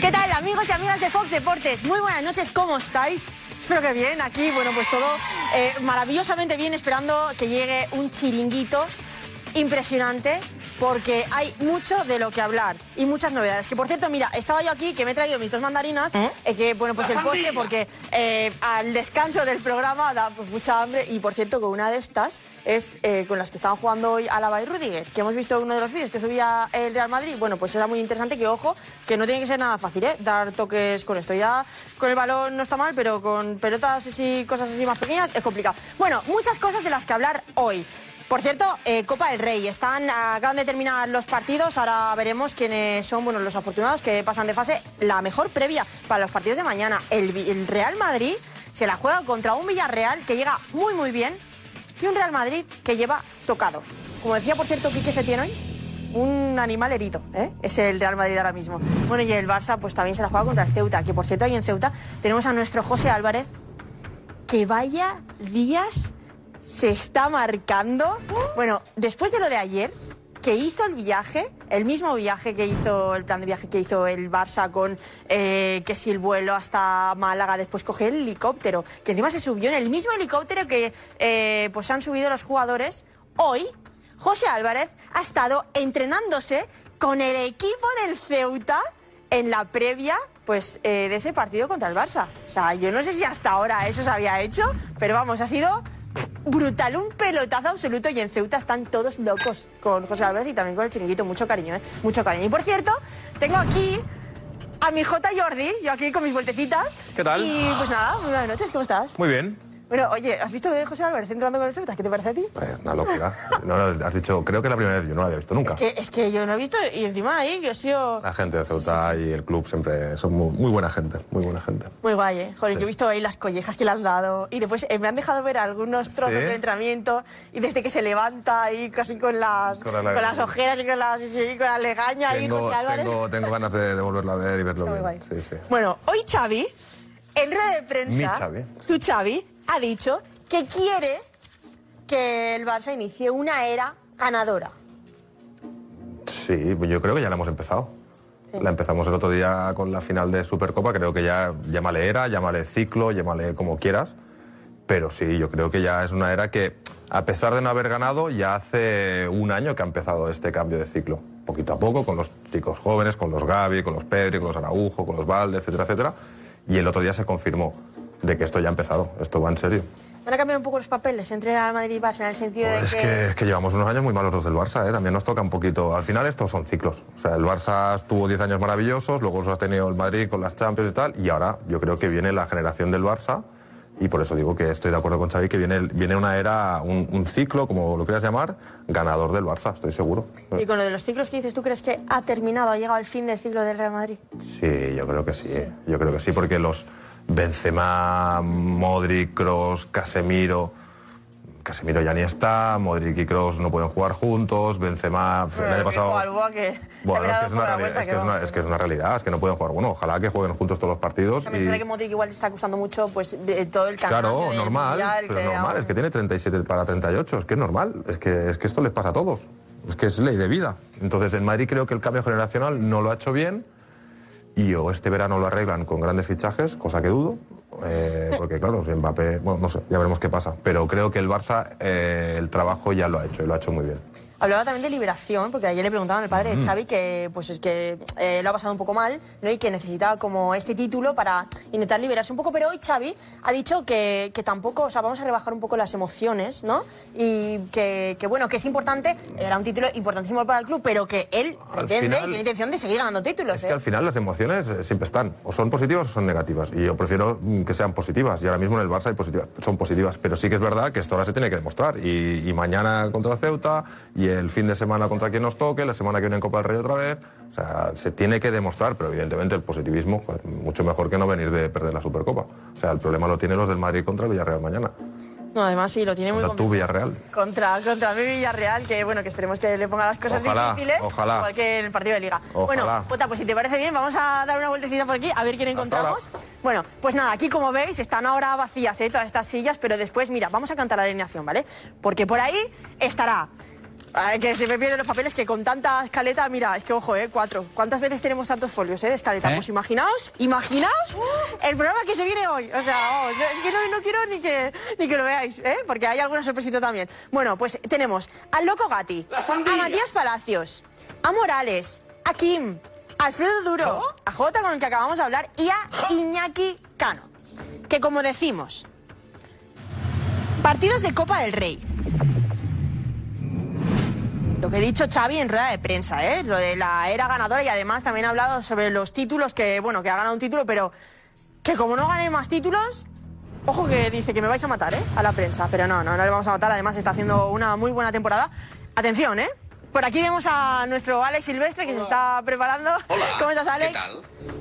¿Qué tal amigos y amigas de Fox Deportes? Muy buenas noches, ¿cómo estáis? Espero que bien, aquí, bueno, pues todo eh, maravillosamente bien, esperando que llegue un chiringuito impresionante, porque hay mucho de lo que hablar y muchas novedades. Que por cierto, mira, estaba yo aquí, que me he traído mis dos mandarinas, eh, que bueno, pues el postre, porque eh, al descanso del programa da pues, mucha hambre. Y por cierto, con una de estas es eh, con las que estaban jugando hoy Alaba y Rudiger, que hemos visto en uno de los vídeos que subía el Real Madrid. Bueno, pues era muy interesante que, ojo, que no tiene que ser nada fácil, ¿eh? Dar toques con esto. Ya con el balón no está mal, pero con pelotas y cosas así más pequeñas es complicado. Bueno, muchas cosas de las que hablar hoy. Por cierto, eh, Copa del Rey, están, acaban de terminar los partidos, ahora veremos quiénes son bueno, los afortunados que pasan de fase. La mejor previa para los partidos de mañana, el, Vi- el Real Madrid se la juega contra un Villarreal que llega muy muy bien y un Real Madrid que lleva tocado. Como decía, por cierto, Quique Setién hoy, un animal herido, ¿eh? es el Real Madrid ahora mismo. Bueno, y el Barça pues también se la juega contra el Ceuta, que por cierto, ahí en Ceuta tenemos a nuestro José Álvarez, que vaya días se está marcando. Bueno, después de lo de ayer, que hizo el viaje, el mismo viaje que hizo, el plan de viaje que hizo el Barça con eh, que si el vuelo hasta Málaga, después coger el helicóptero, que encima se subió en el mismo helicóptero que eh, pues han subido los jugadores, hoy José Álvarez ha estado entrenándose con el equipo del Ceuta en la previa pues, eh, de ese partido contra el Barça. O sea, yo no sé si hasta ahora eso se había hecho, pero vamos, ha sido brutal, un pelotazo absoluto y en Ceuta están todos locos con José Álvarez y también con el chiringuito. Mucho cariño, ¿eh? Mucho cariño. Y por cierto, tengo aquí a mi J. Jordi, yo aquí con mis vueltecitas. ¿Qué tal? Y pues nada, muy buenas noches, ¿cómo estás? Muy bien. Bueno, oye, ¿has visto lo de José Álvarez entrando con el Ceuta? ¿Qué te parece a ti? Una locura. No, no, has dicho, creo que es la primera vez, yo no la había visto nunca. Es que, es que yo no he visto y encima ahí que he sido La gente de Ceuta y el club siempre son muy, muy buena gente, muy buena gente. muy guay, ¿eh? Joder, yo he visto ahí las collejas que le han dado y después eh, me han dejado ver algunos trozos Sí. del entrenamiento y desde que se levanta ahí casi con las, Con con la- las ojeras y con las, sí, sí, con la legaña ahí Tengo, José Álvarez. tengo, tengo ganas de, de volverlo a ver y verlo Está muy bien. guay. Sí, sí. Bueno, hoy Xavi, en rueda de prensa, Mi Xavi. tu Xavi, ha dicho que quiere que el Barça inicie una era ganadora. Sí, pues yo creo que ya la hemos empezado. La empezamos el otro día con la final de Supercopa, creo que ya llámale era, llámale ciclo, llámale como quieras, pero sí, yo creo que ya es una era que, a pesar de no haber ganado, ya hace un año que ha empezado este cambio de ciclo, poquito a poco, con los chicos jóvenes, con los Gavi, con los Pedri, con los Araujo, con los Valde, etcétera, etcétera, y el otro día se confirmó de que esto ya ha empezado, esto va en serio. Van a cambiar un poco los papeles entre Real Madrid y Barça en el sentido de Es que, es que llevamos unos años muy malos los del Barça, ¿eh? también nos toca un poquito. Al final estos son ciclos. O sea, el Barça estuvo 10 años maravillosos, luego los ha tenido el Madrid con las Champions y tal, y ahora yo creo que viene la generación del Barça, y por eso digo que estoy de acuerdo con Xavi, que viene, viene una era, un, un ciclo, como lo quieras llamar, ganador del Barça, estoy seguro. Y con lo de los ciclos que dices, ¿tú crees que ha terminado, ha llegado el fin del ciclo del Real Madrid? Sí, yo creo que sí, yo creo que sí, porque los Benzema, Modric, Kroos, Casemiro... Casemiro ya ni está, Modric y Kroos no pueden jugar juntos, Benzema pues el año pasado... que Bueno, es que es, una realidad, es, que es una, es que es una realidad, es que no pueden jugar. Bueno, ojalá que jueguen juntos todos los partidos. A y- pesar de que Modric igual está acusando mucho pues, de todo el cansancio claro, del normal, Mundial, pero que normal, ahora- es que tiene 37 para 38, es que es normal, es que, es que esto les pasa a todos, es que es ley de vida. Entonces, en Madrid creo que el cambio generacional no lo ha hecho bien y o este verano lo arreglan con grandes fichajes, cosa que dudo, eh, porque claro, si Mbappé, bueno, no sé, ya veremos qué pasa, pero creo que el Barça eh, el trabajo ya lo ha hecho y lo ha hecho muy bien. Hablaba también de liberación, porque ayer le preguntaban al Mm. padre de Xavi que, pues, es que eh, lo ha pasado un poco mal ¿no? y que necesitaba como este título para intentar liberarse un poco. Pero hoy Xavi ha dicho que, que tampoco, o sea, vamos a rebajar un poco las emociones, ¿no? Y que, que, bueno, que es importante, eh, era un título importantísimo para el club, pero que él Al pretende final- y tiene intención de seguir ganando títulos. ¿eh? Es que al final las emociones eh, siempre están, o son positivas o son negativas. Y yo prefiero mm, que sean positivas. Y ahora mismo en el Barça hay positivas- son positivas. Pero sí que es verdad que esto ahora se tiene que demostrar. Y, y mañana contra el Ceuta, y el fin de semana contra quien nos toque, la semana que viene en Copa del Rey otra vez. O sea, se tiene que demostrar, pero evidentemente el positivismo joder, mucho mejor que no venir de perder la Supercopa. O sea, el problema lo tienen los del Madrid contra el Villarreal mañana. No, además sí, lo tiene muy Contra complicado. tu Villarreal. Contra, contra mi Villarreal, que bueno, que esperemos que le ponga las cosas Ojalá, difíciles, ojalá. igual que en el partido de liga. Ojalá. Bueno, Jota, pues si te parece bien, vamos a dar una vueltecita por aquí, a ver quién encontramos. Bueno, pues nada, aquí como veis, están ahora vacías ¿eh? todas estas sillas, pero después, mira, vamos a cantar la alineación, ¿vale? Porque por ahí estará Ay, que se me pierden los papeles, que con tanta escaleta, mira, es que ojo, ¿eh? Cuatro. ¿Cuántas veces tenemos tantos folios, eh? De escaleta. ¿Eh? Pues imaginaos, imaginaos el programa que se viene hoy. O sea, vamos, no- es que no, no quiero ni que, ni que lo veáis, ¿eh? Porque hay alguna sorpresita también. Bueno, pues tenemos al Loco Gatti, a Matías Palacios, a Morales, a Kim, a Alfredo Duro, a Jota, con el que acabamos de hablar, y a Iñaki Cano. Que como decimos, partidos de Copa del Rey. Lo que he dicho Xavi en rueda de prensa, ¿eh? Lo de la era ganadora y además también ha hablado sobre los títulos que, bueno, que ha ganado un título, pero que como no gane más títulos, ojo que dice que me vais a matar, ¿eh? A la prensa, pero no, no, no le vamos a matar, además está haciendo una muy buena temporada. Atención, ¿eh? Por aquí vemos a nuestro Alex Silvestre que se está preparando. ¿Cómo estás, Alex?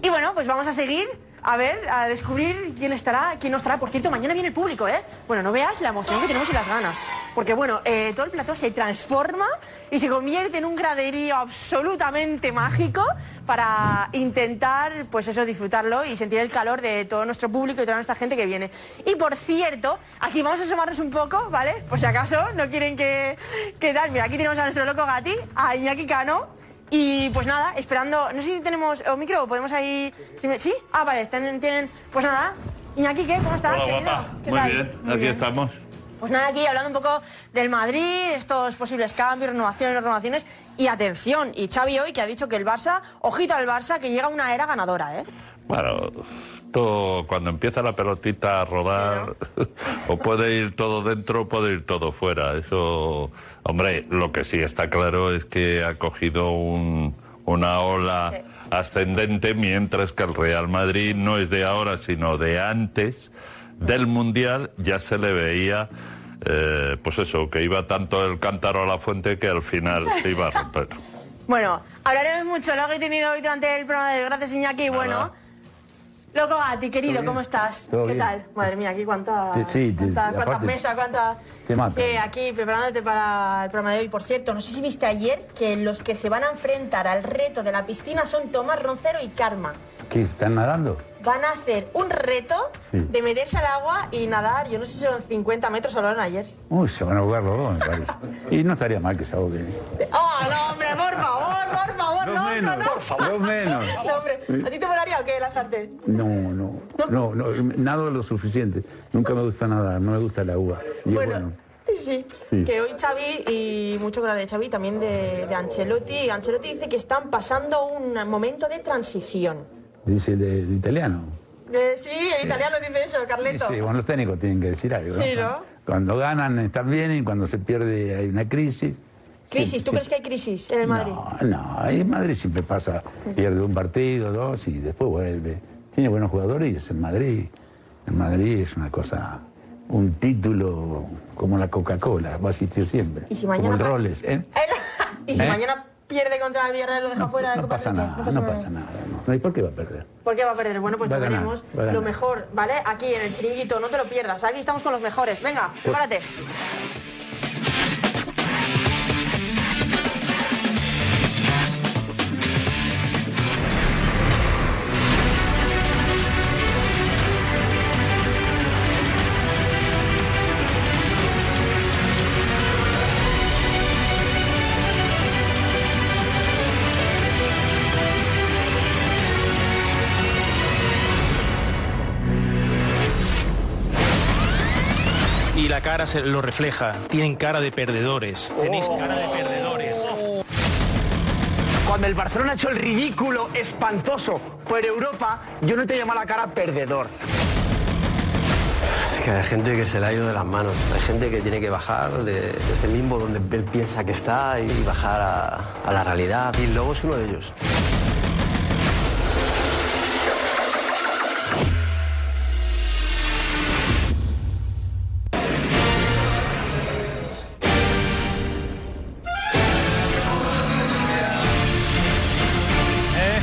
Y bueno, pues vamos a seguir a ver, a descubrir quién estará, quién nos estará. Por cierto, mañana viene el público, ¿eh? Bueno, no veas la emoción que tenemos y las ganas. Porque bueno, eh, todo el plató se transforma y se convierte en un graderío absolutamente mágico para intentar, pues eso, disfrutarlo y sentir el calor de todo nuestro público y toda nuestra gente que viene. Y por cierto, aquí vamos a asomarnos un poco, ¿vale? Por si acaso no quieren que, que tal. Mira, aquí tenemos a nuestro loco Gati, a Iñaki Cano. Y pues nada, esperando. No sé si tenemos o micro o podemos ahí. si me- ¿Sí? Ah, vale, están- tienen. Pues nada. Iñaki, ¿qué? ¿Cómo estás? Hola, querido? guapa. ¿Qué Muy tal? bien, Muy aquí bien. estamos. Pues nada, aquí hablando un poco del Madrid, estos posibles cambios, renovaciones, renovaciones. Y atención, y Xavi hoy que ha dicho que el Barça, ojito al Barça, que llega una era ganadora, ¿eh? Bueno, todo, cuando empieza la pelotita a rodar, o puede ir todo dentro o puede ir todo fuera. Eso, hombre, lo que sí está claro es que ha cogido un- una ola ascendente, mientras que el Real Madrid no es de ahora, sino de antes del Mundial, ya se le veía. eh, pues eso, que iba tanto el cántaro a la fuente que al final se iba a romper. Bueno, hablaremos mucho lo que he tenido hoy durante el programa de Gracias Iñaki. Y bueno, loco Gati, querido, ¿cómo estás? Todo ¿Qué bien. tal? Madre mía, aquí cuánta, Sí, sí, sí, cuánta, aparte- cuánta mesa, cuánta... Te mata. Eh, aquí preparándote para el programa de hoy. Por cierto, no sé si viste ayer que los que se van a enfrentar al reto de la piscina son Tomás Roncero y Karma. ¿Qué? ¿Están nadando? Van a hacer un reto Sí. de meterse al agua y nadar. Yo no sé si son 50 metros o lo eran ayer. Uy, se van a ahogar los dos, me parece. Y no estaría mal que se ahoguen. ¿eh? ¡Oh, no, hombre! ¡Por favor, por favor! Dos ¡No, no, menos, no! por favor. Dos menos. No, hombre, ¿a ti te molaría o qué lanzarte? No, no, no, no, nado lo suficiente. Nunca me gusta nadar, no me gusta el agua. Y es Bueno. bueno. Sí, sí, Sí. Que hoy Xavi y mucho con la de Xavi también de, de Ancelotti. Ancelotti dice que están pasando un momento de transición. dice el, el italiano. Eh, sí, el italiano dice eso, Carleto. Sí, bueno, los técnicos tienen que decir algo. Sí, ¿no? Cuando ganan están bien y cuando se pierde hay una crisis. Crisis, Sí, sí. ¿tú crees que hay crisis en el Madrid? No, Ah, no, en Madrid siempre pasa, pierde un partido, dos y después vuelve. Tiene buenos jugadores y es el Madrid. El Madrid es una cosa, un título como la Coca-Cola, va a existir siempre. ¿Y si como mañana el pa- Roles, ¿eh? y si ¿Eh? mañana pierde contra el Villarreal lo deja fuera de No Copa pasa del Rey, nada, no pasa nada. No. No, ¿Y por qué va a perder? ¿Por qué va a perder? Bueno, pues Va a lo ganar, veremos. va a ganar. Lo mejor, ¿vale? Aquí en el chiringuito, no te lo pierdas. Aquí estamos con los mejores. Venga, Pues prepárate. Y la cara se lo refleja. Tienen cara de perdedores. Tenéis cara de perdedores. Cuando el Barcelona ha hecho el ridículo espantoso por Europa, yo no te llamo a la cara perdedor. Es que hay gente que se le ha ido de las manos. Hay gente que tiene que bajar de, de ese limbo donde él piensa que está y bajar a, a la realidad. Y luego es uno de ellos. Eh.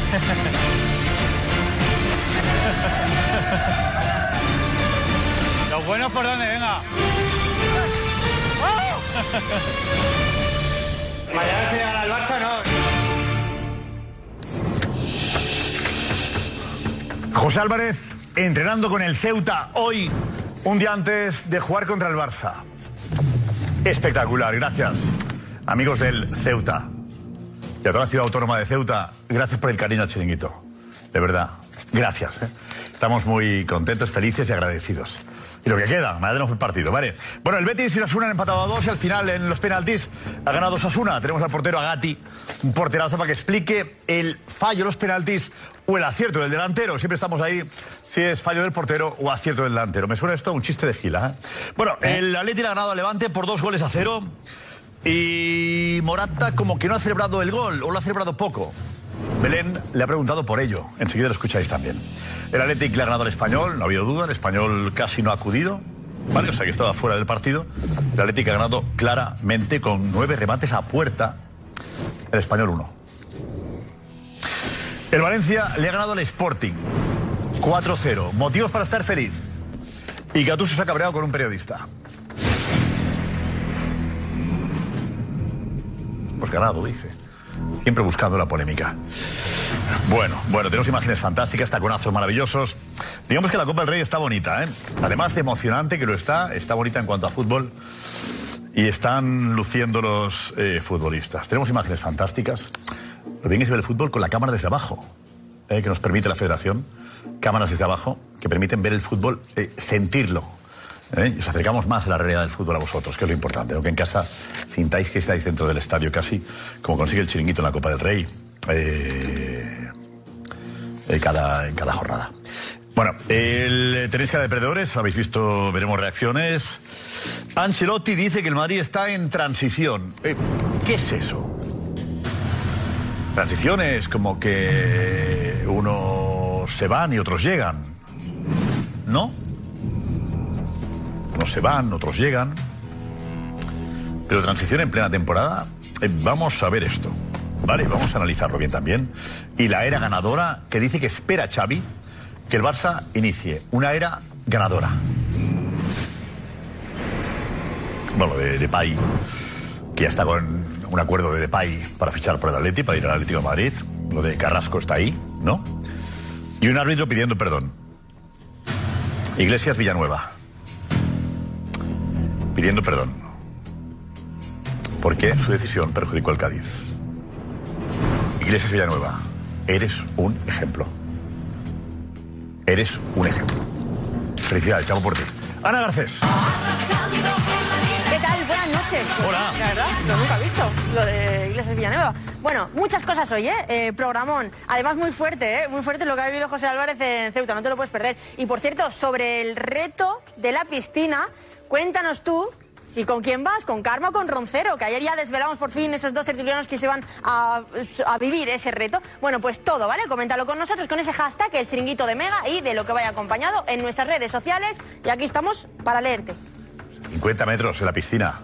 Los buenos por donde venga. Mañana se gana al Barça, no. José Álvarez entrenando con el Ceuta hoy, un día antes de jugar contra el Barça. Espectacular, gracias. amigos del Ceuta y a toda la ciudad autónoma de Ceuta, gracias por el cariño al chiringuito. De verdad, gracias. ¿eh? Estamos muy contentos, felices y agradecidos. Y lo que queda, mañana tenemos el partido, ¿vale? Bueno, el Betis y la Asuna han empatado a dos y al final en los penaltis ha ganado Sasuna. Tenemos al portero Agati, un porterazo para que explique el fallo, los penaltis o el acierto del delantero. Siempre estamos ahí si es fallo del portero o acierto del delantero. Me suena esto a un chiste de gila. ¿eh? Bueno, el Atleti le ha ganado al Levante por dos goles a cero. Y Morata como que no ha celebrado el gol o lo ha celebrado poco. Belén le ha preguntado por ello. Enseguida lo escucháis también. El Athletic le ha ganado al Español, no ha habido duda. El Español casi no ha acudido. Vale, o sea que estaba fuera del partido. El Athletic ha ganado claramente con nueve remates a puerta. El Español uno. El Valencia le ha ganado al Sporting. 4-0. Motivos para estar feliz. Y Gattuso se ha cabreado con un periodista. Hemos Pues ganado, dice. Siempre buscando la polémica. Bueno, bueno, tenemos imágenes fantásticas, taconazos maravillosos. Digamos que la Copa del Rey está bonita, ¿eh? Además de emocionante que lo está, está bonita en cuanto a fútbol. Y están luciendo los eh, futbolistas. Tenemos imágenes fantásticas. Lo bien que se ve el fútbol con la cámara desde abajo, ¿eh? que nos permite la federación. Cámaras desde abajo que permiten ver el fútbol, eh, sentirlo. ¿eh? Y os acercamos más a la realidad del fútbol a vosotros, que es lo importante. Aunque en casa sintáis que estáis dentro del estadio casi, como consigue el chiringuito en la Copa del Rey. eh, eh, cada, en cada jornada. Bueno, el, tenéis cara de perdedores, habéis visto, veremos reacciones. Ancelotti dice que el Madrid está en transición. Eh, ¿Qué es eso? Transiciones como que unos se van y otros llegan. ¿No? Unos se van, otros llegan. Pero transición en plena temporada, eh, vamos a ver esto. Vale, vamos a analizarlo bien también. Y la era ganadora que dice que espera Xavi que el Barça inicie una era ganadora. Bueno, de, de Pai, que ya está con un acuerdo de Depay para fichar por el Atleti, para ir al Atlético de Madrid. Lo de Carrasco está ahí, ¿no? Y un árbitro pidiendo perdón. Iglesias Villanueva. Pidiendo perdón. Porque su decisión perjudicó al Cádiz. Iglesias Villanueva, eres un ejemplo. Eres un ejemplo. Felicidades, chavo por ti. Ana Garcés. ¿Qué tal? Buenas noches. Pues, Hola. La verdad, lo nunca he visto, lo de Iglesias Villanueva. Bueno, muchas cosas hoy, ¿eh? Eh, Programón. Además, muy fuerte, ¿eh? Muy fuerte lo que ha vivido José Álvarez en Ceuta, no te lo puedes perder. Y por cierto, sobre el reto de la piscina, cuéntanos tú. Si con quién vas, con Karma o con Roncero, que ayer ya desvelamos por fin esos dos tertulianos que se van a, a vivir ese reto. Bueno, pues todo, ¿vale? Coméntalo con nosotros con ese hashtag, el chiringuito de Mega y de lo que vaya acompañado en nuestras redes sociales. Y aquí estamos para leerte. 50 metros en la piscina.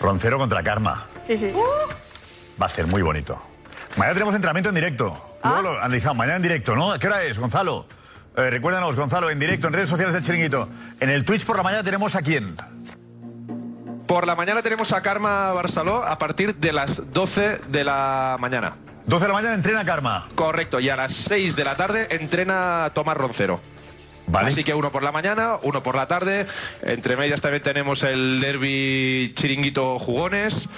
Roncero contra Karma. Sí, sí. Va a ser muy bonito. Mañana tenemos entrenamiento en directo. Luego lo analizamos. Mañana en directo, ¿no? ¿A qué hora es, Gonzalo? Eh, recuérdanos, Gonzalo, en directo, en redes sociales del Chiringuito. En el Twitch por la mañana tenemos a quién. Por la mañana tenemos a Karma Barceló a partir de las 12 de la mañana. 12 de la mañana entrena Karma. Correcto, y a las 6 de la tarde entrena Tomás Roncero. Vale. Así que uno por la mañana, uno por la tarde. Entre medias también tenemos el derby chiringuito jugones.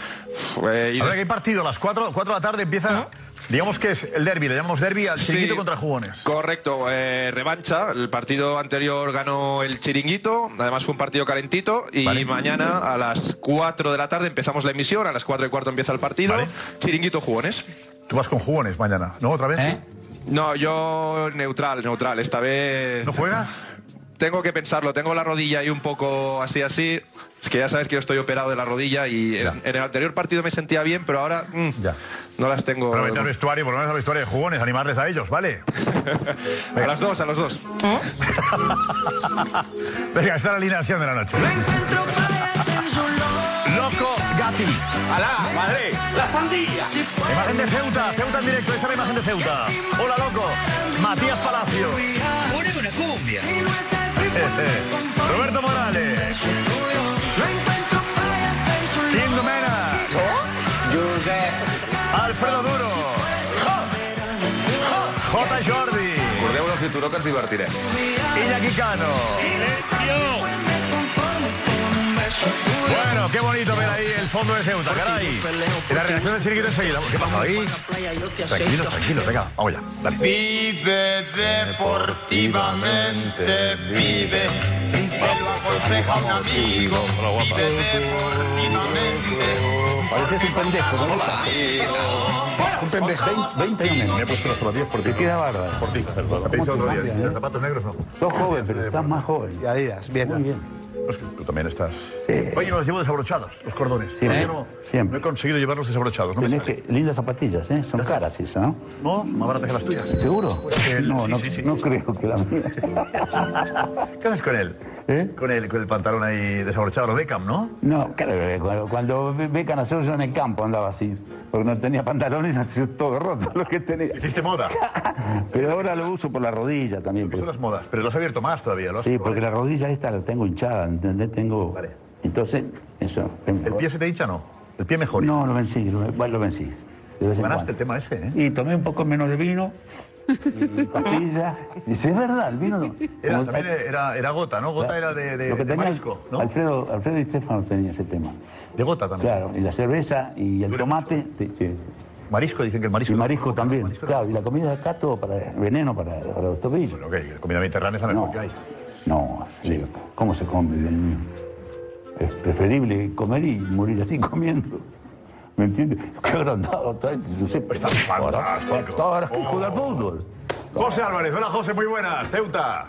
Eh, y Ahora que hay partido, a las 4, 4 de la tarde empieza. Digamos que es el derby, le llamamos derby al Sí, Chiringuito contra Jugones. Correcto, eh, revancha. El partido anterior ganó el Chiringuito, además fue un partido calentito. Y Vale. mañana a las 4 de la tarde empezamos la emisión, a las 4 y cuarto empieza el partido. Vale. Chiringuito jugones. Tú vas con Jugones mañana, ¿no? ¿Otra vez? No, yo neutral, neutral. Esta vez ¿No juegas? tengo que pensarlo. Tengo la rodilla ahí un poco así, así. Es que ya sabes que yo estoy operado de la rodilla y en, Ya. en el anterior partido me sentía bien, pero ahora mm, Ya. no las tengo. Pero vete al vestuario, por lo menos al vestuario de Jugones, animarles a ellos, ¿vale? a las dos, a las dos. Venga, está la alineación de la noche. Loco Gatti. Alá, Madrid. La sandía. Imagen de Ceuta. Ceuta en directo. Esta es la imagen de Ceuta. Hola, loco. Matías Palacio. Este, una cumbia. Roberto Morales. Kim Domena. Alfredo Duro. J. Jordi. Recordeu el cinturó que ens divertirem. Iñaki Cano. Bueno, qué bonito ver ahí el fondo de Ceuta, caray. La reacción del chiringuito enseguida. ¿Qué pasa ahí? Tranquilos, tranquilos, venga, vamos ya. Dale. Vive deportivamente, vive. Te lo aconseja un amigo. Vive deportivamente. Pareces un pendejo, ¿no? Un pendejo. 20 años. Me he puesto los zapatillas por ti. Te queda bárbaro. Por ti. Te hice otro día. ¿Tienes zapatos negros no? Sos joven, pero estás más joven. Y Adidas, bien. Muy bien. Es que Pues tú también estás. Sí. Oye, me los llevo desabrochados, los cordones. Siempre. Yo no, eh? Siempre. no he conseguido llevarlos desabrochados, no me Tenés sale. que, lindas zapatillas, ¿eh? Son caras esas, ¿no? No, son más baratas que las tuyas. ¿Seguro? El- No, sí, no, sí, sí. no creo que la mía. ¿Qué haces con él? ¿Eh? Con el, con el pantalón ahí desabrochado, lo Beckham, ¿no? No, claro, eh, cuando, cuando ve- ve Canasol, yo en el campo andaba así, porque no tenía pantalones, así, todo roto lo que tenía. Hiciste moda. Pero ahora lo uso por la rodilla también. Son porque- las modas, pero lo has abierto más todavía. Lo has- sí, porque la rodilla esta la tengo hinchada, ¿entendés? Tengo... Vale. Entonces, eso. ¿El pie se te hincha no? El pie mejor. No, lo vencí, lo, bueno, lo vencí. de vez en Ganaste el cuando. tema ese, ¿eh? Y tomé un poco menos de vino, y pastillas. Dice, es verdad, el vino... no- Era, como- también era, era gota, ¿no? Gota era de, de, Lo que de tenía- marisco, ¿no? Alfredo, Alfredo y Stefano tenían ese tema. De gota también. Claro, y la cerveza y el Dura tomate. sí, sí. Marisco, dicen que el marisco. Y marisco también. Marisco no. claro, y la comida está todo para veneno para, para los tobillos. Bueno, ok, la comida mediterránea es la mejor No. que hay. No, sí, ¿cómo se come? Dios mío? Es preferible comer y morir así comiendo. ¿Me entiendes? Qué agrandado está este Giuseppe. Está fantástico. Ahora- Ahora es que Oh. juega al fútbol. José Álvarez, hola José, muy buenas. Ceuta.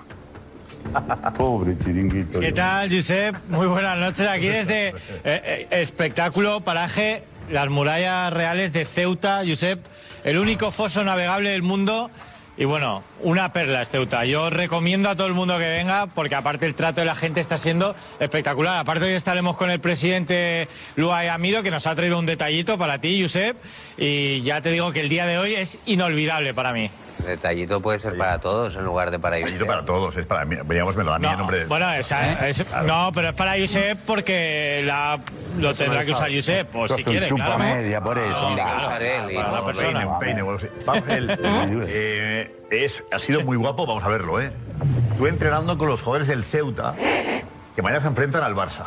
Pobre chiringuito. ¿Qué tal, Josep? Muy buenas noches. Aquí desde eh, eh, espectáculo, paraje, las murallas reales de Ceuta, Josep. El único foso navegable del mundo. Y bueno, una perla es Ceuta. Yo recomiendo a todo el mundo que venga porque aparte el trato de la gente está siendo espectacular. Aparte hoy estaremos con el presidente Luay Amido que nos ha traído un detallito para ti, Josep. Y ya te digo que el día de hoy es inolvidable para mí. Detallito puede ser para todos en lugar de para ellos. Yo para todos, es para mí. Veníamos, me lo da a mí en nombre de. Bueno, esa- ¿Eh? es- no, pero es para Josep porque la, lo tendrá que usar Josep, o Sos si un quiere, chupa claro. media, por eso. No, mira. claro, usar él y para la no, persona. Peine, un peine o algo así. Vamos, él, eh, es, ha sido muy guapo, vamos a verlo, ¿eh? Tú entrenando con los jugadores del Ceuta, que mañana se enfrentan al Barça.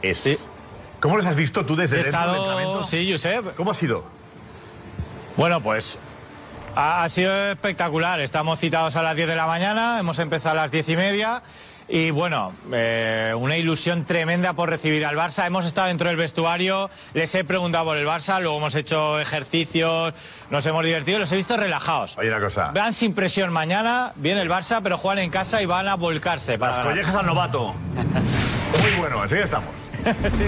Es. ¿Cómo los has visto tú desde He dentro del entrenamiento? estado, sí, Josep. ¿Cómo ha sido? Bueno, pues ha, ha sido espectacular. Estamos citados a las 10 de la mañana, hemos empezado a las 10 y media. Y bueno, eh, una ilusión tremenda por recibir al Barça. Hemos estado dentro del vestuario, les he preguntado por el Barça, luego hemos hecho ejercicios, nos hemos divertido, los he visto relajados. Oye, una cosa. Van sin presión mañana, viene el Barça, pero juegan en casa y van a volcarse. Para Las ganar. collejas al novato. Muy bueno, así estamos. Sí, sí.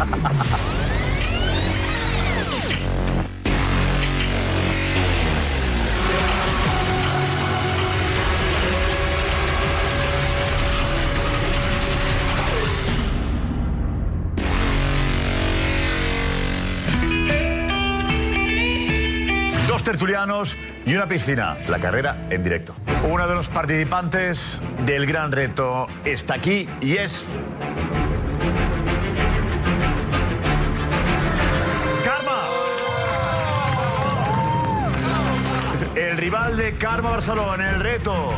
Dos tertulianos y una piscina. La carrera en directo. Uno de los participantes del gran reto está aquí y es. ¡Karma! El rival de Karma Barcelona en el reto.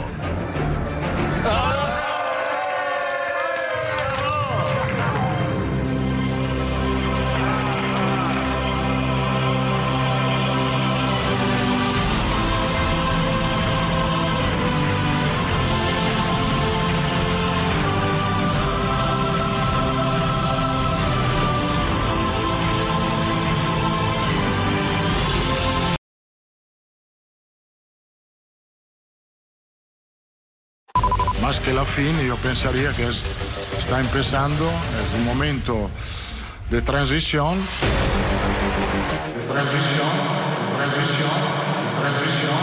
Más que la fin, yo pensaría que es- está empezando, es un momento de transición. De transición, de transición, de transición.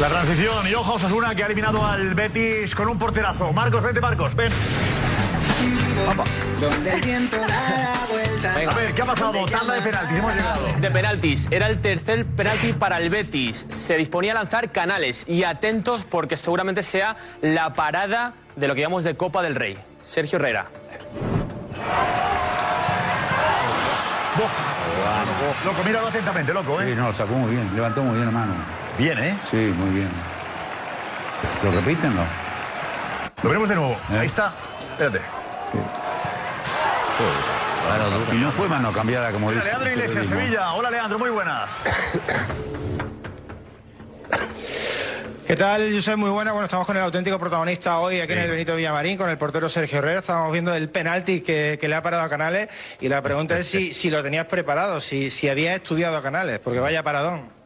La transición y ojo Osasuna que ha eliminado al Betis con un porterazo. Marcos, vente Marcos, ven. Donde el viento da la vuelta. A ver, ¿qué ha pasado? Tanda de penaltis, hemos llegado. De penaltis. Era el tercer penalti para el Betis. Se disponía a lanzar canales y atentos porque seguramente sea la parada de lo que llamamos de Copa del Rey. Sergio Herrera. Buah, Loco, míralo atentamente, loco, ¿eh? Sí, no, sacó muy bien, levantó muy bien la mano. Bien, ¿eh? Sí, muy bien. ¿Lo repítenlo? Lo veremos de nuevo. Ahí está. Espérate. Y no fue mano cambiada como Mira, dice. Leandro Iglesias, el periodismo. Sevilla. Hola, Leandro, muy buenas. ¿Qué tal, Josep? Muy buena. Bueno, estamos con el auténtico protagonista hoy aquí en el Benito Villamarín, con el portero Sergio Herrera. Estábamos viendo el penalti que, que le ha parado a Canales y la pregunta es si, si lo tenías preparado, si, si habías estudiado a Canales, porque vaya paradón.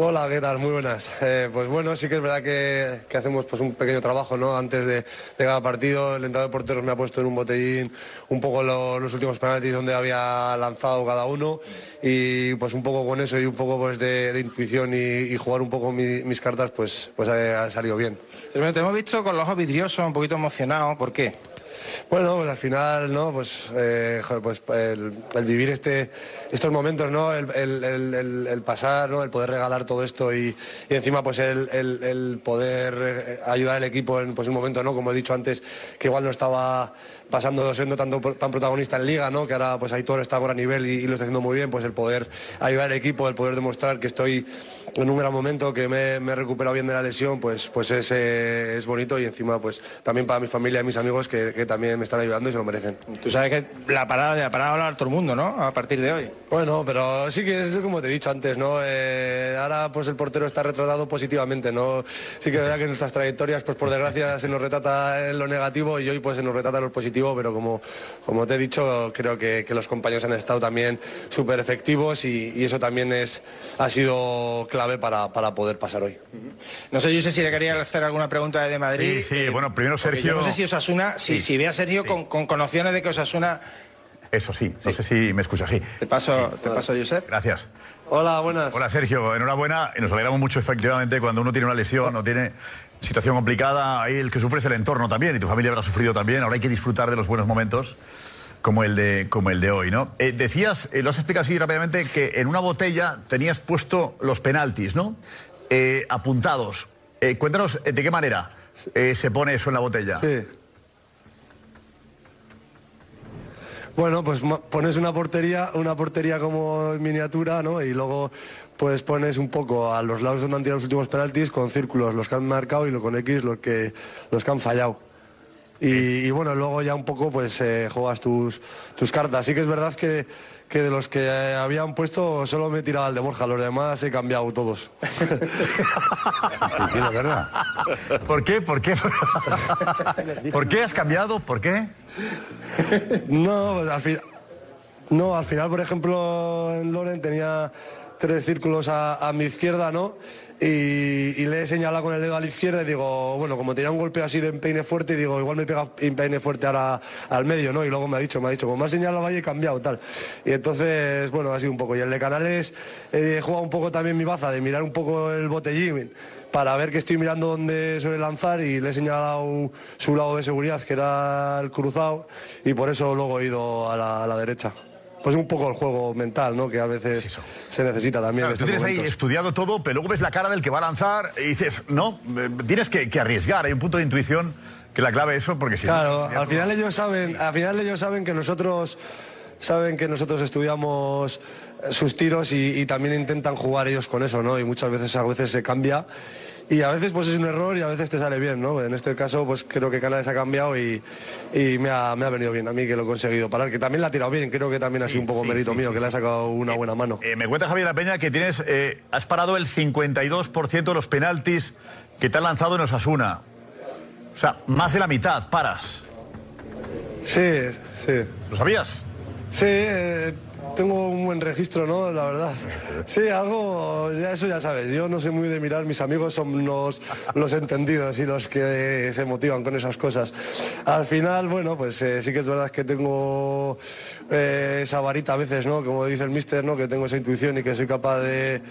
Hola, ¿qué tal? Muy buenas. Eh, pues bueno, sí que es verdad que, que hacemos pues, un pequeño trabajo ¿no? antes de, de cada partido. El entrenador de porteros me ha puesto en un botellín un poco lo- los últimos penaltis donde había lanzado cada uno y pues un poco con eso y un poco pues, de, de intuición y, y jugar un poco mi- mis cartas, pues, pues ha- ha salido bien. Bueno, te hemos visto con los ojos vidriosos, un poquito emocionado. ¿Por qué? Bueno, pues al final, ¿no? Pues, eh, joder, pues el, el vivir este, estos momentos, ¿no? El, el- el- el- el pasar, ¿no? El poder regalar todo esto y, y encima, pues el, el- el poder eh, ayudar al equipo en pues, un momento, ¿no? Como he dicho antes, que igual no estaba pasando siendo tanto pro- tan protagonista en liga, ¿no? Que ahora pues Aitor está a gran nivel y, y lo está haciendo muy bien, pues el poder ayudar al equipo, el poder demostrar que estoy en un gran momento, que me, me he recuperado bien de la lesión, pues, pues es, eh, es bonito y encima pues también para mi familia y mis amigos que, que también me están ayudando y se lo merecen. Tú sabes que la parada de la parada habla todo el mundo, ¿no? A partir de hoy. Bueno, pero sí que es como te he dicho antes, ¿no? Eh, ahora pues el portero está retratado positivamente, ¿no? Sí que es verdad que nuestras trayectorias, pues por desgracia se nos retrata en lo negativo y hoy pues se nos retrata en lo positivo, pero como, como te he dicho, creo que, que los compañeros han estado también súper efectivos y, y eso también es, ha sido clave para, para poder pasar hoy. No sé, yo sé si le quería hacer alguna pregunta de Madrid. Eh, Sí, sí, bueno, primero Porque Sergio- yo no sé si Osasuna, si, Sí. si ve a Sergio con, con, con opciones de que Osasuna. Eso sí, no sé si me escuchas. Sí. Te paso, te paso, Josep. Gracias. Hola, buenas. Hola, Sergio. Enhorabuena. Nos alegramos mucho, efectivamente, cuando uno tiene una lesión o tiene situación complicada, ahí el que sufre es el entorno también y tu familia habrá sufrido también. Ahora hay que disfrutar de los buenos momentos como el de, como el de hoy, ¿no? Eh, decías, eh, lo has explicado así rápidamente, que en una botella tenías puesto los penaltis, ¿no? Eh, apuntados. Eh, cuéntanos eh, de qué manera eh, se pone eso en la botella. Sí. Bueno, pues mo- pones una portería, una portería como en miniatura, ¿no? Y luego pues pones un poco a los lados donde han tirado los últimos penaltis con círculos, los que han marcado y lo con X los que los que han fallado. Y, y bueno, luego ya un poco pues eh, juegas tus, tus cartas. Sí que es verdad que, que de los que eh, habían puesto solo me he tirado al de Borja, los demás he cambiado todos. Sí, la verdad. ¿Por qué? ¿Por qué? ¿Por qué has cambiado? ¿Por qué? No, pues al final. No, al final, por ejemplo, en Loren tenía tres círculos a, a mi izquierda, ¿no? Y, y le he señalado con el dedo a la izquierda y digo, bueno, como tenía un golpe así de empeine fuerte, digo, igual me pega empeine fuerte ahora al medio, ¿no? Y luego me ha dicho, me ha dicho, como me ha señalado ahí he cambiado, tal. Y entonces, bueno, ha sido un poco. Y el de Canales eh, he jugado un poco también mi baza, de mirar un poco el botellín para ver que estoy mirando dónde suele lanzar y le he señalado su lado de seguridad, que era el cruzado, y por eso luego he ido a la, a la derecha. Pues un poco el juego mental, ¿no? Que a veces se necesita también. en Tú estos tienes ahí momentos. estudiado todo, pero luego ves la cara del que va a lanzar y dices, no, eh, tienes que, que arriesgar. Hay un punto de intuición que la clave es eso, porque si no, Claro, sería al todo- final ellos saben, al final ellos saben que nosotros saben que nosotros estudiamos eh, sus tiros y, y también intentan jugar ellos con eso, ¿no? Y muchas veces a veces se cambia y a veces pues es un error y a veces te sale bien, ¿no? En este caso pues creo que Canales ha cambiado y, y me, ha, me ha venido bien a mí que lo he conseguido parar, que también la ha tirado bien, creo que también ha sido un poco sí, mérito sí, mío, sí, que le ha sí. sacado una buena mano. Eh, me cuenta Javier La Peña que tienes, eh, has parado el 52% de los penaltis que te han lanzado en Osasuna. O sea, más de la mitad, paras. Sí, sí. ¿Lo sabías? Sí, eh, tengo un buen registro, ¿no? La verdad. Sí, algo, ya, eso ya sabes. Yo no soy muy de mirar, mis amigos son los, los entendidos y los que se motivan con esas cosas. Al final, bueno, pues eh, sí que es verdad que tengo eh, esa varita a veces, ¿no? Como dice el mister, ¿no? Que tengo esa intuición y que soy capaz de,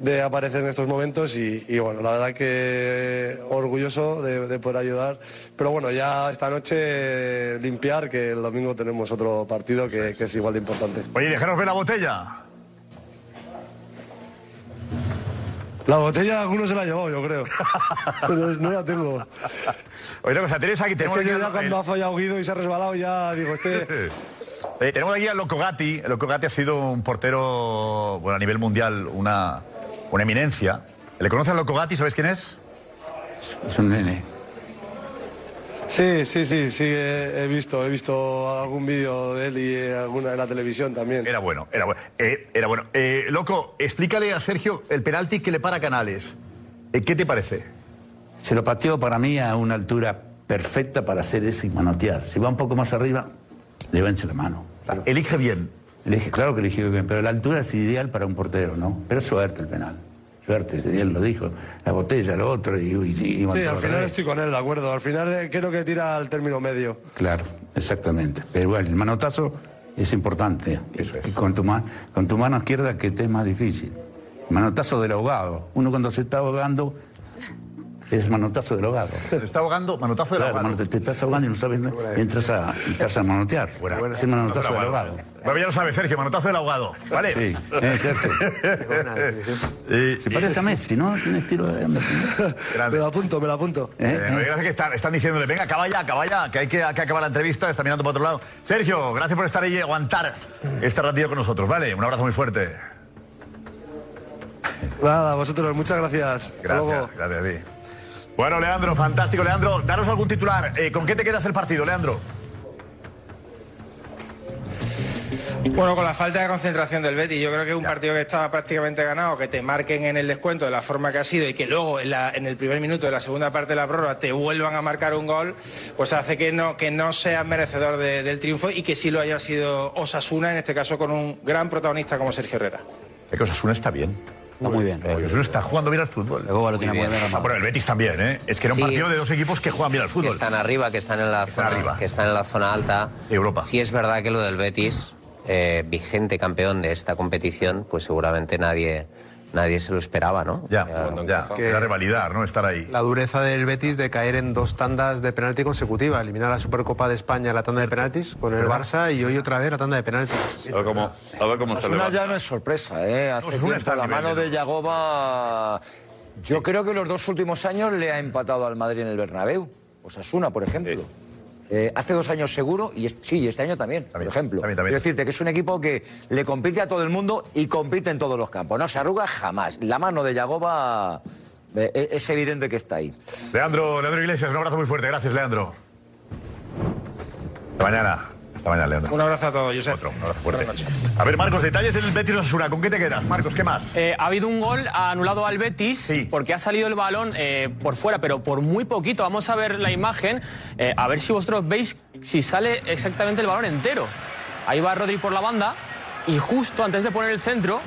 de aparecer en estos momentos y, y, bueno, la verdad que orgulloso de, de poder ayudar. Pero bueno, ya esta noche eh, limpiar, que el domingo tenemos otro partido que, que es igual de importante. Oye, déjanos ver la botella. La botella alguno se la ha llevado, yo creo. Pero no la tengo. Oye, una cosa, tienes pues aquí, Es tenemos que aquí yo ya el- cuando ha fallado Guido y se ha resbalado, ya digo, este... Eh, tenemos aquí a Loco Gatti. Loco Gatti ha sido un portero, bueno, a nivel mundial, una, una eminencia. ¿Le conocen a Loco Gatti? ¿Sabéis quién es? Es un nene. Sí, sí, sí, sí, he, he visto, he visto algún vídeo de él y eh, alguna en la televisión también. Era bueno, era bueno. Eh, era bueno. Eh, loco, explícale a Sergio el penalti que le para a Canales. Eh, ¿Qué te parece? Se lo pateó para mí a una altura perfecta para hacer eso y manotear. Si va un poco más arriba, le va a echar la mano. elige bien. Elige, claro que eligió bien, pero la altura es ideal para un portero, ¿no? Pero es suerte el penal. Suerte, él lo dijo. La botella, lo otro y... y, y- y- Sí, al final revés. estoy con él, de acuerdo. Al final eh, creo que tira al término medio. Claro, exactamente. Pero bueno, el manotazo es importante. Y Con, tu ma- con tu mano izquierda que te es más difícil. Manotazo del ahogado. Uno cuando se está ahogando es manotazo del ahogado. Se está ahogando, manotazo del Claro, ahogado. mano- te, te estás ahogando y no sabes nada. y Entras a, entras a manotear. Es el manotazo del ahogado. Bueno, ya lo sabes, Sergio, manotazo del ahogado. ¿Vale? Sí, Eh, es cierto. Se parece a Messi, ¿no? Tiene estilo de... Me lo apunto, me lo apunto. Eh, lo que pasa es que están, están diciéndole, venga, acaba ya, acaba ya, que hay que, que acabar la entrevista, está mirando para otro lado. Sergio, gracias por estar ahí y aguantar este ratito con nosotros, ¿vale? Un abrazo muy fuerte. Nada, vosotros, muchas gracias. Hasta luego. Gracias, gracias a ti. Bueno, Leandro, fantástico, Leandro. Daros algún titular. Eh, ¿Con qué te quedas el partido, Leandro? Bueno, con la falta de concentración del Betis, yo creo que es un partido que estaba prácticamente ganado, que te marquen en el descuento de la forma que ha sido y que luego en, la- en el primer minuto de la segunda parte de la prórroga te vuelvan a marcar un gol, pues hace que no, que no seas merecedor de- del triunfo y que sí lo haya sido Osasuna, en este caso con un gran protagonista como Sergio Herrera. Es que Osasuna está bien. Eh, Está muy bien. Osasuna está jugando bien al fútbol. lo tiene muy bien Ah, armado. bueno, el Betis también, ¿eh? Es que era un Sí. partido de dos equipos que juegan bien al fútbol. Que están arriba, que están en la, zona, que están en la zona alta. Europa. Si es verdad que lo del Betis, eh, vigente campeón de esta competición, pues seguramente nadie, nadie se lo esperaba, ¿no? Ya, ya. Era revalidar, ¿no? Estar ahí. La dureza del Betis de caer en dos tandas de penalti consecutiva. Eliminar la Supercopa de España, la tanda de penaltis con el Barça y hoy otra vez la tanda de penaltis. A ver cómo, a ver cómo se Osasuna levanta. ya no es sorpresa, ¿eh? Hace Osasuna tiempo está al la nivel, mano ¿no? de Yagoba. Yo creo que los dos últimos años le ha empatado al Madrid en el Bernabéu. Osasuna, por ejemplo. Eh, hace dos años seguro, y es- sí, y este año también, por ejemplo. Quiero decirte que es un equipo que le compite a todo el mundo y compite en todos los campos. No se arruga jamás. La mano de Yagoba eh, eh, es evidente que está ahí. Leandro, Leandro Iglesias, un abrazo muy fuerte. Gracias, Leandro. Hasta mañana. Hasta mañana, Leandro. Un abrazo a todos, Josep. Un abrazo fuerte. A ver, Marcos, detalles del Betis Osasuna. ¿Con qué te quedas, Marcos? ¿Qué más? Eh, ha habido un gol anulado al Betis porque ha salido el balón eh, por fuera, pero por muy poquito. Vamos a ver la imagen, eh, a ver si vosotros veis si sale exactamente el balón entero. Ahí va Rodri por la banda y justo antes de poner el centro,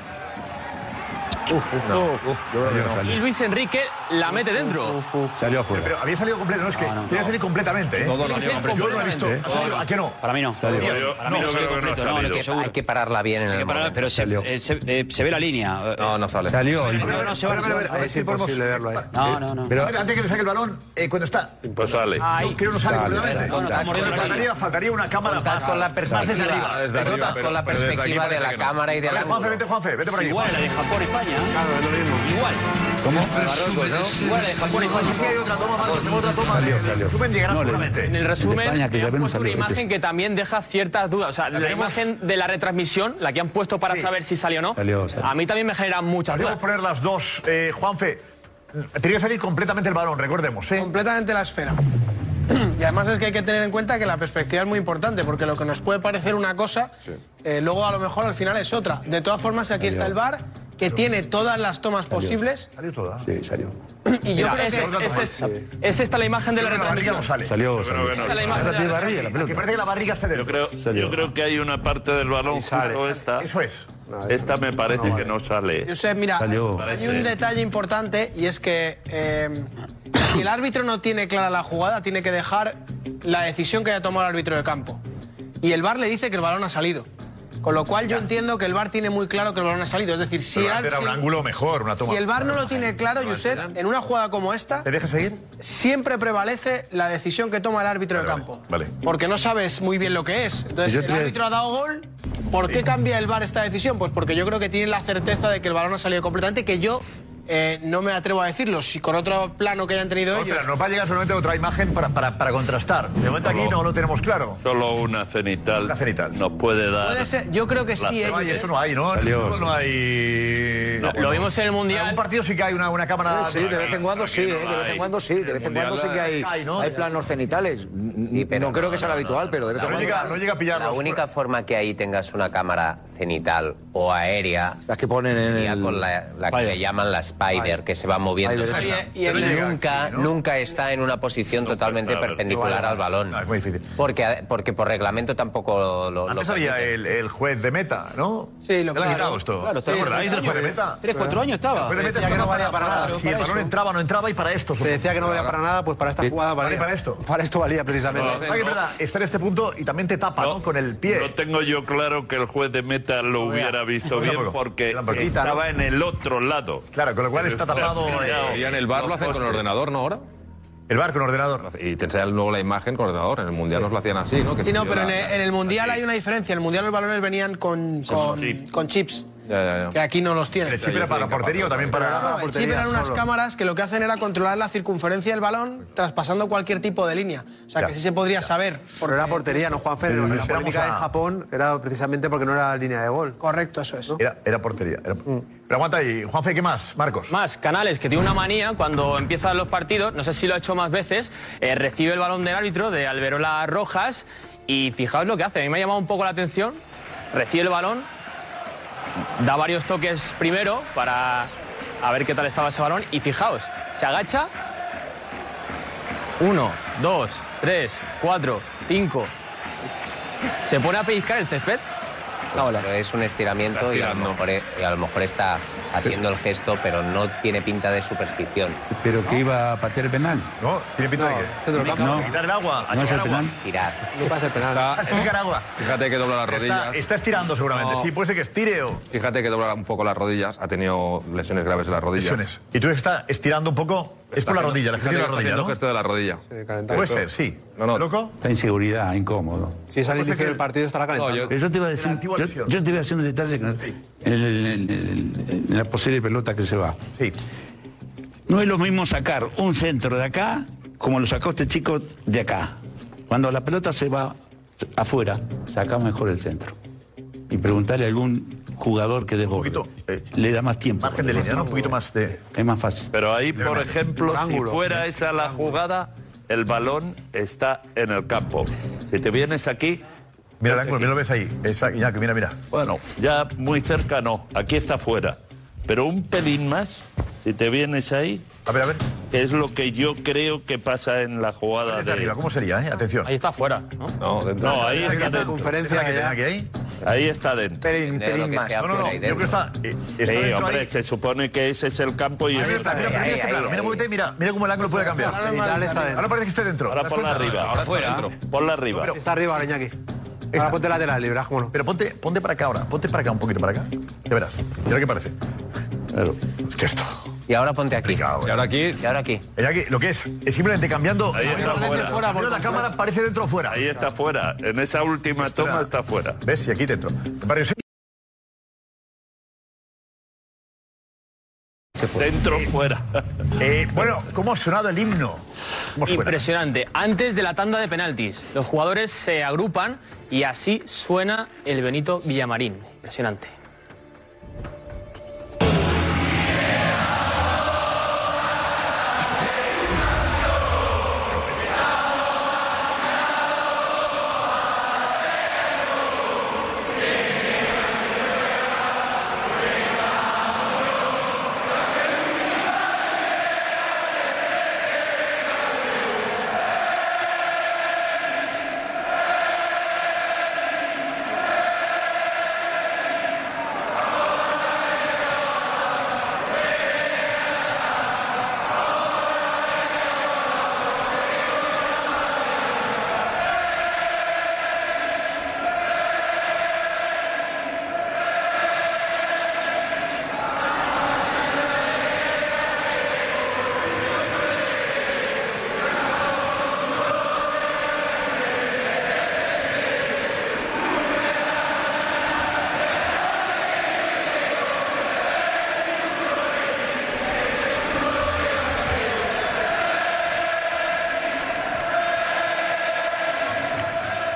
y Luis Enrique la mete dentro. Salió afuera. Pero había salido completo, no es que. tiene que salir completamente, ¿eh? No, no, no, Sí, sí, completo. Yo no lo he visto. ¿Ha salido? ¿A qué no? Para mí no. Salió. Salió. Para mí no, No, salió creo que no ha completo. No, salido. lo que- Seguro. hay que pararla bien en el momento. Pero se, eh, se- eh, se ve la línea. No, no sale. Salió. No, no se va. Es imposible verlo ahí. No, no, no. Antes Eh, antes que le saque el balón, eh, cuando está. Pues sale. Ah, No, creo no sale completamente. Contacto, Faltaría- contacto. Faltaría una cámara Contacto más. con la más perspectiva, desde arriba. desde arriba, Contacto pero- con la pero desde aquí perspectiva parece de la que no. cámara y del A ver, ángulo. Juanfe, vete, Juanfe, Eh, vete por aquí. Igual la de Japón España. Claro, es lo mismo. Igual. ¿Cómo? Igual la de Japón España. Sí, hay otra toma, Marcos, tengo otra toma. El resumen llegará seguramente. En el resumen, España, que le ya han vemos puesto al una Betis. imagen que también deja ciertas dudas. O sea, la, imagen de la retransmisión, la que han puesto para saber si salió o no, Salió, salió. a mí también me genera muchas dudas. Podríamos poner las dos. Eh, Juanfe, tenía que salir completamente el balón, recordemos, ¿eh? completamente la esfera. Y además es que hay que tener en cuenta que la perspectiva es muy importante, porque lo que nos puede parecer una cosa, eh, luego a lo mejor al final es otra. De todas formas, aquí está el bar, que tiene todas las tomas posibles. Salió toda. Sí, salió. Y yo creo que es, es- es esta la imagen de la retransmisión. Salió. Creo que no. Esta es la imagen de la barriga, la pelota. Parece que la barriga está Yo creo, yo creo que hay una parte del balón justo esta. Eso es. Esta me parece que no sale. Josep, mira, Salió. hay un detalle importante y es que eh, si el árbitro no tiene clara la jugada, tiene que dejar la decisión que haya tomado el árbitro de campo. Y el VAR le dice que el balón ha salido. Con lo cual yo entiendo que el VAR tiene muy claro que el balón ha salido. Es decir, si Pero el, antes ar- era un si- ángulo mejor, una toma. si el VAR no lo tiene claro, Josep, en una jugada como esta, ¿Te deja seguir? siempre prevalece la decisión que toma el árbitro de campo. Vale. Porque no sabes muy bien lo que es. Entonces, Yo el te- árbitro ha dado gol. ¿Por qué cambia el VAR esta decisión? Pues porque yo creo que tiene la certeza de que el balón ha salido completamente, que yo eh, no me atrevo a decirlo. Si con otro plano que hayan tenido ellos. Espera, nos va a llegar solamente otra imagen para, para, para contrastar. De momento aquí no lo tenemos claro. Solo una cenital, nos puede dar. Puede ser- yo creo que La- sí. No ellos, hay, ¿eh? Eso no hay, ¿no? En el Salió. fútbol no hay... No, lo vimos en el Mundial. En algún partido sí que hay una, una cámara... Sí, de vez en cuando sí, eh, de vez en cuando sí, de vez en cuando sí que hay, ¿no? hay planos cenitales. no creo que sea lo habitual, pero de vez en cuando. La única forma que ahí tengas una cámara cenital o aérea. Las que ponen en sería el- con la, la que le llaman la Spider, que se va moviendo. Spider, Sí, esa. y Pero el- llega nunca, nunca está en una posición totalmente perpendicular al balón. No, es muy difícil. Porque, eh, porque por reglamento tampoco lo. Antes lo había permite. el, el juez de meta, ¿no? Sí, lo- que claro. esto. Claro, ¿Te tres, acordáis del tres juez de años. meta? Tres, cuatro años estaba. El juez de meta Decía es que que no no valía valía para para nada. nada, Si el para balón eso. entraba o no entraba, y para esto. Se decía que no valía para nada, pues para esta jugada valía. para esto. Para esto valía, precisamente. Ah, que es verdad, estar en este punto y también te tapa, ¿no? Con el pie. No tengo yo claro que el juez de meta lo hubiera visto Yo bien tampoco. porque Tampoco. estaba en el otro lado. Claro, Ah, con lo cual Pero está está tapado. pillado. eh, Y en el bar lo hacen con el ordenador, ¿no? Ahora. El bar con ordenador. Y te enseñan luego la imagen con ordenador. En el mundial nos lo hacían así, ¿no? Que Sí, no, yo pero en la- el, en el Mundial hay una diferencia. En el Mundial los balones venían con, con, con chips. Ya, ya, ya. Que aquí no los tienen. ¿El chip era para la portería o también para No, la no, el chip portería? eran unas solo? cámaras que lo que hacen era controlar la circunferencia del balón traspasando cualquier tipo de línea. O sea, Ya, que sí se podría saber. Pero era portería, no Juan Ferrer. Pero La esperamos polémica a- en Japón era precisamente porque no era línea de gol. Mm. Correcto, eso es. Era, era portería. era- Pero aguanta ahí. Juanfe, ¿qué más, Marcos? Más, Canales, que tiene una manía cuando empiezan los partidos, no sé si lo ha hecho más veces, eh, recibe el balón del árbitro de Alberola Rojas y fijaos lo que hace. A mí me ha llamado un poco la atención. Recibe el balón, da varios toques primero para a ver qué tal estaba ese balón y fijaos, se agacha. Uno, dos, tres, cuatro, cinco. Se pone a pellizcar el césped. Ah, Pero es un estiramiento y a, lo mejor, e, y a lo mejor está haciendo el gesto, pero no tiene pinta de superstición. ¿Pero que iba a patear el penal? No, tiene pinta de que. No, Quitar el agua, no es el achicar agua. penal. Tirar. No pasa el penal. Está- Achicar agua. Fíjate que dobla las rodillas. Está, está estirando seguramente. No. Sí, puede ser que estire o. Fíjate que dobla un poco las rodillas. Ha tenido lesiones graves en las rodillas. Lesiones. Y tú está estirando un poco. Es Está por la haciendo- rodilla, la gestión fíjate de la que está rodilla, haciendo ¿no? gesto de la rodilla. Puede ser, sí. No, no. ¿Loco? Está inseguridad, incómodo. Si es al Pues es inicio que- del partido estará calentando. Pero yo te iba a decir, yo, yo te iba a decir un detalle que no- en, el- en el- en la posible pelota que se va. No es lo mismo sacar un centro de acá como lo sacó este chico de acá. Cuando la pelota se va afuera, saca mejor el centro. Y preguntarle a algún jugador que desborde. le da más tiempo. Margen eh, de línea, ¿no? Un poquito más de... Es más fácil. Pero ahí, por ejemplo, Un ángulo. si fuera esa la jugada, el balón está en el campo. Si te vienes aquí. Mira el ángulo, mira lo ves ahí. ya, que mira, mira. Bueno, ya muy cerca no, aquí está fuera. Pero un pelín más, si te vienes ahí. A ver, a ver. Es lo que yo creo que pasa en la jugada. Desde De... arriba, ¿cómo sería, eh? Atención. Ahí está fuera, ¿no? No, ahí Deja que está tenga dentro. conferencia Deja que tenga ya. ahí. Ahí está dentro. Pelín, pelín Lo que más. sea No, no, no, fuera y yo creo que está- eh, está Sí, dentro hombre, ahí. se supone que ese es el campo y... Ahí está, mira, pero mira este plano, mira, muévete, mira, mira cómo el ángulo puede cambiar. Ahora normal, está dentro. Ahora parece que esté dentro. Ahora ¿Te das ponla cuenta? arriba, ahora fuera. Ponla arriba. Está arriba, Iñaki. Ahora ponte lateral, y verás cómo no. Pero ponte, ponte para acá ahora, ponte para acá, un poquito para acá. Ya verás. Mira qué parece. Es que esto. Y ahora ponte aquí. Y ahora aquí. Y ahora aquí. Iñaki, lo que es, es simplemente cambiando. Ahí está fuera. Mira, la cámara parece dentro o fuera. Ahí está fuera. En esa última toma está fuera. ¿Ves? Y aquí dentro. Barrio Sésamo. Dentro, fuera. Eh, bueno, ¿cómo ha sonado el himno? ¿Cómo suena? Impresionante. Antes de la tanda de penaltis, los jugadores se agrupan y así suena el Benito Villamarín. Impresionante.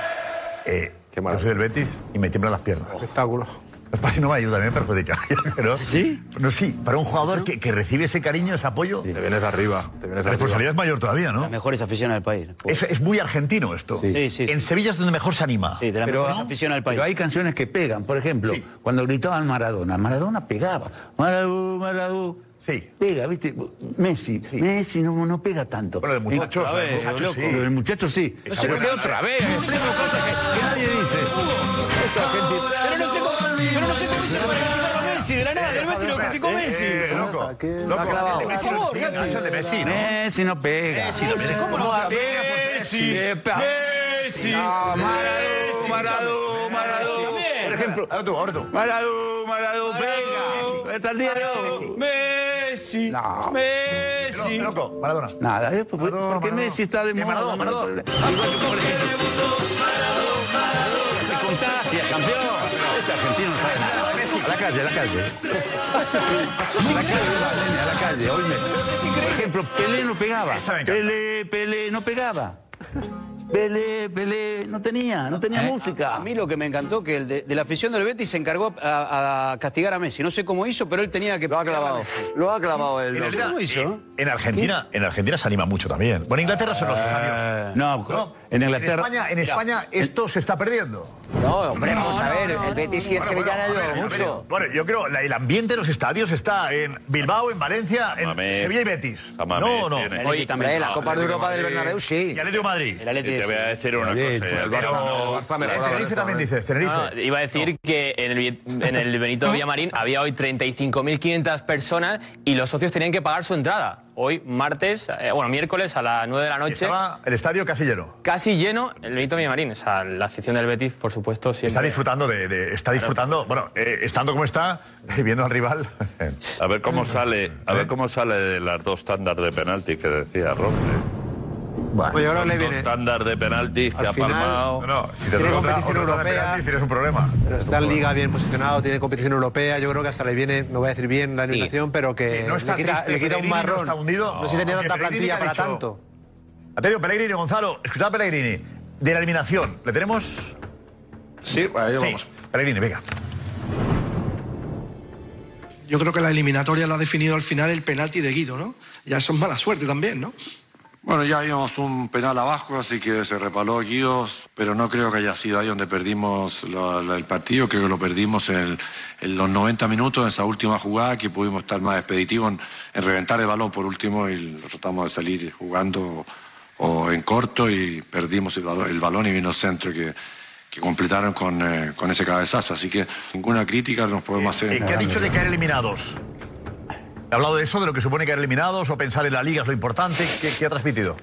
Yo soy del Eh, Betis y me tiemblan las piernas. Espectáculo. Los pases no me ayuda, me perjudica. Pero, ¿Sí? No, sí. Para un jugador que, que recibe ese cariño, ese apoyo. Te vienes arriba. Te vienes La responsabilidad es arriba. mayor todavía, ¿no? Las mejores aficiones del país. Es, es muy argentino esto. Sí, sí, En Sevilla es donde mejor se anima. Sí, de las Pero mejores no. aficiones del país. Pero hay canciones que pegan. Por ejemplo, cuando gritaban Maradona, Maradona pegaba. Maradú, Maradú. Sí. Pega, ¿viste? Messi, Messi no, no pega tanto. Pero el muchacho, Otra vez, el muchacho loco. sí. Pero el muchacho sí. No sé por qué otra vez. nadie dice. Pero no sé cómo, pero no sé cómo se puede criticar a Messi, de la nada, del Betis lo criticó Messi. Eh, loco. ha clavado. Por favor, de Messi, ¿no? Messi no pega. Messi no pega. ¿Cómo no pega? Messi, Messi, Ah, Maradó, Maradó, Maradó. Por ejemplo, ahora tú, ahora tú. Maradú, Maradú, pega. Está el día de hoy. Messi, No. Messi. Loco, Maradona. Nada, ¿eh? Porque porque Messi está de Eh, Maradona, moda. Maradona. Te contagia, campeón. Este argentino no sabe nada. A la calle, a la calle. A la calle, Valeria, a la calle, oíme. Por ejemplo, Pelé no pegaba. Pelé, Pelé no pegaba. Pelé, Pelé no tenía, no tenía música. ¿Eh? A mí lo que me encantó que el de, de la afición del Betis se encargó a, a castigar a Messi. No sé cómo hizo, pero él tenía que. Lo ha clavado. Lo ha clavado él. En, ¿Cómo Argentina- hizo? en- en Argentina, en Argentina se anima mucho también. Bueno, Inglaterra son los Eh, estadios. No, en Inglaterra- España, en Mira, España esto se está perdiendo. No, hombre, vamos a ver. el Betis y el Sevilla han ayudado Bueno, mucho. Bueno, yo creo la- el ambiente de los estadios está en Bilbao, en Valencia, en Mamés. Sevilla y Betis. Mamés no, no. tiene. Oye, también. la Copa de Europa del Bernabéu, sí. Y Atlético de Madrid. El Atleti Y te sí. voy a decir una Atlético, cosa. eh, El Pero- Barça, no, el Barça me Eh, regalaba Tenerife esto, también ¿eh? dices, Tenerife. No, iba a decir que en el, en el Benito Villamarín había hoy 35.500 personas y los socios tenían que pagar su entrada. Hoy, martes, eh, bueno, miércoles a las 9 de la noche, Estaba el estadio casi lleno. casi lleno el Benito Villamarín. O sea, la afición del Betis, por supuesto, siempre. Está disfrutando de, eh, de- está disfrutando, bueno, eh, estando como está, eh, viendo al rival. A ver cómo sale, a ver cómo sale de las dos tandas de penalti que decía Roble. Oye, ahora Son le dos viene. tandas de penalti que Al ha final- palmado. No, no, si te Tiene toca otra, competición otra de europea. penaltis, tienes un problema. Pero está en liga bien posicionado, tiene competición europea. Yo creo que hasta le viene, no voy a decir bien la Sí. eliminación, pero que Sí, no está le quita, triste, le quita un Pellegrini no marrón. está hundido. No sé si tenía Aunque tanta Pellegrini le plantilla ha para dicho- tanto. Atención, Pellegrini, Gonzalo. Escuchad a Pellegrini. De la eliminación, ¿le tenemos? Sí, ahí Sí. vamos. Pellegrini, venga. Yo creo que la eliminatoria la ha definido al final el penalti de Guido, ¿no? Ya eso es mala suerte también, ¿no? Bueno, ya íbamos un penal abajo, así que se repaló Guido, pero no creo que haya sido ahí donde perdimos la- la- el partido, creo que lo perdimos en, el- en los 90 minutos, en esa última jugada, que pudimos estar más expeditivos en, en reventar el balón por último y tratamos de salir jugando o en corto y perdimos el balón, el balón y vino el centro que, que completaron con, eh, con ese cabezazo, así que ninguna crítica nos podemos hacer. Eh, ¿Qué ha dicho de caer eliminados? ¿Ha hablado de eso, de lo que supone caer eliminados o pensar en la liga es lo importante? ¿Qué, qué ha transmitido?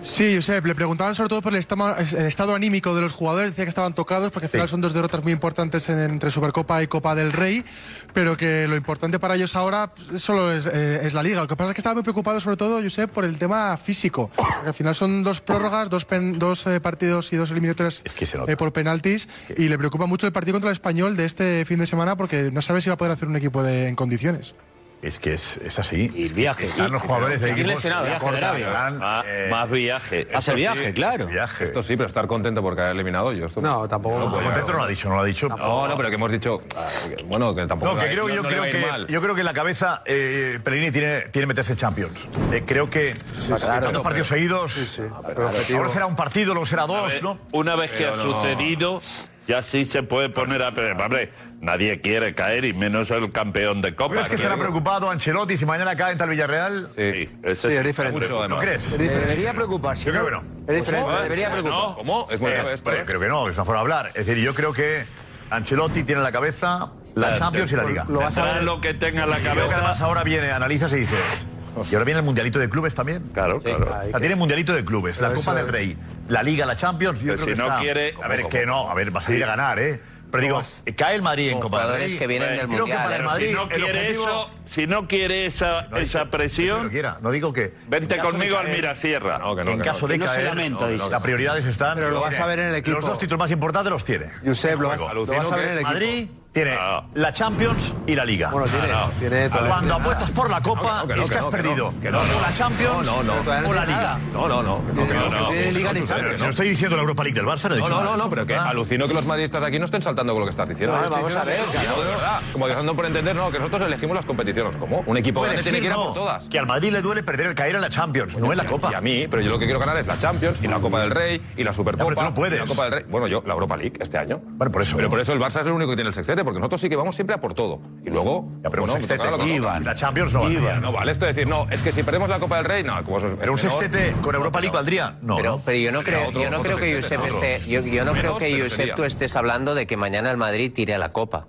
Sí, Josep, le preguntaban sobre todo por el, estama- el estado anímico de los jugadores, decía que estaban tocados porque al final son dos derrotas muy importantes en- entre Supercopa y Copa del Rey, pero que lo importante para ellos ahora pues, solo es, eh, es la liga. Lo que pasa es que estaba muy preocupado sobre todo, Josep, por el tema físico, porque al final son dos prórrogas, dos, pen- dos eh, partidos y dos eliminatorias eh, por penaltis, y le preocupa mucho el partido contra el español de este fin de semana porque no sabe si va a poder hacer un equipo de- en condiciones. Es que es, es así. Y Es que viaje. Están los Sí, jugadores de pero equipos. lesionado, viaje de cortan, Arabia. están, Ah, eh, más viaje. Hace Eso viaje, claro. Viaje. Esto sí, pero estar contento por caer eliminado yo. Esto No, tampoco. No, Contento no lo ha dicho, no lo ha dicho. No, no, pero que hemos dicho. ah, que- Bueno, que tampoco. No, que creo, yo, no le creo va a ir mal. que, yo creo que en la cabeza eh, Pellegrini tiene, tiene meterse en Champions. Eh, creo que claro. tantos partidos seguidos. Ahora será un partido, luego será dos, ¿no? Una vez que Pero ha no. sucedido, ya sí se puede poner a. Hombre, nadie quiere caer y menos el campeón de Copa. ¿Crees que será preocupado Ancelotti si mañana cae en el Villarreal? Sí, ese Sí, es está diferente. preocupado. ¿No crees? Es diferente. Debería preocuparse. Yo creo que no. Es diferente, debería preocupar. Pues ¿No? ¿Cómo? Eh, bueno, creo que no, es una forma de hablar. Es decir, yo creo que Ancelotti tiene en la cabeza la Champions y la Liga. Lo vas a ver. lo que tenga en la Y creo que cabeza. además ahora viene, analizas y dices. Y ahora viene el mundialito de clubes también. Claro, claro. O sea, tiene mundialito de clubes, la Copa del Rey, la Liga, la Champions. Yo Pero creo si que no está- quiere- A ver, es que no, a ver, va a salir a ganar, ¿eh? Pero digo, cae el Madrid en Como Copa del jugadores Rey. que vienen del creo que Mundial. para el Pero Madrid. ¿eh? si no el quiere objetivo- eso, si no quiere esa, esa presión, no digo que. Vente en caso de conmigo al caer- Mirasierra. en caso de caer, las prioridades están. Pero lo vas a ver en el equipo. Los dos títulos más importantes los tiene. Josep, lo vas, Juego. lo vas a ver en el equipo. Madrid Tiene Ah. la Champions y la Liga. Bueno, tiene- Ah, no. tiene todo. Cuando Tiene apuestas nada. por la No, Copa, que no, que no, es que has que no, perdido. que no, O la no. Champions No, no, no. o la Liga. No, no, no. no, que no, no. Pero no estoy diciendo la Europa League del Barça, no he No, dicho no, nada no, de no, eso. pero que Ah. alucino que los madridistas de aquí no estén saltando con lo que estás diciendo. No, vamos a ver, No, de verdad. Como dejando por entender, no, que nosotros elegimos las competiciones. ¿Cómo? Un equipo No grande tiene que ir a elegir, por no. todas. Que al Madrid le duele perder el caer en la Champions, no en la Copa. Y a mí, pero yo lo que quiero ganar es la Champions y la Copa del Rey y la Supercopa. pero tú no puedes. y La Copa del Rey. Bueno, yo, la Europa League este año. Bueno, por eso. Pero por eso el Barça es el único que tiene el sextete, porque nosotros sí que vamos siempre a por todo. Y luego. Ya, pero un bueno, pues sextete, tocará lo que toca. Iban, la Champions no valdría, Iban. ¿no? No vale esto de decir, no, es que si perdemos la Copa del Rey, no. Como eso es Pero un menor, sextete con no, Europa League no. valdría. No. pero, pero yo no Sería creo, otro- yo no otro creo que sextete, Josep ¿no? esté, yo, yo no Menos, creo que pero Josep sería. tú estés hablando de que mañana el Madrid tire a la copa.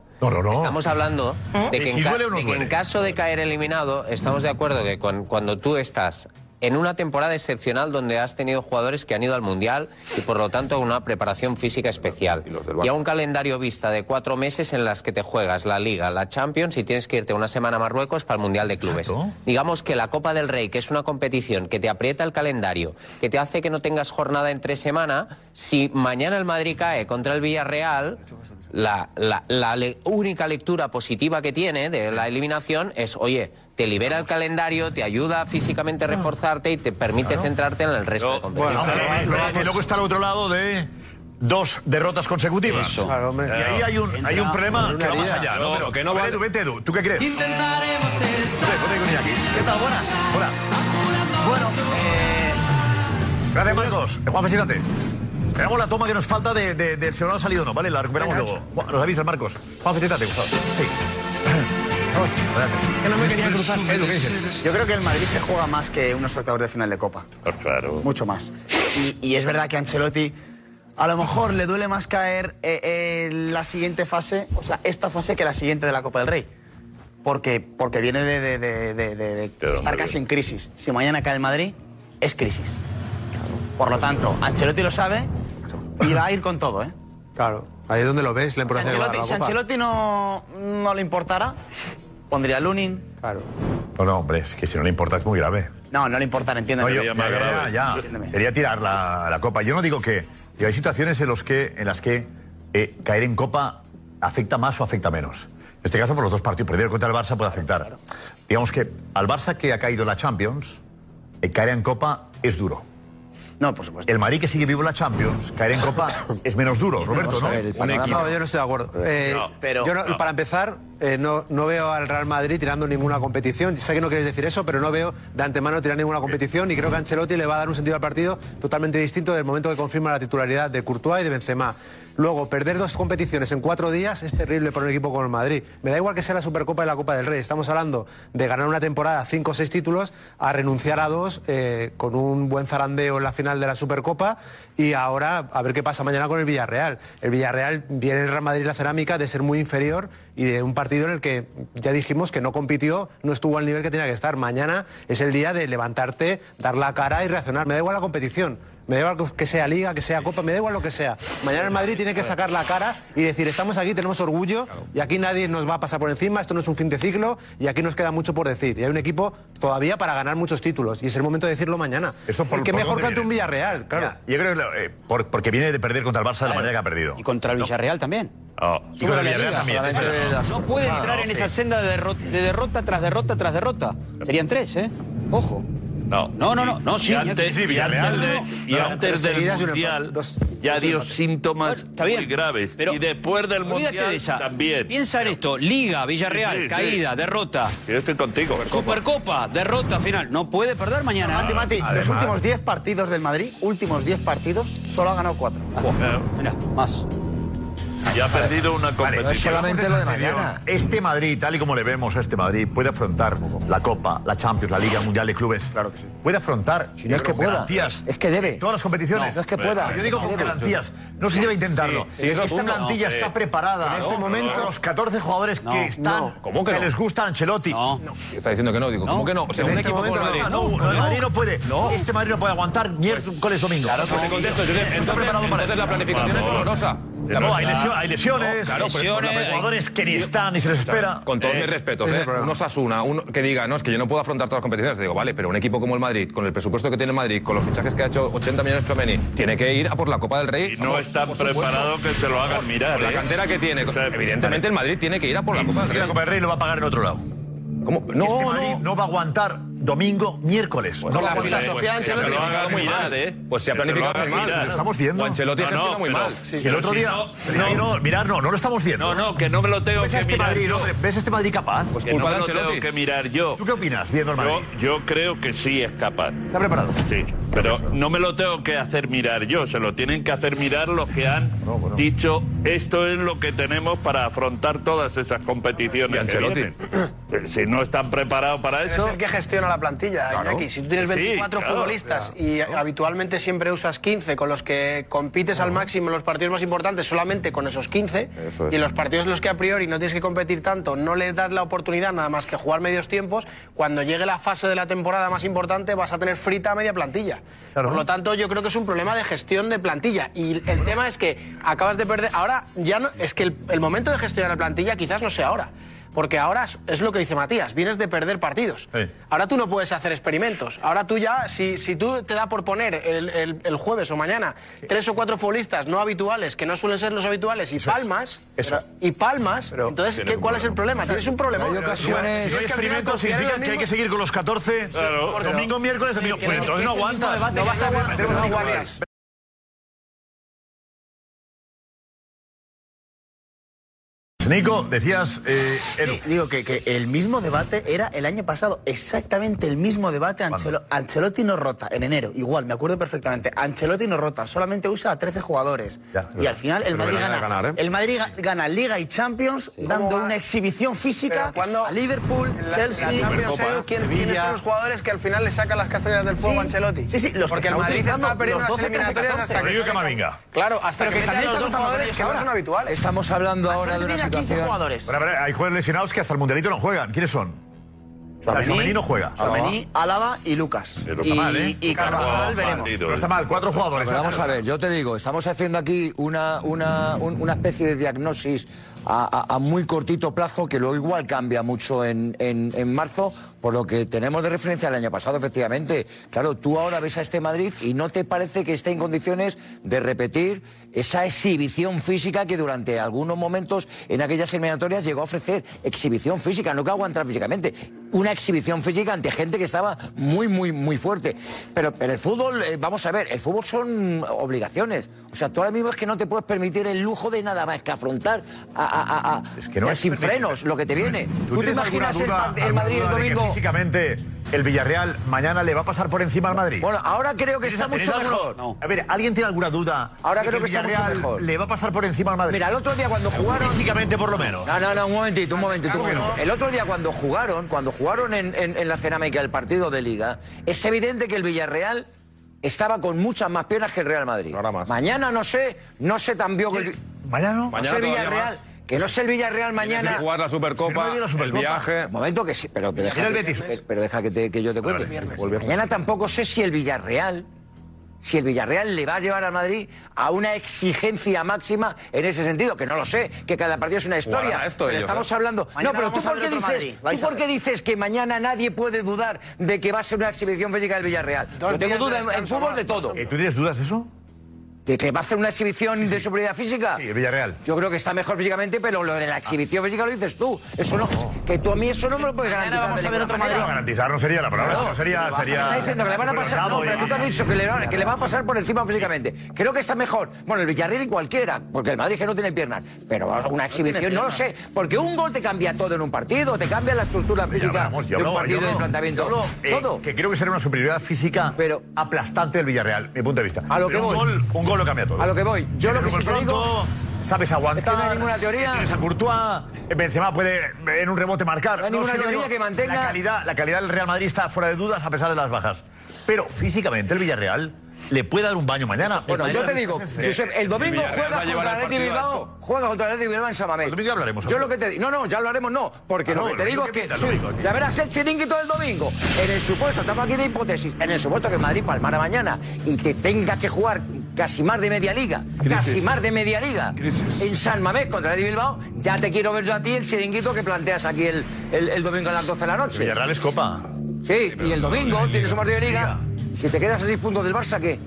Estamos hablando de ¿Eh? que, Si en, ca- duele o no de que en duele. caso de caer eliminado, estamos de acuerdo que cuan- cuando tú estás en una temporada excepcional donde has tenido jugadores que han ido al Mundial y por lo tanto una preparación física especial. Y a un calendario vista de cuatro meses en las que te juegas la Liga, la Champions y tienes que irte una semana a Marruecos para el Mundial de Clubes. Digamos que la Copa del Rey, que es una competición que te aprieta el calendario, que te hace que no tengas jornada entre semana, si mañana el Madrid cae contra el Villarreal, la, la- la le- única lectura positiva que tiene de la eliminación es, oye, te libera el calendario, te ayuda a físicamente a reforzarte y te permite centrarte en el resto de competiciones. Aunque- que luego está al otro lado de dos derrotas consecutivas. Claro, hombre. Y ahí hay un, hay un Entra problema en una que va más herida. allá. No, No, pero que no vale. Edu, vente, Edu. ¿Tú qué crees? Intentaremos estar. ¿Qué tal? Buenas. Hola. Bueno, eh, Gracias, Marcos. Juan, siéntate. Hagamos la toma que nos falta de, de- del si no ha salido o no, ¿vale? La recuperamos Venga, luego. Juan, nos avisas, Marcos. Juan, siéntate, por favor. Sí. Gracias. Que no me quería cruzar. Yo creo que el Madrid se juega más que unos octavos de final de Copa. Claro. Mucho más. Y, y es verdad que a Ancelotti a lo mejor le duele más caer eh, eh, la siguiente fase, o sea, esta fase que la siguiente de la Copa del Rey. Porque, porque viene de, de- de- de- de- de estar casi en crisis. Si mañana cae el Madrid, es crisis. Por lo tanto, Ancelotti lo sabe y va a ir con todo, ¿eh? Claro. Ahí es donde lo ves, la importancia Ancelotti, de si la Copa. Ancelotti no, no le importara, pondría a Lunin. Claro. No, no, hombre, es que si no le importa es muy grave. No, no le importara, entiéndeme. No, yo- ya, ya, ya. Sería tirar la, la copa. Yo no digo que. digo, hay situaciones en, los que, en las que eh, caer en copa afecta más o afecta menos. En este caso, por los dos partidos. Perder contra el Barça puede afectar. Digamos que al Barça que ha caído en la Champions, eh, caer en copa es duro. No, por supuesto. El Madrid que sigue vivo en la Champions, caer en copa es menos duro, Roberto, ¿no? No, yo no estoy de acuerdo. Eh, No, pero- yo no- no. Para empezar, eh, no, no veo al Real Madrid tirando ninguna competición. Sé que no queréis decir eso, pero no veo de antemano tirar ninguna competición y creo que Ancelotti le va a dar un sentido al partido totalmente distinto del momento que confirma la titularidad de Courtois y de Benzema. Luego, perder dos competiciones en cuatro días es terrible para un equipo como el Madrid. Me da igual que sea la Supercopa y la Copa del Rey. Estamos hablando de ganar una temporada cinco o seis títulos, a renunciar a dos eh, con un buen zarandeo en la final de la Supercopa y ahora a ver qué pasa mañana con el Villarreal. El Villarreal viene el Real Madrid la cerámica de ser muy inferior y de un partido en el que ya dijimos que no compitió, no estuvo al nivel que tenía que estar. Mañana es el día de levantarte, dar la cara y reaccionar. Me da igual la competición. Me da igual que sea Liga, que sea Copa, me da igual lo que sea. Mañana el Madrid tiene que sacar la cara y decir, estamos aquí, tenemos orgullo y aquí nadie nos va a pasar por encima, esto no es un fin de ciclo y aquí nos queda mucho por decir. Y hay un equipo todavía para ganar muchos títulos y es el momento de decirlo mañana. Esto por- el que por mejor dónde que ante un viene. Villarreal, claro. Yo creo que eh, por- porque viene de perder contra el Barça de la Claro. manera que ha perdido. Oh. Y contra el Villarreal también. Y con el Villarreal también. No Ah, puede entrar en esa senda de, derro- de derrota tras derrota tras derrota. Serían tres, ¿eh? Ojo. No, No, no, no, no, sí, y antes, sí, y Villarreal. antes de- No, no, y no, antes pero del seguidas y un Mundial empate. Dos- ya dos dio empates. síntomas está bien, muy graves. pero y después del olvídate Mundial de esa. también. Piensa en esto, Liga, Ah, Villarreal, Sí, sí, caída, sí. derrota. Yo estoy contigo. Supercopa, derrota final. No puede perder mañana. Mati, Mati, los últimos 10 partidos del Madrid, últimos 10 partidos, solo ha ganado 4. Mira, más. Ya ha perdido una competición. solamente lo de mañana. Este Madrid, tal y como le vemos a este Madrid, puede afrontar la Copa, la Champions, la Liga, el Mundial de Clubes. Claro que sí. Puede afrontar no es que con pueda. garantías. Es que debe. Todas las competiciones. No, no es que pueda. Yo digo Es que con debe. garantías. No se debe intentarlo. Sí, sí, es Esta uno, plantilla no, está sí. preparada. En este momento- Los 14 jugadores No, que están. no. ¿Cómo que no? les gusta Ancelotti. Está diciendo que no, digo, ¿cómo que no? O sea, en un este equipo momento como el no, Madrid. no, el Madrid no puede. Este Madrid no puede aguantar miércoles domingo. Claro, pues te contesto, Josep. Está Entonces, preparado para entonces eso. la planificación es dolorosa. No, hay, lesio- hay lesiones, No, claro, pero el lesiones, problema es- pues, jugadores que ni están ni se les espera. Con todos Eh, mis respetos, ese es ¿eh? el problema. Un Osasuna, uno que diga, no, es que yo no puedo afrontar todas las competiciones. Digo, vale, pero un equipo como el Madrid, con el presupuesto que tiene el Madrid, con los fichajes que ha hecho 80 millones de Chomeni, tiene que ir a por la Copa del Rey. Ah, Y no está preparado que se lo hagan mirar. Con la ¿eh? cantera que tiene. Evidentemente el Madrid tiene que ir a por la Copa del Rey. la Copa del Rey lo va a pagar en otro lado. ¿Cómo? No, este no. Madrid no. va a aguantar domingo, miércoles. Pues no la va a aguantar. fila- pues que se lo hagan mirar, ¿eh? Pues se ha Que lo planificado hagan muy mal. mirar. Lo estamos viendo. O Ancelotti No, no, gestiona muy pero mal. Si el otro día. Mirar no, mirar no, no lo estamos viendo. No, no, que no me lo tengo ¿Ves que a este mirar Madrid, yo. hombre? ¿Ves a este Madrid capaz? Pues Que no me lo tengo que mirar yo. ¿Tú qué opinas, viendo el Yo, Madrid? yo creo que sí es capaz. ¿Está preparado? Sí, pero no me lo tengo que hacer mirar yo, se lo tienen que hacer mirar los que han dicho esto es lo que tenemos para afrontar todas esas competiciones. Y que Ancelotti. vienen". Si no están preparados para Es eso, el que gestiona la plantilla, Claro. Iñaki. Si tú tienes Sí, 24 claro, futbolistas y habitualmente siempre usas 15 con los que compites al máximo en los partidos más importantes, solamente con esos 15, Eso es. y en los partidos en los que a priori no tienes que competir tanto, no les das la oportunidad nada más que jugar medios tiempos, cuando llegue la fase de la temporada más importante vas a tener frita a media plantilla. Por lo tanto, yo creo que es un problema de gestión de plantilla. Y el tema es que acabas de perder... Ahora ya no... Es que el, el momento de gestionar la plantilla quizás no sea ahora. Porque ahora es- es lo que dice Matías, vienes de perder partidos. Eh, Ahora tú no puedes hacer experimentos. Ahora tú ya, si, si tú te da por poner el, el- el jueves o mañana tres o cuatro futbolistas no habituales, que no suelen ser los habituales, y palmas, y palmas, entonces, ¿qué, ¿cuál es el problema? Tienes un problema. Pero Si no hay experimentos, significa que hay que seguir con los 14. Claro. Domingo, miércoles, domingo. Que Pues no- este entonces no que es el mismo aguantas. debate No que vas a acabo de aguantar. meter con No Guardias. aguantas. Nico, decías. eh, digo que, que el mismo debate era el año pasado, exactamente el mismo debate. Ancelo- Ancelotti no rota en enero, igual, me acuerdo perfectamente. Ancelotti no rota, solamente usa a 13 jugadores. y al final el Pero Madrid van a gana. ganar, ¿eh? El Madrid ga- gana Liga y Champions dando una exhibición física a Liverpool, La- Chelsea, la Champions League, ¿quién- ¿Quiénes son los jugadores que al final le sacan las castañas del fuego a Ancelotti? Sí, sí, los Porque que el están Madrid está utilizando, perdiendo los las 12 que eliminatorias hasta que... Rodrigo saque- Camavinga. Claro, hasta que, metan los dos jugadores que no son habituales. Estamos hablando ahora de una situación. Pero, a ver, hay jugadores lesionados que hasta el mundialito no juegan. ¿Quiénes son? Tchouaméni, Chomení no juega. Ah, Tchouaméni, Álava y Lucas. Pero está Y- mal, ¿eh? y Carvajal veremos. No está mal, cuatro jugadores. Pero ¿eh? vamos a ver, yo te digo, estamos haciendo aquí una, una, un- una especie de diagnosis a, a- a muy cortito plazo que luego igual cambia mucho en, en- en marzo, por lo que tenemos de referencia el año pasado, efectivamente. Claro, tú ahora ves a este Madrid y no te parece que esté en condiciones de repetir esa exhibición física que durante algunos momentos en aquellas eliminatorias llegó a ofrecer. Exhibición física, no que aguantar físicamente. Una exhibición física ante gente que estaba muy, muy, muy fuerte. Pero, pero el fútbol, eh, vamos a ver, el fútbol son obligaciones. O sea, tú ahora mismo es que no te puedes permitir el lujo de nada más que afrontar a, a- a- a- que no a es sin permitir. frenos lo que te viene. ¿Tú, te tienes alguna imaginas el duda, Mar- el, alguna Madrid el duda de que domingo? físicamente el Villarreal mañana le va a pasar por encima al Madrid? Bueno, ahora creo que ¿Tenéis- está tenéis mucho alguna- mejor. A ver, ¿alguien tiene alguna duda? Ahora de creo el que está mucho Villarreal mejor. ¿Le va a pasar por encima al Madrid? Mira, el otro día cuando jugaron. Eh, Físicamente, por lo menos. No, no, no, un momentito, un momentito. un que momentito. El otro día cuando jugaron, cuando jugaron en, en- en la cenámica el partido de Liga, es evidente que el Villarreal estaba con muchas más piernas que el Real Madrid. Mañana no sé, no sé tan bien que el. ¿Mañana no? No sé el Villarreal. Que no sé el Villarreal que mañana. jugar la Supercopa, Sí, no, la el Supercopa. viaje. Un momento que sí, pero, pero deja, Mira el que, Betis. pero deja que, te- que yo te cuente. Mañana tampoco sé si el Villarreal si el Villarreal le va a llevar al Madrid a una exigencia máxima en ese sentido, que no lo sé, que cada partido es una historia. Jugarán a esto pero ellos, estamos ¿eh? hablando. Mañana no, pero tú vamos a por ver qué otro dices, Madrid, vais ¿tú a por qué dices que mañana nadie puede dudar de que va a ser una exhibición física del Villarreal. Yo tengo días de duda en- en, descanso fútbol más, de todo. ¿Tú tienes dudas de eso? ¿De que va a hacer una exhibición de superioridad física? Sí, el Villarreal. Ah. Yo creo que está mejor físicamente, pero lo de la exhibición física lo dices tú. Eso no, que tú a mí eso no me lo puedes garantizar. de ninguna manera. No, garantizar no sería la palabra, No, no sería... pero sería Está diciendo que le van a pasar. No, pero tú te has dicho que le, van- que le va a pasar por encima físicamente. Creo que está mejor. Bueno, el Villarreal y cualquiera, porque el Madrid que no tiene piernas. Pero vamos, una exhibición, no lo sé. Porque un gol te cambia todo en un partido, te cambia la estructura Ya física hablamos, yo de un hablo, partido yo y del hablo, planteamiento. yo hablo, eh, todo. Que creo que será una superioridad física pero aplastante del Villarreal, mi punto de vista. A lo Pero que un, voy. Gol, un gol lo cambia todo. A lo que voy. Yo lo que Tienes sí un que gol digo- pronto, Sabes Es aguantar. que no hay ninguna teoría. Tienes a Courtois, Benzema puede en un rebote marcar. No hay ninguna sé, yo teoría digo, que mantenga- La calidad, la calidad del Real Madrid está fuera de dudas a pesar de las bajas. Pero físicamente el Villarreal le puede dar un baño mañana. Bueno, yo te digo, Josep, el domingo Villarreal va juega a contra el llevar el Athletic partido a Bilbao, juega contra el Athletic Bilbao en Samamé. El domingo hablaremos. Yo lo que te digo, no, no, ya hablaremos no, porque Ah, lo no, que te lo digo que es que pinta el sí, domingo aquí. ya verás el chiringuito del domingo. En el supuesto, estamos aquí de hipótesis, en el supuesto que Madrid palmara mañana y que tengas que jugar casi más de media liga, casi Crisis. más de media liga. En San Mamés contra el Athletic Bilbao, ya te quiero ver yo a ti el chiringuito que planteas aquí el, el- el domingo a las 12 de la noche. Villarreal es Copa. Sí, y el domingo tienes un partido de liga. Si te quedas a 6 puntos del Barça, ¿qué?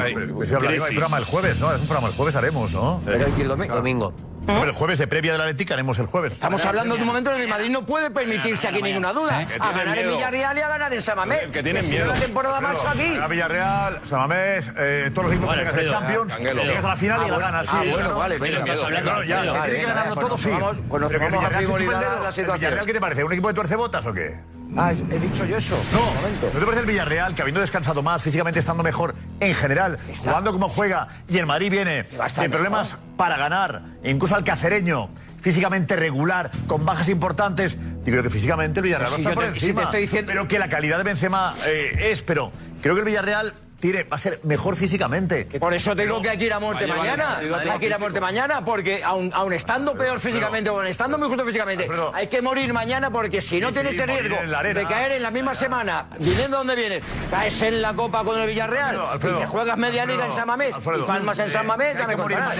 Ay, pues hablaremos del crisis. programa el jueves, ¿no? Es un programa el jueves haremos, ¿no? el domingo. Hombre, el jueves de previa de la Atlética haremos el jueves. Estamos hablando de un momento en el que el Madrid no puede permitirse aquí ninguna duda. ¿Eh? Que A tienen ganar en miedo. Villarreal y a ganar en Samamé. Que tienen si no, miedo. la temporada Pero, marcha aquí. A Villarreal, Samamés, eh, todos los equipos Vale, que tengas en Fredo, Champions, Canguelo. llegas a la final y la ganas. Ah, sí, bueno, claro. vale, venga. Pero claro, ya, Vale, que tiene que venga, ganarlo pues todo, nos sí. vamos- pues nos Pero que el vamos a Villarreal se chupa el frivolizar dedo. la ¿El situación. Villarreal qué te parece? ¿Un equipo de tuercebotas o qué? Ah, he dicho yo eso. No, ¿no te parece el Villarreal que habiendo descansado más, físicamente estando mejor en general, jugando como juega y el Madrid viene de problemas para ganar, e incluso al cacereño, físicamente regular, con bajas importantes? Digo yo que físicamente el Villarreal Pero si va a yo estar por te- si te encima, estoy diciendo- pero que la calidad de Benzema eh, es, pero creo que el Villarreal tiene, va a ser mejor físicamente. Por eso te digo que hay que ir a muerte Va a llevar el mañana. partido a Hay que ir a físico. muerte mañana porque aun, aun estando peor físicamente o aun estando muy justo físicamente, hay que morir mañana porque si no Sí, tienes sí, el morir riesgo en la arena. de caer en la misma semana, viniendo donde vienes, caes en la copa con el Villarreal Alfredo, Alfredo, y te juegas media liga Alfredo, en San Mamés Alfredo, y palmas en eh, San Mamés, que ya hay me que morir contarás.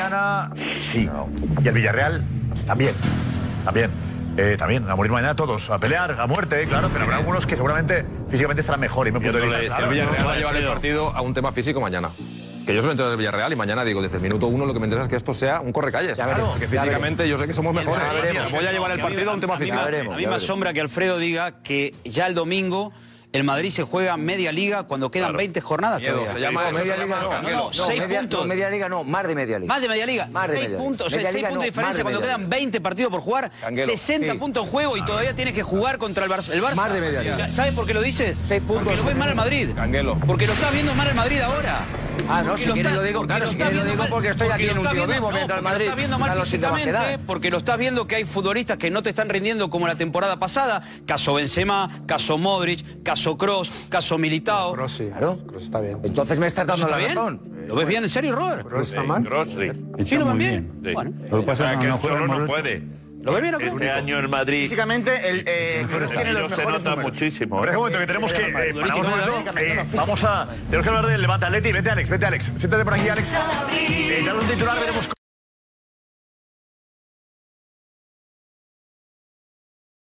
mañana, sí. Y el Villarreal también. También. Eh, también, a morir mañana todos, a pelear, a muerte, eh, claro, pero habrá algunos que seguramente físicamente estarán mejor y me punto de vista. Miércoles, claro, el Villarreal ¿no? va a llevar el partido a un tema físico mañana. Que yo solo entro en el Villarreal y mañana digo, desde el minuto uno lo que me interesa es que esto sea un correcalles. veremos, Porque ya físicamente yo sé que somos mejores. Ya veremos. Voy a llevar el Que a mí- partido a un tema a mí me- físico. A mí me asombra que Alfredo diga que ya el domingo el Madrid se juega media liga cuando quedan 20 jornadas Miedo, todavía. se llama No, eso, media se liga llama no, Canguelo. no, No, seis media- puntos. no, media liga no, más de media liga. Más de media liga. Más de seis media liga. puntos, Media seis liga puntos de no, más diferencia de cuando media quedan 20 partidos por jugar, Canguelo, 60 sí. Ah. puntos en juego y todavía tienes que jugar contra el, Barça, el Barça. Más de media liga. O sea, ¿Sabes por qué lo dices? Porque puntos. lo ves mal al Madrid. Porque lo estás viendo mal al Madrid ahora. Ah, no, Porque si quieres está- lo digo, porque claro, si está quieres lo viendo digo mal- porque estoy aquí en lo un está tío viendo- vivo no, mientras el porque lo Madrid está viendo mal gana los físicamente, incapacidades. porque lo estás viendo que hay futbolistas que no te están rindiendo como la temporada pasada. Caso Benzema, caso Modric, caso Cross, caso Militao. Cross sí. Claro. Kroos está bien. Entonces me estás dando ¿Está la bien? razón. ¿Lo ves bien en serio, Robert? Kroos está mal. Sí, lo ven muy bien. Bueno. Lo que pasa es que Ah, no no solo no puede. ¿Lo ve bien o qué? Este año el Madrid Físicamente, el, eh, Kroos tiene los se mejores nota números. muchísimo. ¿eh? Ahora es un momento que tenemos que. eh, paramos un momento, Físicamente, eh, físicamente. vamos a. Tenemos que hablar del Levante Atleti. Vete, Alex, vete, Alex. Siéntate por aquí, Alex. Eh, dale un titular, veremos. cómo-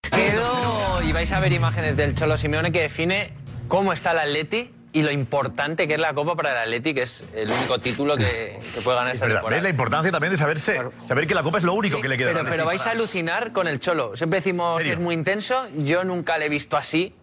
Quedo y vais a ver imágenes del Cholo Simeone que define cómo está el Atleti y lo importante que es la Copa para el Atleti, que es el único título que, que puede ganar esta ¿Verdad? temporada. ¿Ves la importancia también de saberse? Saber que la Copa es lo único que le queda. al Pero, pero Atleti vais a para- alucinar con el Cholo. Siempre decimos que es muy intenso. Yo nunca le he visto así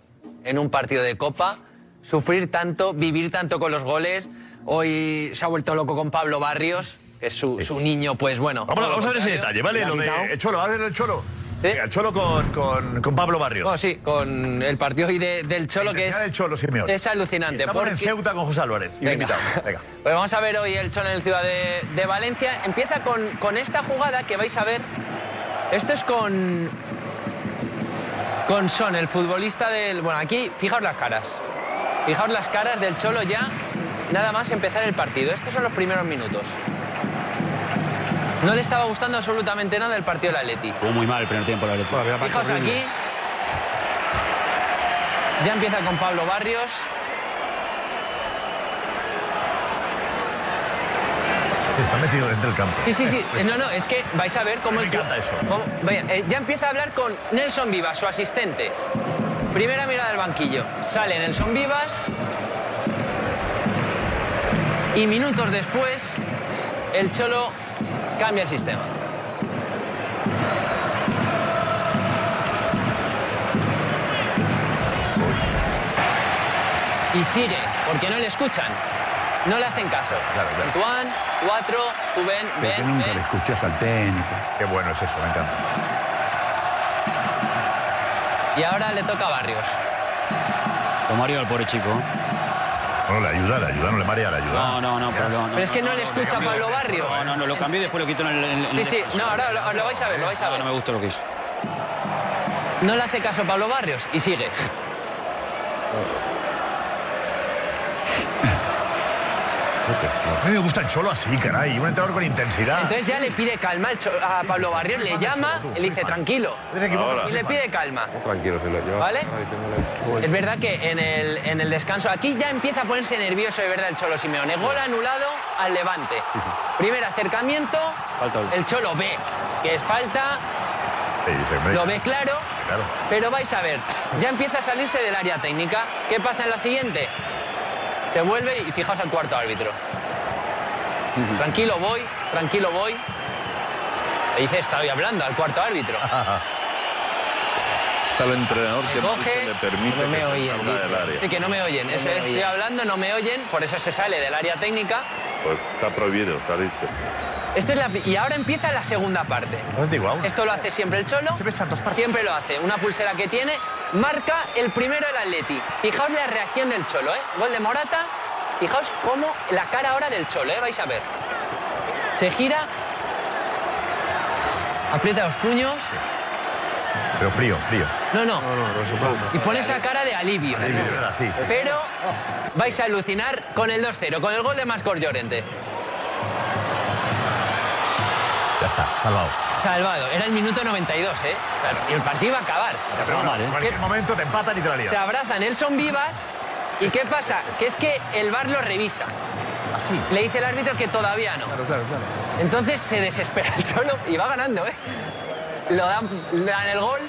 en un partido de Copa. Sufrir tanto, vivir tanto con los goles. Hoy se ha vuelto loco con Pablo Barrios, que es su, su niño, pues bueno. Vamos, a- vamos a ver ese detalle, ¿vale? Lo de el Cholo, vamos a ver el Cholo. Venga, el Cholo con, con, con Pablo Barrios. Oh, sí, con el partido hoy de- del Cholo, que es, del Cholo, Simeone. es alucinante. Estamos en porque- Ceuta con José Álvarez. Y un Venga. invitado. Venga. Pues vamos a ver hoy el Cholo en el Ciudad de, de Valencia. Empieza con, con esta jugada que vais a ver. Esto es con. Con Son, el futbolista del. Bueno, aquí, fijaos las caras. Fijaos las caras del Cholo ya, nada más empezar el partido. Estos son los primeros minutos. No le estaba gustando absolutamente nada el partido del Atleti. Jugó muy mal el primer tiempo el Atleti. Fijaos aquí. Ya empieza con Pablo Barrios. Está metido dentro del campo. Sí, sí, sí. Eh, No, no, es que vais a ver cómo... el- cómo- vaya, eh, ya empieza a hablar con Nelson Vivas, su asistente. Primera mirada al banquillo. Sale Nelson Vivas. Y minutos después, el Cholo cambia el sistema. Y sigue, porque no le escuchan. No le hacen caso. Antoine, cuatro, Rubén, Pero que ven, nunca le escuchas al técnico. Qué bueno es eso, me encanta. Y ahora le toca a Barrios. Lo mareó al pobre chico. Bueno, le ayuda, le ayuda, no le marea, le ayuda. No, no, no, pero no. Pero es que no le escucha a Pablo Barrios. No, no, no, lo cambié y después lo quitó en el. en el- Sí, sí, no, ahora lo, lo vais a ver, lo Ah, vais a No, ver. no me gustó lo que hizo. No le hace caso Pablo Barrios y sigue. A mí me gusta el cholo así, caray. Un entrenador con intensidad. Entonces ya le pide calma al Cho- a Pablo Barrios, le llama y le dice tranquilo. Ese equipo Ahora. Y le pide calma. Tranquilo, se lo lleva. ¿Vale? Es verdad que en el, en el descanso, aquí ya empieza a ponerse nervioso de verdad el Cholo Simeone. Gol anulado al Levante. Primer acercamiento, el Cholo ve que es falta, Sí, dice, hombre, lo ve claro, claro. pero vais a ver, ya empieza a salirse del área técnica. ¿Qué pasa en la siguiente? Se vuelve y fijaos al cuarto árbitro. Tranquilo voy, tranquilo voy. Le dice, está hoy hablando al cuarto árbitro. Está el entrenador que coge, le permite no me que se oyen, salga dice. del área. Y que no me oyen, No eso me es, estoy oyen. hablando, no me oyen, por eso se sale del área técnica. Pues está prohibido salirse. Esto es la, y ahora empieza la segunda parte. Esto lo hace siempre el Cholo. Siempre lo hace. Una pulsera que tiene. Marca el primero el Atleti. Fijaos la reacción del Cholo, ¿eh? Gol de Morata. Fijaos cómo la cara ahora del Cholo, ¿eh? Vais a ver. Se gira. Aprieta los puños. Pero frío, frío. No, no. no, Y pone esa cara de alivio. Alivio, de verdad, sí, sí. Pero vais a alucinar con el 2-0, con el gol de Mascor Llorente. Ya está, salvado. Salvado. Era el minuto 92, ¿eh? Claro. Y el partido iba a acabar. Pero bueno, En cualquier momento te empatan y te la lían. Se abraza Nelson Vivas. ¿Y qué pasa? Que es que el bar lo revisa. Así. Le dice el árbitro que todavía no. Ah, Claro, claro, claro. Entonces se desespera el Cholo y va ganando, ¿eh? Lo dan, le dan el gol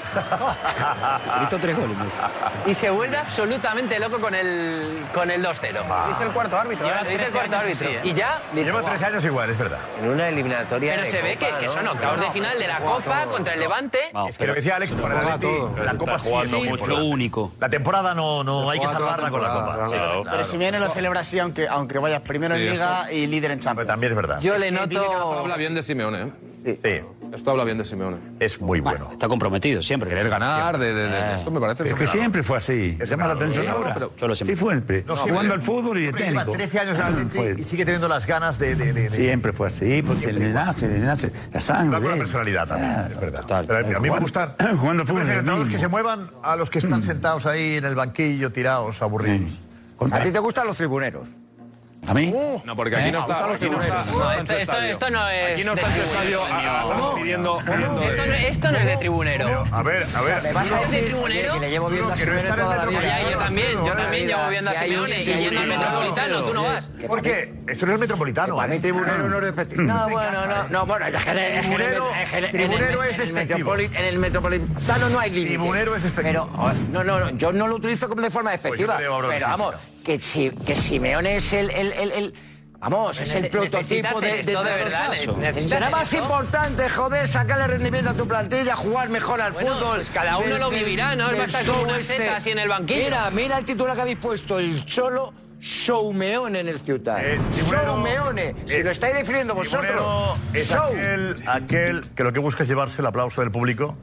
Gritó tres goles. y se vuelve absolutamente loco con el, con el 2-0. Dice el cuarto árbitro. ¿eh? Lleva Dice el cuarto árbitro. Y ya. Lleva 13 años igual, es verdad. En una eliminatoria. Pero de se ve Copa, que, que ¿no? son octavos de final de la Copa contra el Levante. Es que lo decía Alex, para el Atleti, la Copa sí es muy importante. único. La temporada no, no hay que Juega toda salvarla con la temporada, Copa. claro. Pero Simeone lo celebra así, aunque, aunque vaya primero Sí, en Liga eso. y líder en Champions. también es verdad. Yo le Esto noto... habla bien de Simeone, ¿eh? Sí. Esto habla bien de Simeone. Es muy bueno. Está comprometido siempre. Querer ganar, de, de- de- Eh. esto me parece. Es que siempre fue así. Llama la atención ahora. Sí fue siempre. No, siempre. jugando al fútbol y de Hombre, lleva técnico. Ah, 13 años en el Fue- Atleti y sigue teniendo las ganas de... de, de, de- Siempre fue así, porque se le nace, le nace Ah, la sangre. Va con la de él. personalidad también, es verdad. Total. Pero a mí- a mí me Jugando- gustan... Jugando al fútbol. Yo prefiero es lo entrenadores que mismo. se muevan a los que están sentados ahí en el banquillo, tirados, aburridos. ¿A ti te gustan los tribuneros? ¿A mí? No, porque aquí no Eh, está. gustan los Aquí no está. tribuneros. no No, está en su esto, esto- estadio. esto no es. Aquí no está de en su tribunero, estadio. ah, amigo. ah, pidiendo. pidiendo, Esto no, eh, esto no es de tribunero. A ver, a ver. ¿Vas a de tribunero? Que le llevo viendo a que no Simeone estar en toda la el vida. Metropolitano, Ya, yo también, yo eh, también vida, llevo viendo a si hay un- Simeone si y hay yendo al un- Metropolitano, tú no vas. ¿Por qué? Esto no es metropolitano. Para mí ¿eh? tribunero no es despectivo. No, No, estoy en bueno, casa, no, eh. no, bueno, es que en el- es que en el- Tribunero- es que en el- tribunero en el- es en el despectivo. metropoli- En el metropolitano no hay límite. Tribunero es despectivo. Pero, oh, no, no, no, yo no lo utilizo como de forma despectiva. Pues yo te digo, bro, pero sí, vamos, que, si, que Simeone es el... el, el, el- Vamos, es el Necesitas prototipo de, tener esto de verdad, eh, trastornazo. necesitas Será tener más esto. importante, joder, sacarle rendimiento a tu plantilla, jugar mejor al Bueno, fútbol. pues cada uno Del- lo del- vivirá, ¿no? Él va del a estar con show este. una seta así en el banquillo. Mira, mira el titular que habéis puesto, el Cholo Showmeone en el Ciutat. Eh, tribunero- showmeone, si eh, lo estáis definiendo Tribunero vosotros. es Show. aquel, aquel que lo que busca es llevarse el aplauso del público,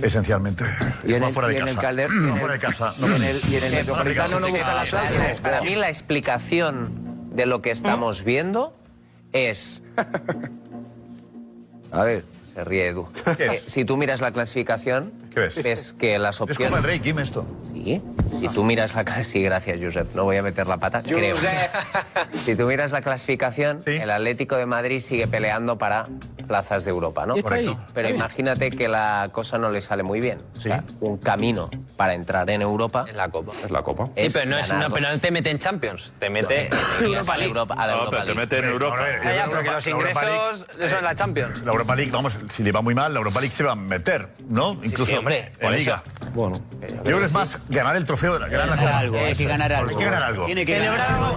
esencialmente. Y en el- fuera de y en el casa. Calder- No y en el- fuera de casa. y en el- y en el Sí, Metropolitano fuera de no casa. busca las Para- clases. para- Para mí la explicación de lo que estamos viendo es... A ver. Se ríe Edu. ¿Qué es? Eh, Si tú miras la clasificación, ¿Qué ves? que las Es como el opciones... Rey Kim esto. Sí, si tú miras la clasificación... Sí, gracias, Josep. No voy a meter la pata, creo. Si tú miras la clasificación, el Atlético de Madrid sigue peleando para plazas de Europa, ¿no? Y está ahí. Correcto. Pero imagínate que la cosa no le sale muy bien. Sí. Un camino para entrar en Europa es la Copa. Es la copa. Es Sí, pero no, es, ganar no, pero no te mete en Champions, te mete No, en Europa a la League. Europa- a la No, Europa pero te League. meten en Europa. Hombre, Ah, la ya, pero que Europa- los la Europa ingresos League, son eh, la Champions. La Europa League, vamos, si le va muy mal, la Europa League se va a meter, ¿no? Incluso sí, hombre, en por Liga. Bueno. Yo creo que es más ganar el trofeo de la gran Ganar algo, hay que ganar algo. Hay que ganar algo. Tiene que ganar algo. Tiene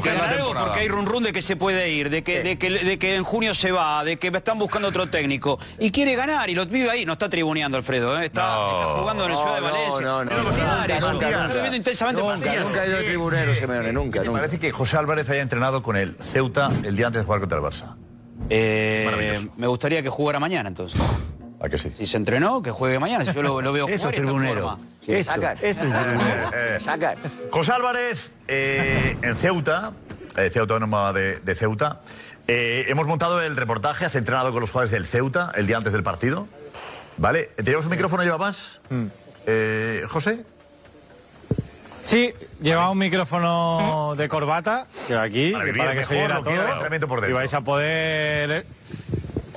que ganar algo porque hay run run de que se puede ir, de que, de, que, de que en junio se va, de que están buscando otro técnico. Y quiere ganar y los vive ahí. No está tribuneando Alfredo, ¿eh? está, está jugando en el Ciudad de Valencia. no, no, Tiene que no, ganar nunca, eso. nunca, Está nunca. viviendo intensamente el Nunca, partido. nunca ha ido de tribunero, Simeone, nunca, Eh, ¿Te nunca. parece que José Álvarez haya entrenado con el Ceuta el día antes de jugar contra el Barça? Eh, Maravilloso. me gustaría que jugara mañana entonces. ¿A que sí? Si se entrenó, que juegue mañana. Si Yo lo, lo veo Eso jugar es y está en tribunero. forma. Sí, Esto, sacar. esto es tribunero. Eh, Sacar. José Álvarez, eh, en Ceuta, eh, Ciudad Autónoma de, de Ceuta, eh, hemos montado el reportaje, has entrenado con los jugadores del Ceuta el día antes del partido, Mm. ¿vale? ¿Teníamos un micrófono, lleva más? Eh, José, Sí, llevaba un micrófono de corbata que aquí Para que vivir para que se mejor oyera lo que era el todo. entrenamiento por y dentro. vais a poder eh,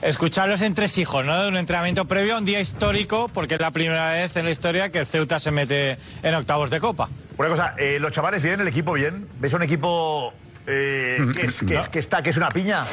escuchar los entresijos, ¿no? De un entrenamiento previo a un día histórico, porque es la primera vez en la historia que el Ceuta se mete en octavos de copa. Una cosa, eh, los chavales bien, el equipo bien. ¿Ves un equipo eh, que, es- que- que está, que es una piña?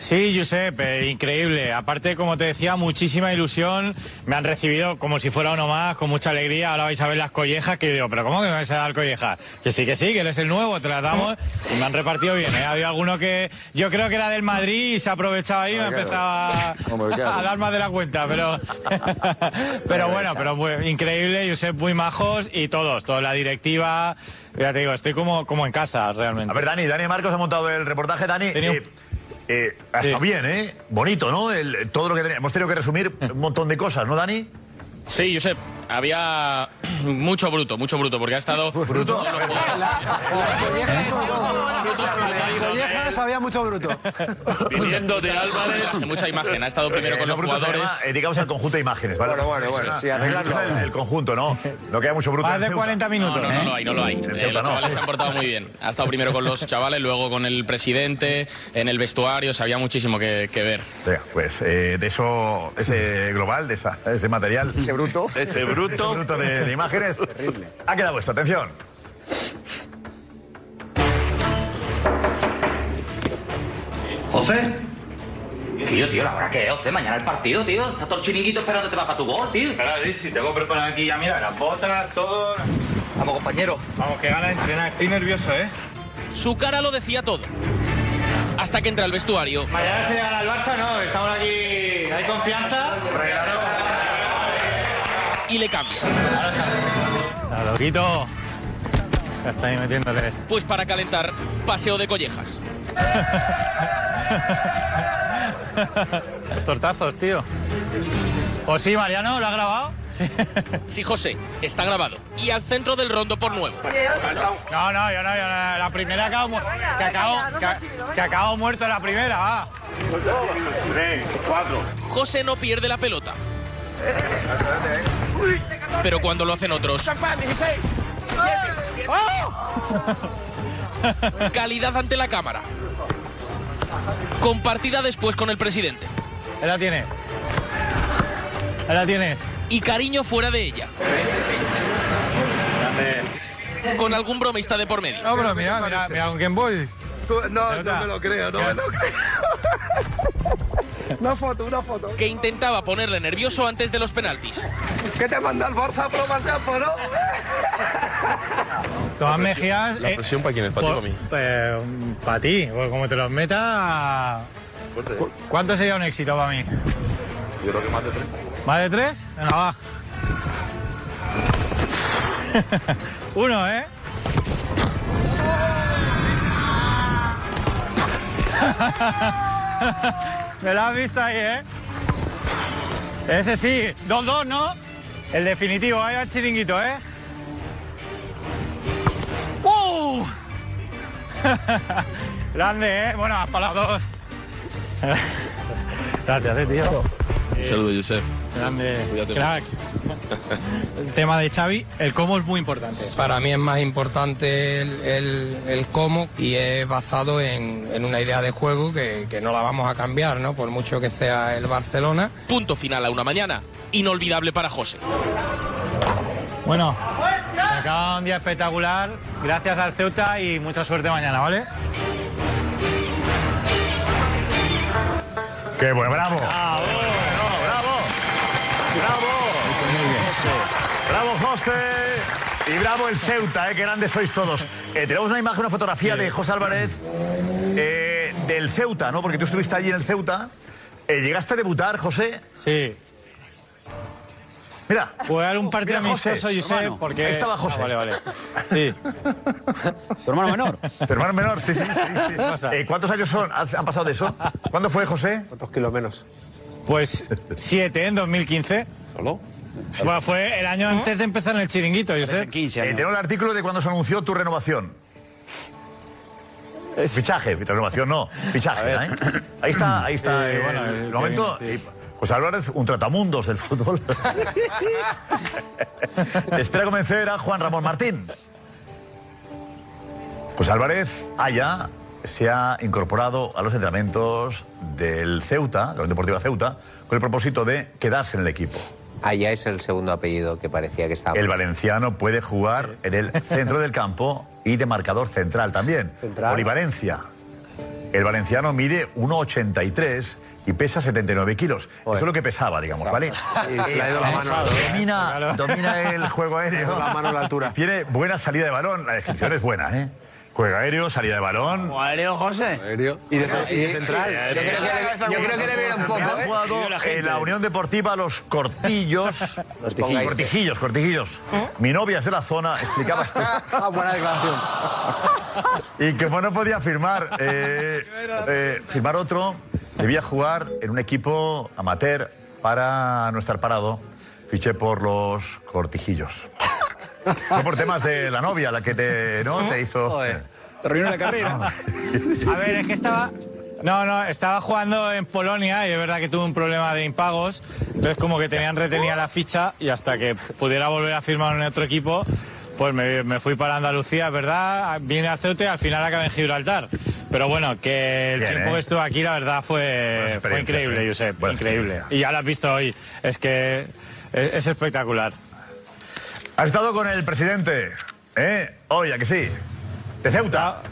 Sí, Josep, eh, increíble. Aparte, como te decía, muchísima ilusión. Me han recibido como si fuera uno más, con mucha alegría. Ahora vais a ver las collejas, que yo digo, pero ¿cómo que me vais a dar collejas? Que sí, que sí, que eres el nuevo, te las damos. Y me han repartido bien, ¿eh? Había alguno que yo creo que era del Madrid y se aprovechaba ahí y me Hombre, empezaba Hombre, claro. a dar más de la cuenta, pero... pero bueno, pero muy- increíble, Josep, muy majos y todos, toda la directiva. Ya te digo, estoy como, como en casa, realmente. A ver, Dani, Dani Marcos ha montado el reportaje. Dani, Tenía un- eh, eh, ha estado bien, ¿eh? Bonito, ¿no? El- todo lo que tenemos. Hemos tenido que resumir Eh. un montón de cosas, ¿no, Dani? Sí, Josep, había mucho bruto, mucho bruto, porque ha estado... Bruto. Las collejas había mucho bruto. Viniendo de Álvarez. Hace mucha imagen. Ha estado primero Eh, con lo los bruto se jugadores. llama, eh, digamos el conjunto de imágenes, ¿vale? Bueno, bueno, bueno, sí, arreglarlo Arreglarlo El, el conjunto, ¿no? Lo que hay mucho bruto. Más en de Ceuta. 40 minutos. No, no, no lo hay, no lo hay. Eh, Ceuta los no. chavales se han portado muy bien. Ha estado primero con los chavales, luego con el presidente, en el vestuario, se había muchísimo que, que ver. Venga, pues eh, de eso, de ese global, de, esa- de ese material. Ese bruto. Ese bruto. de, de imágenes. Ha quedado vuestra atención. ¿José? Tío, tío, la hora que es, José, mañana el partido, tío. Está todo el chiringuito esperando te va para tu gol, tío. Claro, si tengo preparado aquí ya, mira, las botas, todo. Vamos, compañero. Vamos, que gana de entrenar. Estoy nervioso, ¿eh? Su cara lo decía todo. Hasta que entra al vestuario. Mañana se gana al Barça, no, estamos aquí. ¿Hay confianza? Y le cambia. La loquito. Ya está ahí metiéndole. Pues para calentar, paseo de collejas. Los tortazos, tío. Pues sí, Mariano, ¿lo has grabado? Sí, José, está grabado. Y al centro del rondo por nuevo. No, no, yo no, yo no. La primera acabo, mu- que, acabo, que, que acabo muerto en la primera, va. Tres, cuatro. José no pierde la pelota. Pero cuando lo hacen otros. ¡Oh! Calidad ante la cámara. Compartida después con el presidente. Ahí la tiene. Ahí la tienes. Y cariño fuera de ella. Con algún bromista de por medio. No, pero mira, mira, mira, ¿con quién voy? No, no me lo creo, no me lo creo. Una foto, una foto. Que intentaba ponerle nervioso antes de los penaltis. ¿Qué te manda el Barça a probar campo, no? Tomás Mejías. ¿La eh, presión para quién es? ¿Para ti o por- para mí? eh, para ti, porque como te los meta. ¿cu- ¿Cuánto sería un éxito para mí? Yo creo que más de tres. ¿Más de tres? Venga, va. Uno, ¿eh? Me la has visto ahí, ¿eh? Ese sí. 2-2, ¿no? El definitivo, ahí al chiringuito, ¿eh? ¡Uh! Grande, ¿eh? Bueno, para las dos. Gracias, eh, tío. Un saludo, Josep. Grande. Crack. El tema de Xavi, el cómo es muy importante. Para mí es más importante el, el- el cómo y es basado en, en una idea de juego que, que no la vamos a cambiar, ¿no? Por mucho que sea el Barcelona. Punto final a una mañana. Inolvidable para José. Bueno, se acaba un día espectacular. Gracias al Ceuta y mucha suerte mañana, ¿vale? Qué bueno, bravo. Bravo, bravo. Bravo. Bravo, José. Y bravo el Ceuta, ¿eh? qué grandes sois todos. Eh, tenemos una imagen, una fotografía de José Álvarez eh, del Ceuta, ¿no? Porque tú estuviste allí en el Ceuta. Eh, ¿Llegaste a debutar, José? Sí. Mira. Jugar un partido Mira, José, amistoso, Josep, hermano. porque... Ahí estaba José. Ah, vale, vale. Sí. ¿Tu hermano menor? Tu hermano menor, sí, sí. sí, sí. Pasa. Eh, ¿Cuántos años son? han pasado de eso? ¿Cuándo fue, José? ¿Cuántos kilos menos? Pues siete en 2015. ¿Solo? Bueno, fue el año antes de empezar en el chiringuito, yo sé. Eh, tenemos el artículo de cuando se anunció tu renovación. Fichaje, renovación no, fichaje. ¿eh? Ahí está, ahí está. Eh, eh, bueno, el eh, momento. que bien, sí. eh, José Álvarez, un tratamundos del fútbol. Espera convencer a Juan Ramón Martín. José Álvarez, ah, allá, se ha incorporado a los entrenamientos del Ceuta, de la Unión Deportiva Ceuta, con el propósito de quedarse en el equipo. Allá es el segundo apellido que parecía que estaba. El valenciano puede jugar en el centro del campo y de marcador central también. Polivalencia. El valenciano mide 1,83 y pesa 79 kilos. Eso es lo que pesaba, digamos, ¿vale? Eh, Sí, se le ha ido la mano a la altura. domina, domina el juego Se le ha aéreo. ido la mano a la altura. Tiene buena salida de balón. La descripción es buena, ¿eh? Juego aéreo, salida de balón. Aéreo, José. Y de, y de central. Yo creo que le- yo creo que le veo un poco, ¿eh? Ha jugado en la Unión Deportiva Los Cortillos. ¿Eh? pongáis. cortijillos, cortijillos. Mi novia es de la zona, este explicabas tú. Ah, buena declaración. Y que no podía firmar. eh, eh, firmar otro. Debía jugar en un equipo amateur para no estar parado. Fiché por los cortijillos. No por temas de la novia, la que te, ¿no? te hizo. Te arruinó la carrera. A ver, es que estaba. No, no, estaba jugando en Polonia y es verdad que tuve un problema de impagos. Entonces, como que tenían retenida la ficha y hasta que pudiera volver a firmar en otro equipo, pues me, me fui para Andalucía, es verdad. Vine a Ceuta y al final acabé en Gibraltar. Pero bueno, que el Bien, tiempo ¿eh? que estuve aquí, la verdad, Buenas fue, fue experiencias, increíble, ¿eh? Josep. Buenas increíble. experiencias. Y ya lo has visto hoy. Es que es- es espectacular. Has estado con el presidente, ¿eh? Hoy, ¿a que sí? De Ah, Ceuta.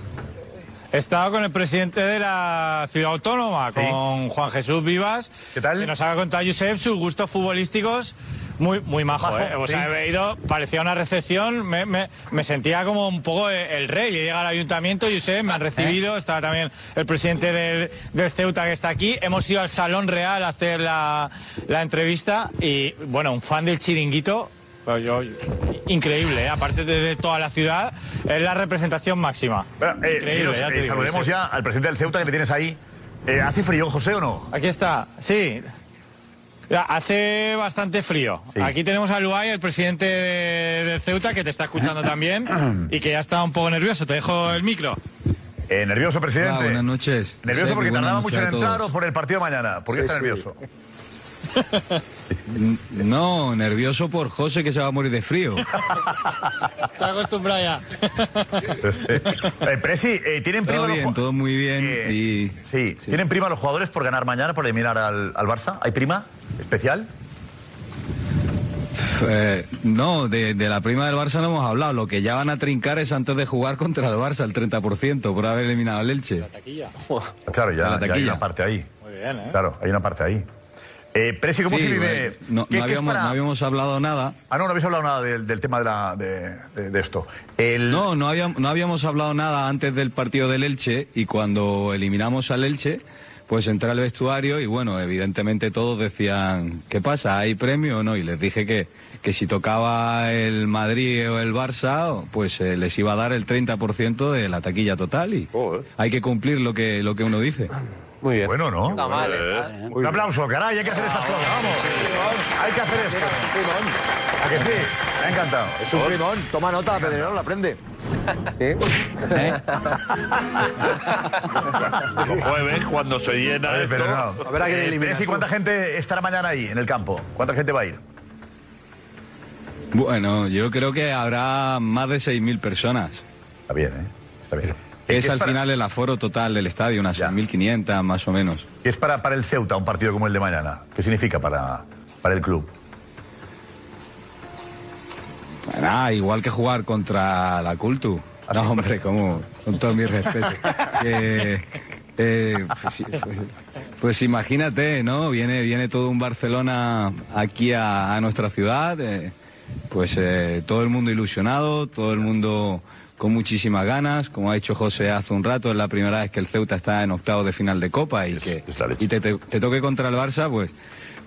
He estado con el presidente de la ciudad autónoma, con Juan Jesús Vivas. ¿Qué tal? Que nos ha contado Josep sus gustos futbolísticos. Muy, muy majo, Majo, ¿eh? O sí. sea, he ido, parecía una recepción, me, me- me sentía como un poco el, el rey. He llegado al ayuntamiento, Josep, me han recibido, estaba también el presidente del, del Ceuta que está aquí. Hemos ido al Salón Real a hacer la, la entrevista y, bueno, un fan del chiringuito. pues yo- increíble, ¿eh? aparte de, de toda la ciudad, es la representación máxima. Bueno, eh, Increíble, dinos, ya te eh, digo, saludemos sí. ya al presidente del Ceuta que le tienes ahí. Eh, ¿Hace frío, José, o no? Aquí está, sí. Ya, Hace bastante frío. Aquí tenemos a Luay, el presidente de, de Ceuta, que te está escuchando también y que ya está un poco nervioso. Te dejo el micro. Eh, nervioso, presidente. Hola, buenas noches. ¿Nervioso Josep, porque buenas tardaba noches mucho en a entrar todos. o por el partido de mañana? ¿Por qué Sí, está sí. nervioso? N- No, nervioso por José que se va a morir de frío. Está acostumbrado ya. Eh, Presi, eh, ¿tienen prima Todo los bien, ju- todo muy bien. Eh, y sí. ¿Tienen prima los jugadores por ganar mañana, por eliminar al, al Barça? ¿Hay prima especial? pf, eh, no, de, de la prima del Barça no hemos hablado. Lo que ya van a trincar es antes de jugar contra el Barça, el 30% por haber eliminado al Elche. Claro, A ya, la ya hay taquilla. una parte ahí. Muy bien, ¿eh? Claro, hay una parte ahí. Eh, Presi, ¿cómo Sí, se vive? bueno, no, ¿Qué- no qué es habíamos, para- no habíamos hablado nada. Ah, no, no habéis hablado nada del, del tema de, la- de- eh, de- de esto. El... No, no habíamos, no habíamos hablado nada antes del partido del Elche y cuando eliminamos al Elche, pues entré al vestuario y bueno, evidentemente todos decían, ¿qué pasa? ¿Hay premio o no? Y les dije que, que si tocaba el Madrid o el Barça, pues eh, les iba a dar el 30% de la taquilla total y hay que cumplir lo que, lo que uno dice. Muy bien. Bueno, ¿no? Está mal, Un aplauso, caray, hay que hacer estas cosas, vamos. Hay que hacer esto. ¿A que sí? Me ha encantado. Es un primón. Toma nota, Pedrerol, la aprende. ¿Eh? Los jueves, cuando se llena. Pero esto- no. Eh, Presi, ¿cuánta gente estará mañana ahí, en el campo? ¿Cuánta gente va a ir? Bueno, yo creo que habrá más de 6.000 personas. Está bien, ¿eh? Está bien. Es Es al para- final el aforo total del estadio, unas 6.500 más o menos. ¿Qué es para, para el Ceuta un partido como el de mañana? ¿Qué significa para, para el club? Ah, igual que jugar contra la Cultu. No, hombre, como con todo mi respeto. Que, eh, pues, pues imagínate, ¿no? Viene, viene todo un Barcelona aquí a, a nuestra ciudad. eh, pues eh, todo el mundo ilusionado, todo el mundo con muchísimas ganas. Como ha dicho José hace un rato, es la primera vez que el Ceuta está en octavos de final de Copa y que y te, te- te toque contra el Barça, pues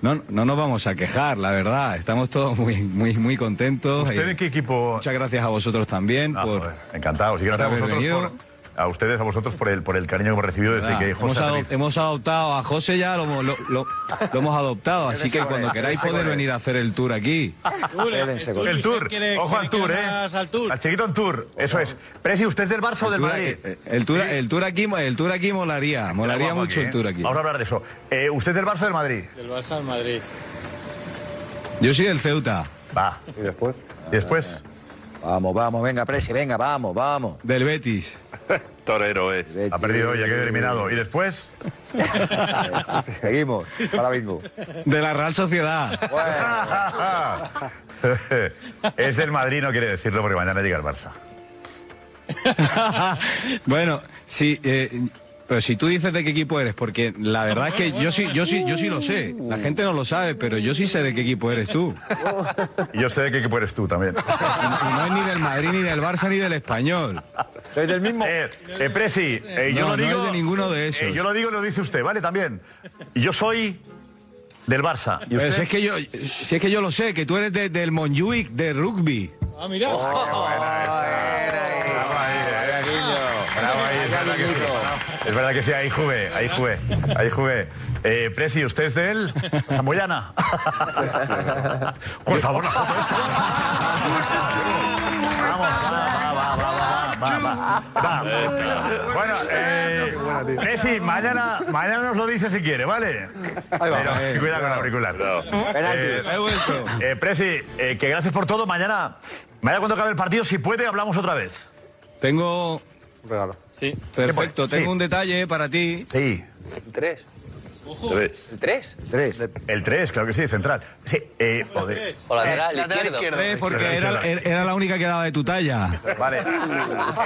no, no nos vamos a quejar, la verdad. Estamos todos muy, muy, muy contentos. ¿Usted de Y qué equipo? Ah, Muchas gracias a vosotros también. por Encantados. Y gracias a haber vosotros venido. por a ustedes, a vosotros, por el, por el cariño que hemos recibido desde Nada, que Ah, hemos, José ado- aterrizó. hemos adoptado a José ya, lo, lo- lo- lo hemos adoptado, así que Eres cuando hombre, queráis eres poder hombre. venir a hacer el tour aquí. Quédense con El tour. Ojo al tour, ¿eh? Al, chiquito en tour. Eso es. Presi, ¿usted es del Barça o del tour- Madrid? El tour, el tour aquí, el tour aquí molaría, molaría guapo mucho aquí, el ¿eh? tour aquí. Vamos a hablar de eso. Eh, ¿Usted es del Barça o del Madrid? Del Barça al Madrid. Yo soy del Ceuta. Va. ¿Y después? después? Vamos, vamos, venga, Presi, venga, vamos, vamos. Del Betis. Torero es. Ha perdido hoy, ha quedado eliminado. ¿Y después? Seguimos, para bingo. De la Real Sociedad. es del Madrid, no quiere decirlo, porque mañana llega el Barça. bueno, sí, eh, pero si tú dices de qué equipo eres, porque la verdad es que yo sí, yo sí, yo sí lo sé. La gente no lo sabe, pero yo sí sé de qué equipo eres tú. Y yo sé de qué equipo eres tú también. No es ni del Madrid, ni del Barça, ni del Español. Soy del mismo. Eh, eh, Presi, eh, yo No, lo no digo. es de ninguno de esos. eh, yo lo digo y lo dice usted, ¿vale? También. Y yo soy del Barça. ¿Y Pero usted? si Pues es que yo, si es que yo lo sé, que tú eres de- del Monjuic de rugby. Ah, mirá. Oh. eh, Bravo ahí, es verdad que sí. Es verdad que sí, ahí jugué, ahí jugué, ahí jugué. Eh, Presi, ¿usted es de él? Zamboyana. Por favor, la foto esta. Bueno, eh, Presi, mañana, mañana nos lo dice si quiere, ¿vale? Ahí va. Pero, cuidado con el auricular. Penalti. He vuelto. eh, Presi, eh, que gracias por todo. Mañana, mañana cuando acabe el partido, si puede, hablamos otra vez. Tengo Un regalo. Sí. Perfecto, Pues, Sí. tengo un detalle para ti. Sí. Tres. Tres. El tres. Tres. El 3, claro que sí, central. Sí, eh, o de- O lateral Eh, izquierdo. Eh, porque Lateral era, era la única que daba de tu talla. Vale.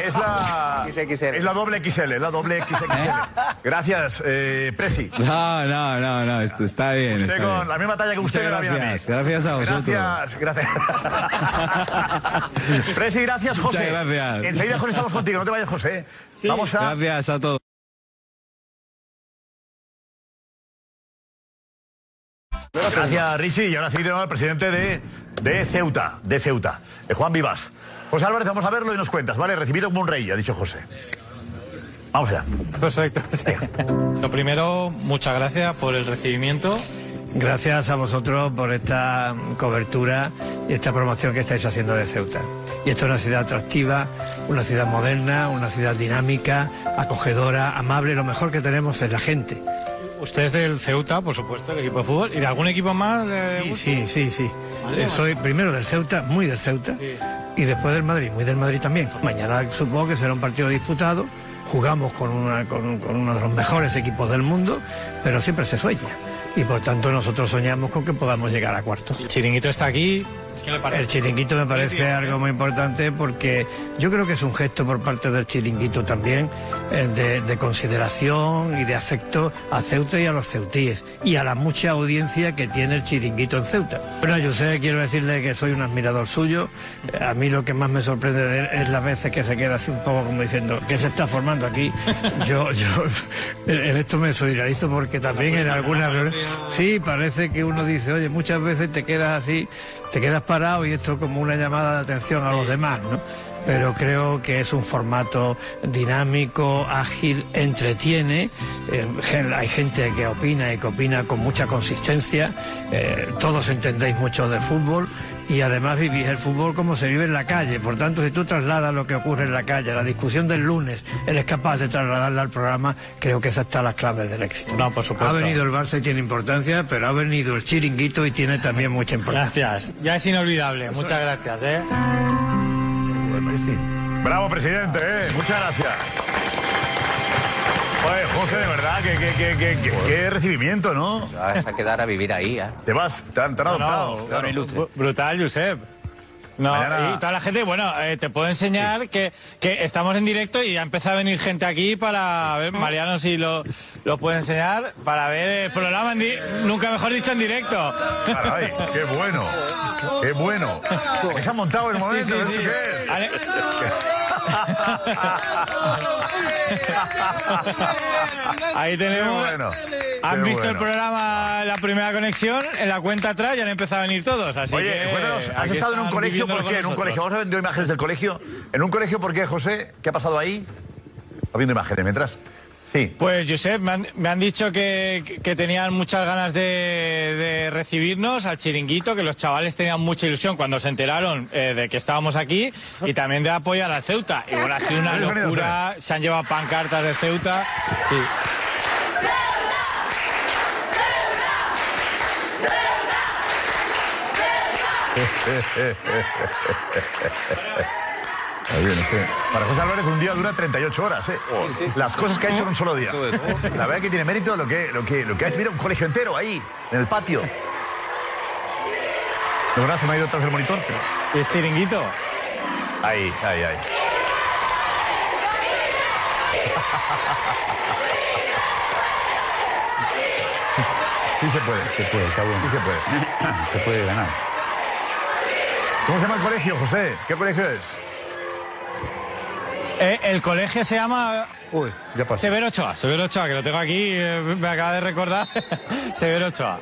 Es la, es la doble XL, la doble XXL. Gracias, eh, Presi. No, no, no, no, esto está bien. Usted está con bien. la misma talla que usted me Muchas la viene a mí. gracias, Gracias a vosotros. Gracias, gracias. Presi, gracias, Muchas José. gracias. Enseguida, José, estamos contigo. No te vayas, José. Sí. Vamos a... Gracias a todos. Gracias, Richie. Y ahora sí tenemos al presidente de, de Ceuta, de Ceuta, eh, Juan Vivas. José Álvarez, vamos a verlo y nos cuentas, ¿vale? Recibido como un rey, ha dicho José. Vamos allá. Perfecto. sí. Lo primero, muchas gracias por el recibimiento. Gracias a vosotros por esta cobertura y esta promoción que estáis haciendo de Ceuta. Y esto es una ciudad atractiva, una ciudad moderna, una ciudad dinámica, acogedora, amable. Lo mejor que tenemos es la gente. Usted es del Ceuta, por supuesto, el equipo de fútbol. ¿Y de algún equipo más? eh, gusta? Sí, sí, sí. Madre Eh, Soy primero del Ceuta, muy del Ceuta, y después del Madrid, muy del Madrid también. Mañana supongo que será un partido disputado. Jugamos con, una- con- con uno de los mejores equipos del mundo, pero siempre se sueña. Y por tanto nosotros soñamos con que podamos llegar a cuartos. El chiringuito está aquí. El chiringuito me parece algo muy importante porque yo creo que es un gesto por parte del chiringuito también eh, de, de consideración y de afecto a Ceuta y a los ceutíes y a la mucha audiencia que tiene el chiringuito en Ceuta. Bueno, yo sé, quiero decirle que soy un admirador suyo. Eh, A mí lo que más me sorprende de él es las veces que se queda así un poco como diciendo, ¿qué se está formando aquí? Yo, yo en en esto me solidarizo porque también en algunas reuniones... Sí, parece que uno dice, oye, muchas veces te quedas así, te quedas parado y esto es como una llamada de atención a los demás, ¿no? Pero creo que es un formato dinámico, ágil, entretiene. Eh, gen- hay gente que opina y que opina con mucha consistencia. Eh, todos entendéis mucho de fútbol y además vivís el fútbol como se vive en la calle. Por tanto, si tú trasladas lo que ocurre en la calle, la discusión del lunes, eres capaz de trasladarla al programa, creo que esa está las claves del éxito. No, por supuesto. Ha venido el Barça y tiene importancia, pero ha venido el chiringuito y tiene también mucha importancia. Gracias. Ya es inolvidable. Muchas gracias, ¿eh? Bravo, presidente, ¿eh? Muchas gracias. Oye, José, de verdad, qué, qué- qué- qué- qué- qué recibimiento, ¿no? Vas a quedar a vivir ahí, ¿eh? Te vas, te han, te han No, no, adoptado. no, claro. br- Brutal, Josep. No, Mañana- y toda la gente, bueno, eh, te puedo enseñar que, que estamos en directo y ya empieza a venir gente aquí para a ver, Mariano, si lo, lo puede enseñar, para ver el programa, en di- nunca mejor dicho, en directo. Caray, qué bueno, qué bueno. Que se ha montado el Sí, momento, sí, ¿esto sí. qué es? Ale- Ahí tenemos. Qué bueno, Han qué visto el bueno. programa La Primera Conexión, en la cuenta atrás ya han empezado a venir todos. Así Oye, que, cuéntanos, ¿has aquí estado en un están colegio? viviéndolo ¿Por con qué? En un nosotros. colegio. Vamos a ver imágenes del colegio. ¿En un colegio por qué, José? ¿Qué ha pasado ahí? Va viendo imágenes mientras. Sí. Pues, Josep, me han, me han dicho que, que tenían muchas ganas de, de recibirnos al chiringuito, que los chavales tenían mucha ilusión cuando se enteraron eh, de que estábamos aquí y también de apoyo a la Ceuta. Y bueno, ha sido una Bienvenidos, locura, se han llevado pancartas de Ceuta. Sí. Ahí viene, sí. Para José Álvarez un día dura 38 horas, ¿eh? Sí, sí. Las cosas que ha hecho en un solo día. La verdad que tiene mérito lo que, lo que, lo que ha hecho. Mira, un colegio entero ahí, en el patio. De verdad se me ha ido atrás del monitor. ¿Y es chiringuito? Ahí, ahí, ahí. Sí se puede. Se puede, está bueno. Sí se puede. se puede ganar. ¿Cómo se llama el colegio, José? ¿Qué colegio es? Eh, el colegio se llama... Uy, ya pasó. Severo Ochoa, Severo Ochoa, que lo tengo aquí, eh, me acaba de recordar. Severo Ochoa.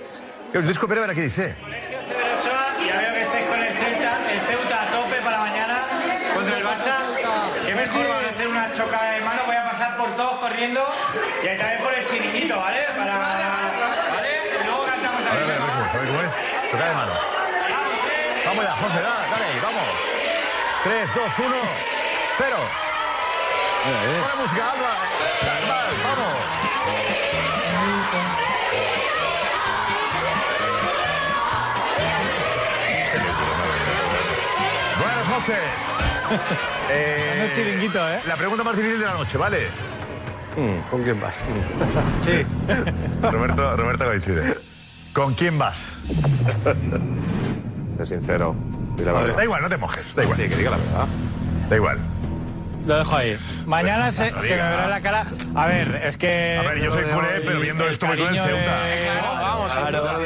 Luis Copero, ¿qué dice? Ya veo que estáis con el Ceuta, el Ceuta a tope para mañana contra el Barça. Qué mejor va a hacer una chocada de mano, voy a pasar por todos corriendo y ahí también por el chiringuito, ¿vale? Para... ¿Vale? Y luego cantamos A ver, a ver, también. a ver, a ver cómo es. Toca de manos. Vamos ya, José, da, dale, ahí, vamos. 3, 2, 1, 0. Buena música, Alba. Alba, vamos. Bueno, José. Eh, La pregunta más difícil de la noche, ¿vale? Mm. ¿Con quién vas? Sí. Roberto, Roberto coincide. ¿Con quién vas? Sé sincero. Di la Vale, verdad. da igual, no te mojes, da igual. Sí, que diga la verdad. Da igual. Lo dejo ahí. Mañana se, no se me diga. verá la cara. A ver, es que. A ver, yo soy culé, pero viendo esto voy con el Ceuta. vamos,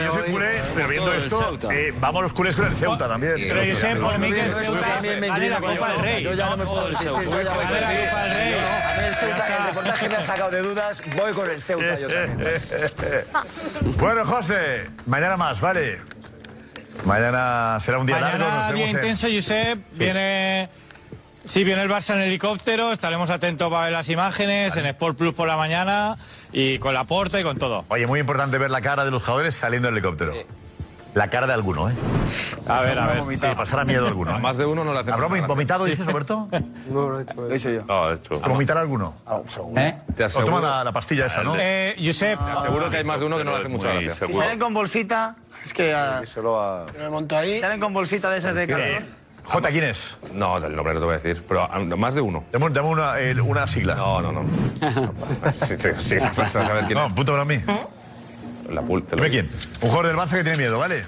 Yo soy culé, pero viendo esto, eh, vamos los culés con el Ceuta también. Pero yo eh, sé por mí que el Ceuta gane la Copa del Rey. El reportaje me ha sacado de dudas. Voy con el Ceuta yo también. Bueno, José, mañana más, ¿vale? Mañana será un día largo. Mañana Nos día vemos en- intenso, Josep. Viene. Sí, viene el Barça en helicóptero. Estaremos atentos para ver las imágenes en Sport Plus por la mañana y con la porta y con todo. Oye, muy importante ver la cara de los jugadores saliendo del helicóptero. La cara de alguno, ¿eh? A ver, a ver. Sí, pasará miedo alguno. Más de uno no la hace. ¿Habrá vomitado, dices, Roberto? No, lo he hecho. Lo hice yo. ¿Vomitar alguno? Ah, ¿Eh? Te O aseguro- toma la, la pastilla esa, ¿no? Eh, Josep. Seguro que hay más de uno que no le hace mucha muy gracia. Ah, Si salen con bolsita, es que ah, me monto ahí. Salen con bolsita de esas de calor. J, ¿quién es? No, el nombre no te voy a decir, pero ah, no, más de uno. Dame, dame una, eh, una sigla. No, no, no. Si te si vas a saber quién No, es. punto para mí. La pul te lo Dime quién. Un jugador del Barça que tiene miedo, ¿vale?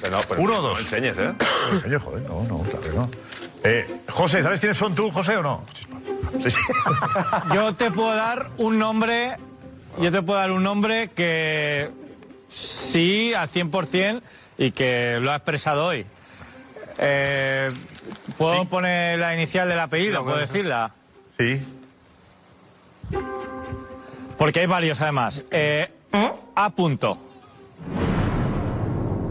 Pero no, pero Uno o no dos. enseñes, ¿eh? No, en serio, joder, no, no, claro que no. Eh, José, ¿sabes quiénes son tú, José, o no? Sí, sí. Yo te puedo dar un nombre. Yo te puedo dar un nombre que sí, al 100% y que lo ha expresado hoy. Eh, ¿Puedo poner la inicial del apellido? ¿Puedo decirla? Sí. Porque hay varios además. Eh, a punto.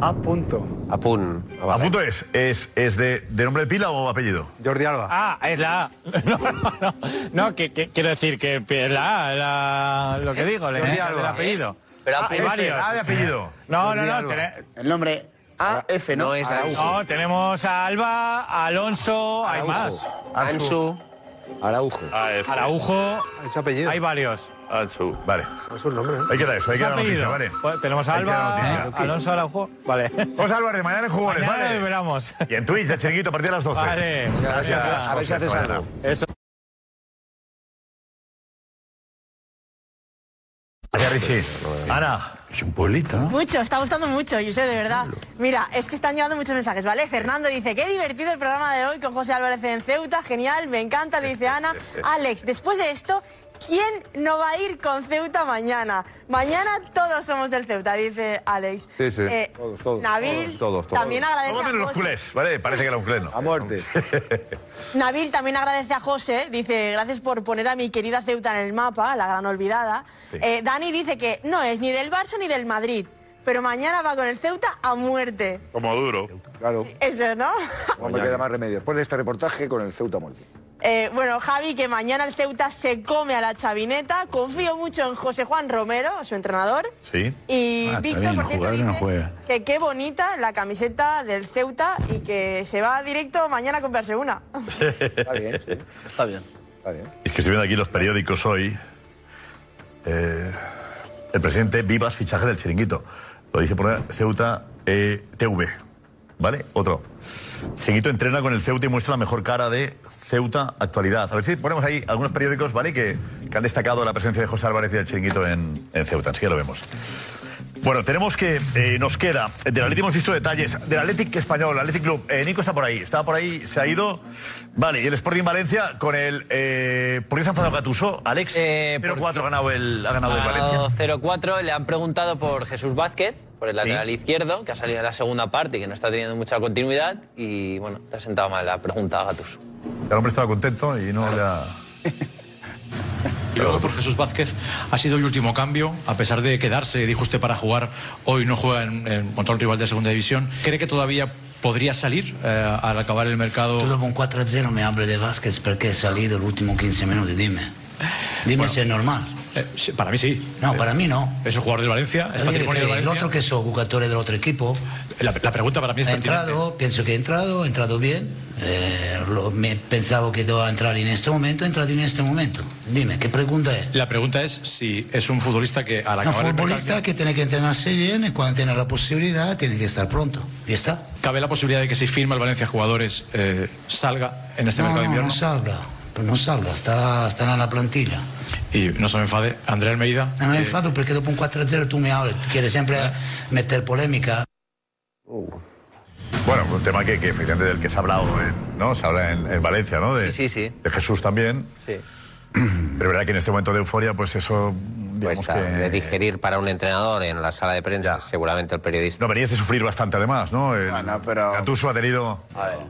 A punto. A pun. A punto es. ¿Es, es de, de nombre de pila o apellido? Jordi Alba. Ah, es la A. No, no, no. No, que, que quiero decir que es la A, la- lo que digo, la Jordi inicial del Alba. apellido. Pero Ah, hay F, varios. A de apellido. No, no, Jordi no. Alba. tené- El nombre AF, ¿no? No es Araujo. No, tenemos a Alba, a Alonso, hay más. Ansu. Araujo. Ah, Araujo, Ese apellido. hay varios. Ah, Ansu. Vale. Es un nombre. ¿eh? ¿no? Ahí queda eso, ahí Ese queda la noticia, apellido. ¿vale? Pues tenemos a Ahí queda la Alba, noticia. Alonso, Araujo. Vale. José Álvarez, mañana en jugones, Mañana ¿vale? esperamos. Y en Twitch, el chiringuito, a partir de las 12. Vale. Gracias. A ver si José, haces hasta mañana. algo. Eso. Gracias, Richie. Ana. Es un pueblito, ¿no? Mucho, está gustando mucho, sé de verdad. Mira, es que están llegando muchos mensajes, ¿vale? Fernando dice, qué divertido el programa de hoy con José Álvarez en Ceuta, genial, me encanta, dice Ana. Alex, después de esto, ¿quién no va a ir con Ceuta mañana? Mañana todos somos del Ceuta, dice Alex. Sí, sí. Eh, Todos, todos, todos, Nabil, todos, todos. también agradece Todos a menos los José. culés, ¿vale? Parece que era un culé, ¿no? A muerte. Nabil también agradece a José, dice, gracias por poner a mi querida Ceuta en el mapa, la gran olvidada. Eh, Dani dice que no es ni del Barça ni del Madrid, pero mañana va con el Ceuta a muerte. Como duro. Claro. Eso, ¿no? No me queda más remedio. Después de este reportaje con el Ceuta muerto. Eh, bueno, Javi, que mañana el Ceuta se come a la chavineta. Confío mucho en José Juan Romero, su entrenador. Sí. Y Ah, está Víctor, bien, por cierto, jugar no dice juega. que qué bonita la camiseta del Ceuta y que se va directo mañana a comprarse una. Está bien, Está bien. Está bien. Es que estoy viendo aquí los periódicos hoy. Eh, el presidente Vivas fichaje del chiringuito. Lo dice por ahí, Ceuta eh, TV. ¿Vale? Otro. Chiringuito entrena con el Ceuta y muestra la mejor cara de Ceuta actualidad. A ver si ponemos ahí algunos periódicos, ¿vale? Que, que han destacado la presencia de José Álvarez y del chiringuito en, en Ceuta. Así que lo vemos. Bueno, tenemos que. eh, nos queda. Del Atlético hemos visto detalles. Del Atlético Español, Atlético Club. Eh, Nico está por ahí. Estaba por ahí, se ha ido. Vale, y el Sporting Valencia con el. Eh, ¿Por qué se ha enfadado Gatuso, Alex? 0-4 ha ganado el, ha ganado el Ha Valencia. ganado 0-4, le han preguntado por Jesús Vázquez, por el lateral izquierdo, que ha salido en la segunda parte y que no está teniendo mucha continuidad. Y bueno, te ha sentado mal la pregunta a Gatus. El hombre estaba contento y no le ha. Y luego por Jesús Vázquez ha sido el último cambio, a pesar de quedarse, dijo usted, para jugar, hoy no juega en, en- contra un rival de segunda división. ¿Cree que todavía podría salir eh, al acabar el mercado? Todo con 4-0 me habla de Vázquez porque he salido el último 15 minutos, dime. Dime si es normal. Eh, sí, para mí sí. No, Eh, para mí no. Es un jugador del Valencia, es Oye, patrimonio que del el Valencia. otro que son jugadores del otro equipo. La, la pregunta para mí es ha pertinente. entrado, pienso que ha entrado, ha entrado bien. Eh, lo- me pensaba que iba a entrar en este momento, ha entrado en este momento. Dime, ¿qué pregunta es? La pregunta es si es un futbolista que al acabar Un el mercado... futbolista que tiene que entrenarse bien y cuando tiene la posibilidad tiene que estar pronto. ¿Y está? ¿Cabe la posibilidad de que si firma el Valencia jugadores eh, salga en este no, mercado de no, invierno? no salga, no salga, está, está en la plantilla. Y no se me enfade, André Almeida. No me eh, enfado porque después un 4-0 tú me hablas, quieres siempre meter polémica. Bueno, un tema que, que efectivamente del que se ha hablado, en- ¿no? Se habla en, en Valencia, ¿no? De, sí, sí, De Jesús también. Sí. Pero es verdad que en este momento de euforia, pues eso. Digamos Cuesta de que. digerir para un entrenador en la sala de prensa, seguramente el periodista. No, venías de sufrir bastante además, ¿no? El, pero. Gatuso ha tenido.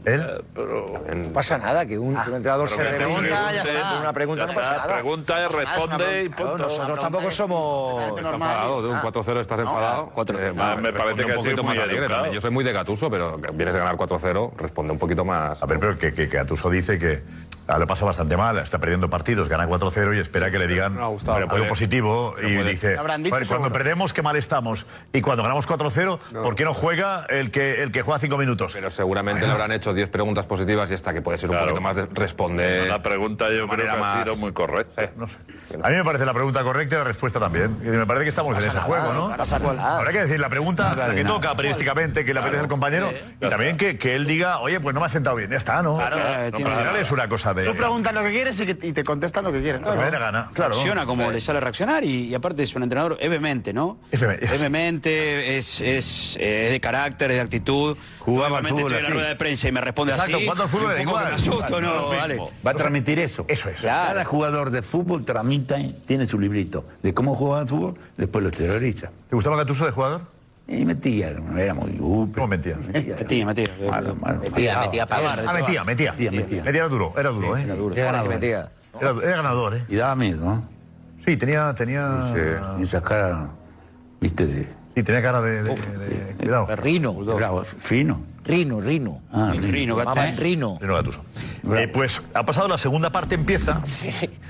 ¿Él? No pasa nada, que un, que un entrenador se eh, Ah, pero que reúne pregunta, y ya con está. una pregunta Ya no pasa está, nada. pregunta y No pasa nada, es una responde y pregunta. punto. Claro, Una Nosotros pregunta tampoco somos... Estás enfadado, de un Ah. 4-0 estás enfadado. Eh, vale, Ah, responde me parece que un ha sido poquito muy más alegre educado. también. Yo soy muy de Gatuso, pero que vienes de ganar 4-0, responde un poquito más. A ver, pero que, que, que Gattuso dice que ah, lo pasa bastante mal, está perdiendo partidos, gana 4-0 y espera que le digan algo puede- positivo pero y puede- dice, Le habrán dicho "Joder, cuando seguro". perdemos qué mal estamos y cuando ganamos 4-0, ¿por qué no juega el que, el que juega 5 minutos? Pero seguramente le habrán hecho 10 preguntas positivas y esta que puede ser un poquito más de- responde. La pregunta yo creo que manera ha más- sido muy correcta. No sé. A mí me parece la pregunta correcta y la respuesta también. Y me parece que estamos en ese juego, ¿no? Habrá que decir la pregunta, la que toca periodísticamente, que le apetece al compañero, y también que, que él diga, oye, pues no me ha sentado bien, ya está, ¿no? Claro, No, tiene- pero al final es una cosa de... Tú preguntas lo que quieres y, que- y te contestan lo que quieren. Lo que me dé la gana, claro. Reacciona como le sale reaccionar y, y aparte es un entrenador evemente, ¿no? E. Evemente, E es, es, eh, es de carácter, es de actitud. Jugaba al fútbol estoy en la así. rueda de prensa y me responde Exacto, así. jugando al fútbol un era poco igual. me asusto, No ¿no? lo mismo. Alex? Va a transmitir eso. Eso es. Cada jugador de fútbol tramita, tiene su librito de cómo jugaba el fútbol, después lo exterioriza. ¿Te gustaba Gatuso de jugador? Y metía, no era muy gupe. ¿Cómo metía? Metía, metía. Malo, malo. Metía, metía para pagar. Ah, metía, metía. Metía era duro, era duro, ¿eh? Era duro. Era ganador. Era, era ganador, ¿eh? Y daba miedo, ¿no? Sí, tenía... tenía... Y esa cara, viste, de... Sí, tenía cara de... de- de- cuidado. Rino. Bravo, fino. Rino, Rino. Ah, Rino. Gattuso. Rino Gattuso. Eh, pues ha pasado la segunda parte, empieza.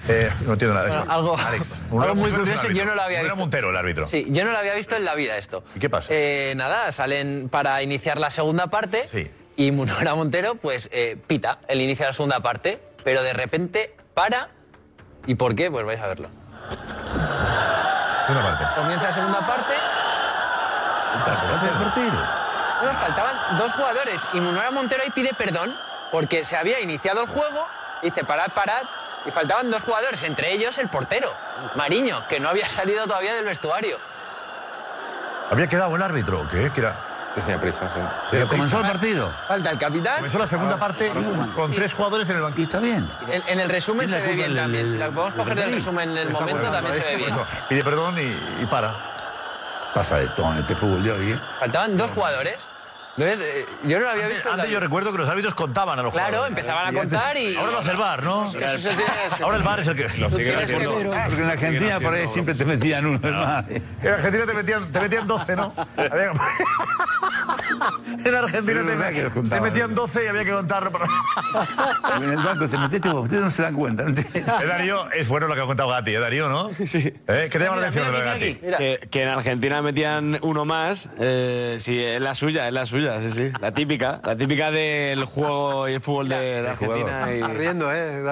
Eh, no entiendo nada. Bueno, algo- Alex, algo Unai muy Montero es el curioso, yo árbitro. no lo había Unai visto. Montero el árbitro. Sí, yo no lo había visto en la vida esto. ¿Y qué pasa? Eh, nada, salen para iniciar la segunda parte y Munora Montero pues eh, pita el inicio de la segunda parte, pero de repente para. ¿Y por qué? Pues vais a verlo. Una parte. Comienza la segunda parte. pues, Ah. Bueno, faltaban dos jugadores y Munora Montero ahí pide perdón porque se había iniciado el juego y dice parad, parad. Y faltaban dos jugadores, entre ellos el portero, Mariño, que no había salido todavía del vestuario. ¿Había quedado el árbitro o qué? Que era... Tenía prisa, sí. Pero comenzó el partido. Falta el capitán. Comenzó la segunda parte con tres jugadores en el banquillo. Está bien. En, en el resumen se ve bien también. Si la podemos coger del resumen en el momento, también se ¿eh? ve bien. Pide perdón y, y para. Pasa de todo en este fútbol de hoy, ¿eh? Faltaban dos jugadores eh, yo no lo había antes, visto en la Antes yo vida. recuerdo que los árbitros contaban a los Claro, jugadores. empezaban a contar y- Ahora lo hace el bar, ¿no? Eso se tiene- Ahora el bar es el que. Lo siguen haciendo. Porque en Argentina por ahí siempre te metían uno, hermano. En Argentina te metían, te metían 12, ¿no? Había- en Argentina Es verdad que te, los juntaban. te metían 12 y había que contarlo. por- En el banco se este metiste vos, ustedes no se dan cuenta. Eh, Darío, es bueno lo que ha contado Gatti, ¿eh, Darío, no? Sí. ¿Eh? ¿Qué te llama la atención de lo de Gatti? Que, que en Argentina metían uno más. eh, sí, es la suya, es la suya, sí, sí. La típica. La típica del juego y el fútbol de, de Argentina. Está riendo, ¿eh?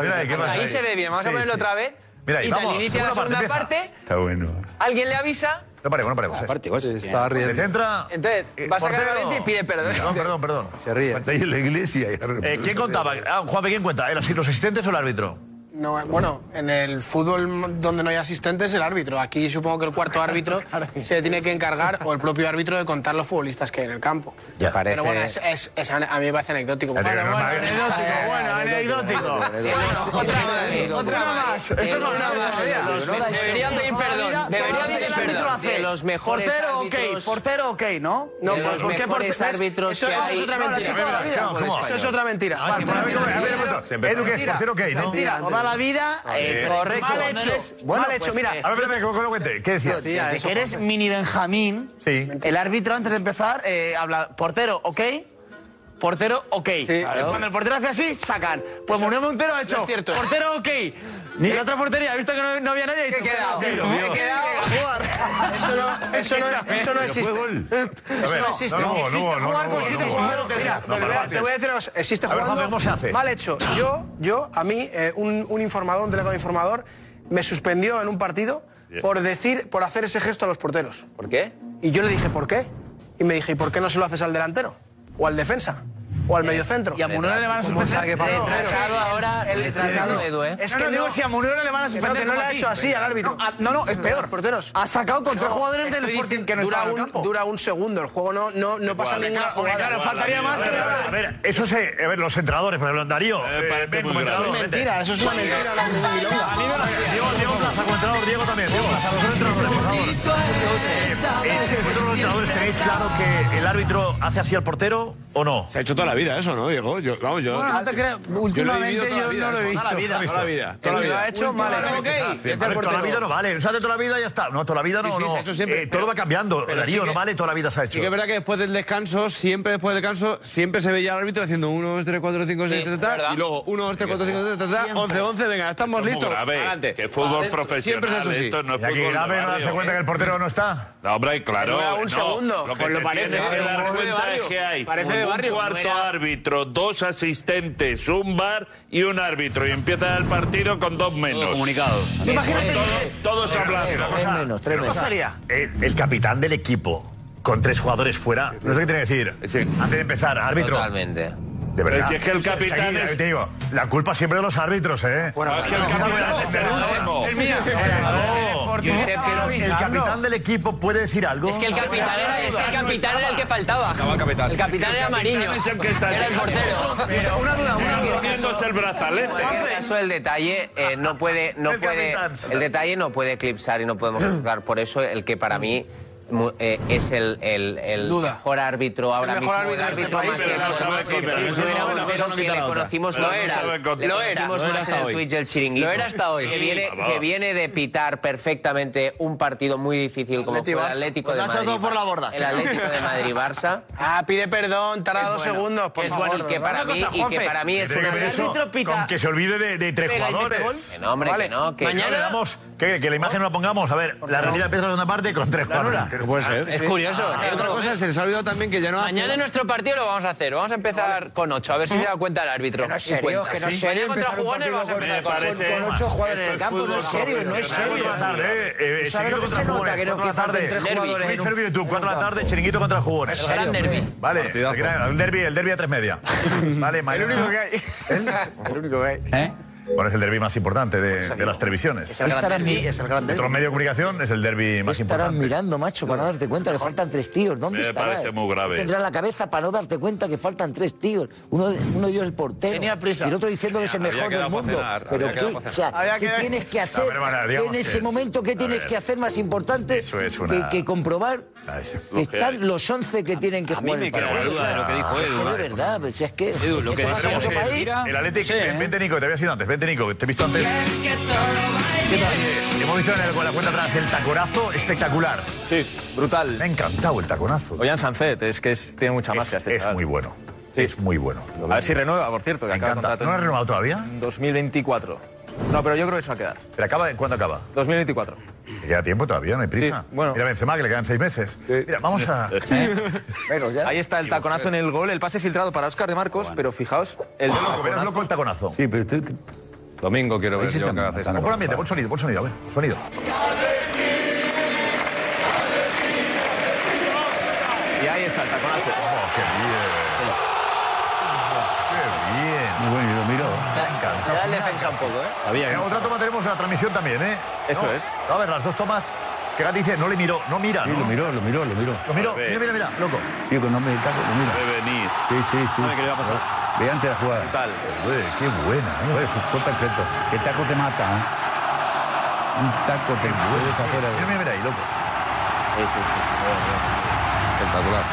Ahí se ve bien, vamos a ponerlo otra vez. y tal, inicia la segunda parte, Está bueno. alguien le avisa. No paremos, no paremos. Aparte, Está riendo. Te centra. Entonces, va a sacar portero. a Valencia y pide perdón. Perdón, perdón, perdón. Se ríe. Ahí en la iglesia. Eh, ¿Quién contaba? Ah, Juanfe, ¿quién cuenta? ¿Eran los asistentes o el árbitro? No, eh, bueno, en el fútbol donde no hay asistentes, el árbitro. Aquí supongo que el cuarto árbitro se tiene que encargar, o el propio árbitro, de contar los futbolistas que hay en el campo. parece- Pero bueno, es, es- es an- a mí me parece anecdótico. Bueno, bueno, bueno, Eh, anecdótico. Otra más, otra más. Esto es más grave todavía. Los- No dais Deberían pedir perdón. Deberían Todavía pedir el árbitro perdón. hace. De los mejores Portero, ok, árbitros. portero, ok, ¿no? pues, De los mejores porte- árbitros Eso, que eso hay. es otra No, la mentira. chica de la vida, Claro, por ¿cómo? Eso es otra mentira. Ah, sí, Vale, por la mentira. vida, por la vida, Mentira. por la vida. Edu, que es Mentira. portero, ok, ¿no? Mentira. Toda la vida, eh, Correcto. mal No hecho. eres- Mal Bueno, hecho, pues, mira. eh, A ver, espérame, que lo cuente. ¿Qué decías? Tía, Desde que eres mini Benjamín, el árbitro antes de empezar eh, habla, portero, ¿ok? Portero, ok. Claro. Cuando el portero hace así, sacan. Pues Murillo Montero ha hecho. es cierto. Portero, ok. Ni la otra portería, ha visto que no, no había nadie. ¿Qué queda? ¿Qué queda? Eso no, eso no, eso no existe. Eso no existe. no, no, Existe no, no, jugar no, con no, siete no, jugadores. no, Mira, no, te voy a- te voy a decir, una cosa. existe A ver, jugando. Juanfe, ¿cómo se hace? Mal hecho. Yo, yo, a mí, eh, un, un informador, un delegado informador, me suspendió en un partido Bien. por decir, por hacer ese gesto a los porteros. ¿Por qué? Y yo le dije, ¿por qué? Y me dije, ¿y por qué no se lo haces al delantero? ¿O al defensa? ¿O Eh, al mediocentro? y a Munera le van a ¿Cómo suspender? sabe que Pablo? Retratado ahora, retratado Edu, ¿eh? Es No, que no, no, si a Munera le van a suspender Que no, que no como le a ha ti. hecho así al árbitro. No, a- no, no, es peor. Porteros. Ha sacado con tres jugadores del Sporting que no dura estaban en un, el campo. Dura un segundo, el juego no, no, no pasa ninguna jugada. A ver, a ver, eso se. A ver, los entrenadores, por ejemplo, Darío. eh, Ven como entrenador. Eso es vente. mentira, eso es una mentira. Diego, Diego Plaza, como entrenador, Diego también. Diego Plaza, vosotros entrenadores, por favor. Eh, eh, ¿Vosotros los entrenadores tenéis claro que el árbitro hace así al portero o no? Se ha hecho toda la vida eso, ¿no, Diego? Yo, vamos, yo. Bueno, no te creas, últimamente vivido toda la yo vida no lo he eso. visto. Toda la vida, toda la vida. toda la Lo vida. ha hecho mal hecho. Sí, A ver, toda la vida no vale. Se hace toda la vida y ya está. No, toda la vida no. Sí, sí, no. se ha hecho siempre. Eh, todo va cambiando. Pero Darío, sí no que- vale, toda la vida se ha hecho. Sí que es verdad que después del descanso, siempre después del descanso, siempre se veía al árbitro haciendo 1, 2, 3, 4, 5, 6, y luego 1, 2, 3, 4, 5, 6, 11, 11, venga, Esto estamos es muy listos. grave, Adelante. que fútbol Adentro. Siempre es profesional, eso, sí. esto no es Y aquí fútbol de grave no barrio, darse cuenta ¿eh? que el portero no está. No, hombre, claro. Dura un no. segundo. Lo que Pues lo te parece, tienes que ¿eh? dar Parece de cuenta barrio. es que hay Parece de un barrio. cuarto Fuera. árbitro, dos asistentes, un bar y un árbitro. Y empieza el partido con dos menos. comunicados. Imagínate. Todos, todos Eh, hablando. menos, tres menos. El, el capitán del equipo con tres jugadores fuera, no sé qué tiene que decir. Antes de empezar, árbitro. Totalmente. De verdad. Pero si es que el capitán aquí, es- te digo, la culpa siempre de los árbitros, ¿eh? No, es que el capitán es el último. Es mía. No. Josep, que no- El capitán del equipo puede decir algo. Es que el capitán era, es que el capitán era el que faltaba. Estaba el capitán. El capitán era Mariño. Es el que está Era el portero. Pero una duda, una duda. Poniéndose el brazalete. En cualquier caso, el detalle eh, no puede, no El puede, capitán. el detalle no puede eclipsar y no podemos juzgar por eso el que para mí mu- eh, es el, el, el duda. mejor árbitro Es el ahora mejor mismo. árbitro de este país, más pero no que- sabe más que- contar. sí, Eso no era no sabe un contar. portero Eso no que quita le la otra. conocimos Pero lo no era. sabe Le contar. Lo era. conocimos Lo era más en hasta el hoy. Twitch el chiringuito. Lo era hasta hoy. Que Sí, viene, va. que viene de pitar perfectamente un partido muy difícil como Atleti fue el Barça. Atlético Pues de lo ha echado Madrid. todo por la borda. El Atlético de Madrid Barça. Ah, pide perdón, tarda Es dos bueno. segundos, por Es favor. bueno, y que ¿verdad? para Una mí- cosa, y que Juanfe, para mí es Tiene que ver eso con que se olvide de, de tres Pega y mete jugadores. gol. No, hombre, que no, que- Mañana Mañana- le damos que, que la imagen no la pongamos. A ver, la realidad empieza en una parte con tres jugadores. Que puede ser. Es curioso. Ah, Hay otra cosa, se les ha olvidado también que ya no hace- Mañana en nuestro partido lo vamos a hacer. Vamos a empezar con 8, a ver si se da cuenta el árbitro. no es serio, Cincuenta. que no es Sí. Mañana serio contra empezar un Jugones vamos a partido empezar con- con con- con ocho jugadores en el campo, no es serio, no es serio. Cuatro de la tarde, eh, eh, O sea, Chiringuito no se contra nota Jugones. Cuatro de que no- la que tarde. falten tres jugadores Twitch en un- Sergio y tú, en un cuatro de la campo. tarde, Chiringuito contra Jugones. El gran derbi. Vale, el gran- el derbi, el derbi a tres media. Vale, mañana. único que hay. ¿Eh? ¿Eh? Bueno, es el derby más importante de, de las televisiones. Es el gran Estarán derbi, mi- es el gran Otro derbi. medio de comunicación es el derby más Estarán importante. mirando, macho, para darte cuenta que faltan tres tíos. ¿Dónde Me estará? Eh, parece muy grave. Tendrá la cabeza para no darte cuenta que faltan tres tíos. Uno de, uno de ellos el portero. Tenía prisa. Y el otro diciendo que es el Había mejor quedado del pa' mundo. cenar, Pero había ¿qué, quedado pa' o sea, cenar. Había ¿qué quedado- tienes que No, hacer? pero bueno, ¿Qué en digamos ese que es- momento, ¿qué a tienes ver. que hacer más importante Eso es una- Ah, que, que comprobar que están los 11 que tienen que A mí jugar? me el queda partido? duda de lo que dijo Es Edu, ¿eh? que ¿vale? ¿eh? De verdad, pues es que. ¿qué te vas a Tenemos otro el- país? El Atlético, No sé, ¿eh? vente Nico, que te había sido antes, vente Nico, que te he visto antes. ¿Qué tal? Eh, Hemos visto en el- con la cuenta atrás el taconazo espectacular. Sí, brutal. Me ha encantado el taconazo. Ollán Sancet, es que es- tiene mucha magia este Es, es chaval. muy bueno. Es muy bueno. A ver si renueva, por cierto. Que acaba encanta. contrato ¿No en ha renovado todavía? 2024. No, pero yo creo que eso va a quedar. ¿Pero acaba, cuándo acaba? 2024. Le queda tiempo todavía, no hay prisa. Mira Benzema, que le quedan seis meses. Mira, vamos a... Eh, Ahí está el taconazo en el gol, el pase filtrado para Oscar de Marcos, pero fijaos, el Ah, de loco. Verás loco el taconazo. Sí, pero estoy... Domingo quiero ver yo que haces Pon ambiente, pon sonido, pon sonido, a ver, sonido. Y ahí está el taconazo. Oh, qué bien. Qué bien. Muy bueno, y lo miro. Le da el defensa un poco, ¿eh? Sabía que En no otra sabía. toma tenemos la transmisión también, ¿eh? Eso No, es. A ver, las dos tomas. Que Gat dice, no le miró, no mira, Sí, ¿no? lo miró, lo miró, lo miró. Lo miró, mira, mira, mira, loco. Sí, con nombre de taco, lo mira. venir. Sí, sí, sí. Sabe que le va a pasar. Ve antes la jugada. tal? qué buena, ¿eh? Fue, fue perfecto. El taco te mata, ¿eh? Un taco te puede hacer Mira, mira, mira ahí, loco. Sí, sí, Espectacular.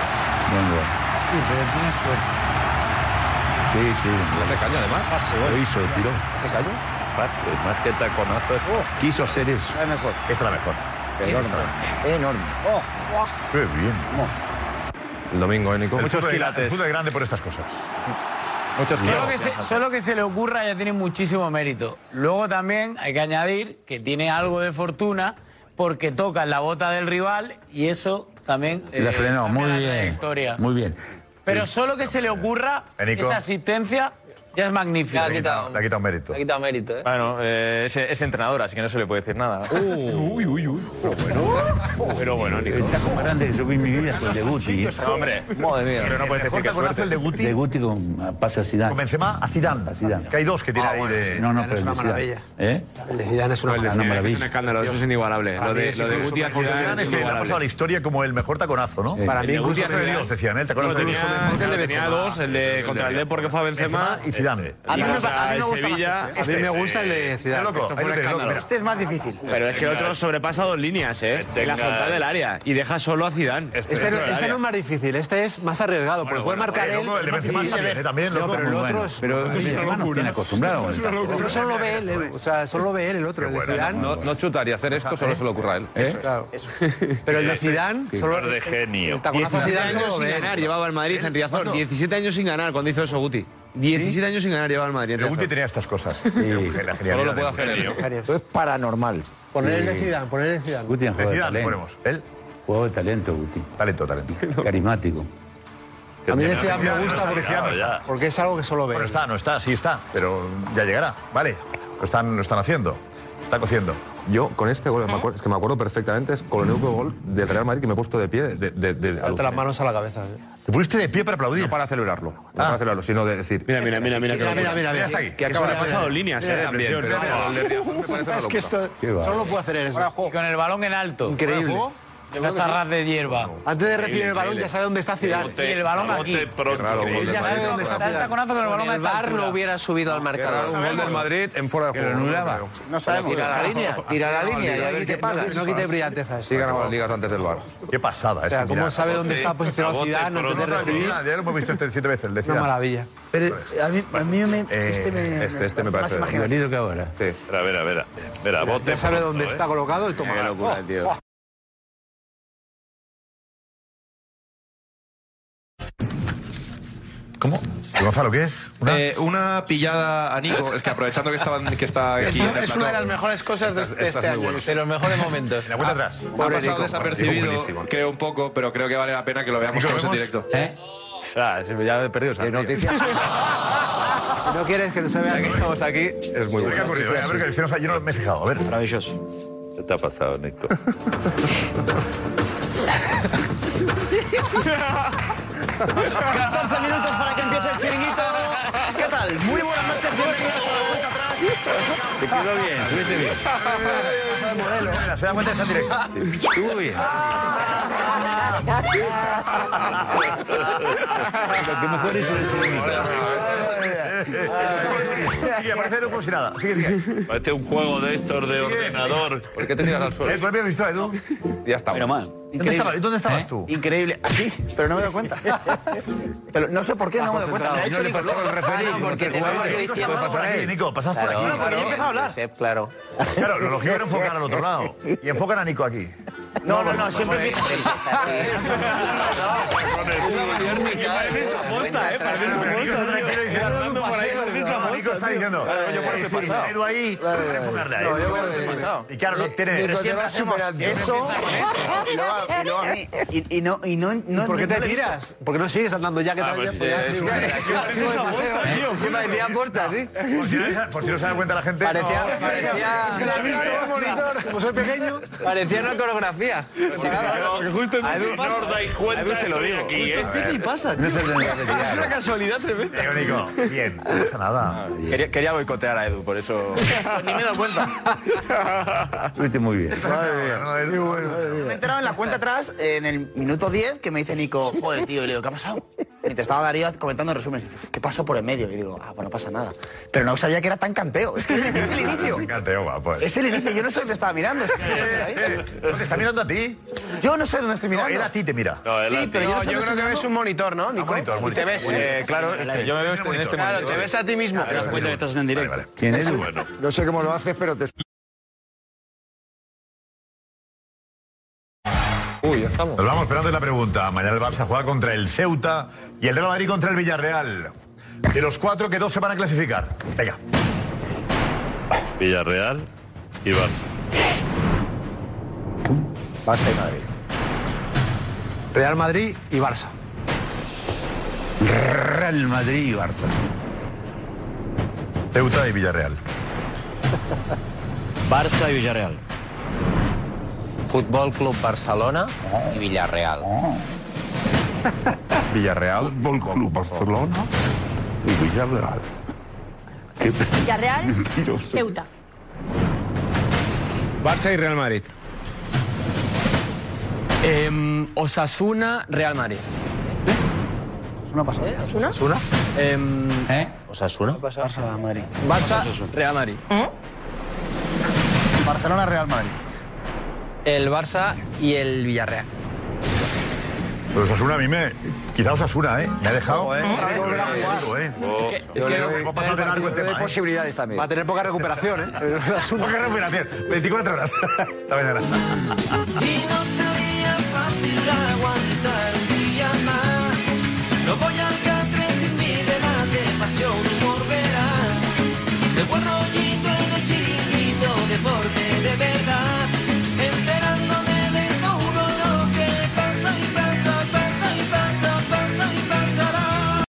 Sí, pero tiene suerte. Sí, sí. Le hace caño, además. Lo hizo, tiró. ¿Hace caño? Pase, eh, más que taconazo. Quiso hacer eso. Oh. Es mejor. Esta es la mejor. Enorme. Enorme. Oh. Qué bien. El domingo, ¿eh, Nico? El fútbol es gra- El fútbol es grande por estas cosas. Muchos Solo Solo que, se, solo que se le ocurra ya tiene muchísimo mérito. Luego también hay que añadir que tiene algo de fortuna porque toca en la bota del rival y eso también... Sí, la eh, frenó, cambia muy la bien. trayectoria. Muy bien. Pero solo que se le ocurra Nico. esa asistencia ya es magnífica. Le ha quitado- Le ha quitado mérito. Le ha quitado mérito, ¿eh? Bueno, eh, es, es entrenador, así que no se le puede decir nada. uy, uy, uy. Oh. Pero bueno, Nico. El taco más grande que yo vi en mi vida fue el de Guti. ¿eh? No, hombre. Madre mía. Pero no puedes decir que suerte. el de Guti. De Guti con ah, pase a Zidane. Benzema a Zidane. Que hay dos que Ah, tiene ahí de... No, no, pero es el una de Zidane. maravilla. ¿Eh? El de Zidane es una No, el de Zidane, maravilla. que es una escándalo, eso es inigualable. Para Lo mí de, es lo de incluso Guti a mejor que Zidane Zidane, es sí, Le ha pasado a inigualable. la historia como el mejor taconazo, ¿no? Sí. Para mí el de Guti hace incluso de Zidane. Dios, decían, ¿eh? El taconazo No, de Dios. tenía- El de tenía Benzema. dos, el de contra el Depor que fue a Benzema. y Zidane. A mí me- a mí me gusta más este. Este, eh, Zidane. loco, Esto fue ahí un lo tenés, loco, escándalo. mira. Este es más difícil. Pero es que el otro sobrepasa dos líneas, ¿eh? En la frontal del área. Y deja solo a Zidane. Este, no- este no es más difícil, este es más arriesgado, porque puede marcar eh, él. loco, el de Benzema y- está bien, eh, también, No, loco. pero el Muy otro bueno. es. Pero es una Benzema no locura. tiene acostumbrado. Es una locura. Pero solo lo ve él, Edu, o sea, solo lo ve él el otro. El de Zidane. No, no chutar y hacer esto ¿eh? solo se lo ocurra a él. ¿Eh? ¿Eh? Eso es. Claro. Pero el de Zidane, solo- Solo de genio. el taconazo a 17 Zidane años solo sin ve él. ganar llevaba el ¿Eh? Madrid en Riazor. 17 años sin ganar cuando hizo eso Guti. 17 años sin ganar llevaba el Madrid en Pero Riazor. Guti tenía estas cosas. Solo lo puede hacer él. ¿eh? Esto es paranormal. Poner el de Sí. Zidane, poner el de Zidane. Guti es un jugador de Zidane, talento. ponemos. Él. Jugador de talento, Guti. Talento, talento. Carismático. A Pero mí el de Zidane Zidane me no gusta está porque, ligado ya. porque es algo que solo ve. Bueno, él. está, no está, sí está, pero ya llegará, ¿vale? Lo están, lo están haciendo, está cociendo. Yo con este gol, ¿Eh? me acuerdo- es que me acuerdo perfectamente, es con el único gol del Real Madrid que me he puesto de pie. De, de, de- Darte las manos a la cabeza. ¿eh? ¿Te pusiste de pie para aplaudir? Ah. No para celebrarlo, no para celebrarlo, sino de decir. Mira, mira, mira, mira. Mira, mira, mira, mira. hasta aquí. Que Que acaba solo de ha pasado pasar. líneas, Mira, eh, de mira, presión. mira, mira. Pero- Es que esto Qué va. solo lo puede hacer él. eso. Y con el balón en alto. Increíble. Unas tarras de hierba. Antes de recibir el balón ya sabe dónde está Zidane. Y el balón aquí. Él ya sabe dónde está Está el Zidane. taconazo con el balón Con a el esta bar altura. no hubiera subido al marcador. Un gol del Madrid en fuera de juego. no lo creo. Tira la línea, tira la línea y ahí te pagas. No quite brillantezas. Sí ganamos ligas antes del bar. Qué pasada, O sea, ¿cómo sabe dónde está posicionado Zidane antes de recibir? Ya lo hemos visto este siete veces, el de Una Zidane. maravilla. Pero A mí, a mí me, este Eh, me... Este, este me más parece. imaginario. que ahora. Sí. A ver, a ver, a ver. Ya sabe ¿eh? dónde está colocado y toma. Qué locura, tío. ¿Cómo? Gonzalo, ¿qué es? eh, Una, pillada a Nico, es que aprovechando que estaban que está aquí Es, en el es una de plató, las mejores cosas de, Estás de este muy año. bueno. Josep. los mejores momentos. La vuelta atrás. ha pasado desapercibido, buenísimo. creo un poco, pero creo que vale la pena que lo veamos todos en directo. ¿Eh? Ah, sí, ya he perdido. ¿sabes? No quieres que no se vea. Aquí estamos aquí, es muy ¿Qué ha bueno. ocurrido? A ver, que yo no me he fijado. A ver. Maravilloso. ¿Qué te ha pasado, Nico? minutos para que empiece el chiringuito. ¿Qué tal? Muy buenas noches, bienvenidos. Te quedó bien, subiste bien. Se da cuenta que está en directo. Estuvo bien. Lo que mejor es el Sigue, parece como si nada. Sigue, sigue. Parece un juego de estos de ordenador. ¿Por qué te tiras al Eh, suelo? ¿Tú habías visto, Edu? Ya está. Pero mal. ¿Dónde estabas, dónde ¿Eh? estabas tú? Increíble. Aquí, pero no me doy cuenta. Pero no sé por qué no me doy cuenta. Me ha hecho Nico Lobo. Ah, no, porque te lo he hecho. Puede pasar aquí, Nico, pasas por aquí. Josep, claro. Claro, lo lógico era enfocar al otro lado. Y enfocan a Nico aquí. No, no, no, siempre empieza aposta, ¿eh? Parece una aposta. Nico está diciendo. Yo por eso he pasado. Edu ahí, para enfocarle a él. Y claro, no tiene... Pero siempre hacemos eso. Y luego a- y luego a mí. Y- Y no, y no, no. ¿Por qué no te lo he visto. tiras? ¿Por qué no sigues andando ya que te pues, has- pues ya eh, sí, es bueno. una- Por si no se- Por si no se da cuenta la gente. Parecía- no. parecía- Se la ha visto, parecía- monitor. Pues Como soy pequeño. Parecía una coreografía. A Edu, no os dais cuenta, estoy aquí, ¿eh? empieza y pasa. No sé de dónde te tiraron. casualidad tremenda. Digo, Nico, bien, no pasa nada. Quería, quería boicotear a Edu, por eso. Ni me he dado cuenta. Estuviste muy bien. Me he enterado en la cuenta atrás, en el minuto 10, que me dice Nico, joder, tío, y le digo, ¿qué ha pasado? Mientras estaba Darío comentando resúmenes, dice, ¿qué pasó por el medio? Y digo, ah, pues no pasa nada. Pero no sabía que era tan canteo. Es que es el inicio. Me encanta, guapo. pues. Es el inicio. Yo no sé dónde estaba mirando. Es que se me quedó ahí. No, ¿Te está mirando a ti? Yo no sé dónde estoy mirando. Él a ti te mira. No, él a Sí, ti. pero yo, No, yo creo que ves un monitor, ¿no, Nico? y te ves. Eh, claro, este, yo me veo este- en este Claro, monitor. te ves a ti mismo. Te das cuenta que estás en directo. ¿Quién es? Bueno. No sé cómo lo haces, pero te... Uy, ya estamos. Nos vamos esperando la pregunta. Mañana el Barça juega contra el Ceuta y el Real Madrid contra el Villarreal. De los cuatro que dos se van a clasificar. Venga. Villarreal y Barça. Barça y Madrid. Real Madrid y Barça. Real Madrid y Barça. Ceuta y Villarreal. Barça y Villarreal. Fútbol Club Barcelona y Villarreal. Villarreal, Vol Club Barcelona y Villarreal. Qué Villarreal, mentiroso. Ceuta. Barça y Real Madrid. Em, Osasuna, Real Madrid. ¿Osasuna pasó? ¿Osuna? ¿Eh? ¿Osasuna? Barça, Madrid. Barça, Real Madrid. Barcelona, Real Madrid. El Barça y el Villarreal. Pero Pues Osasuna a mí me... Quizá Osasuna, ¿eh? Me ha dejado... ¿Eh? ¿eh? Es que- ¿Cómo ha pasado de largo el tema, eh? posibilidades también. Va a tener poca recuperación, ¿eh? Poca recuperación. 24 horas. Hasta mañana. Y no sería fácil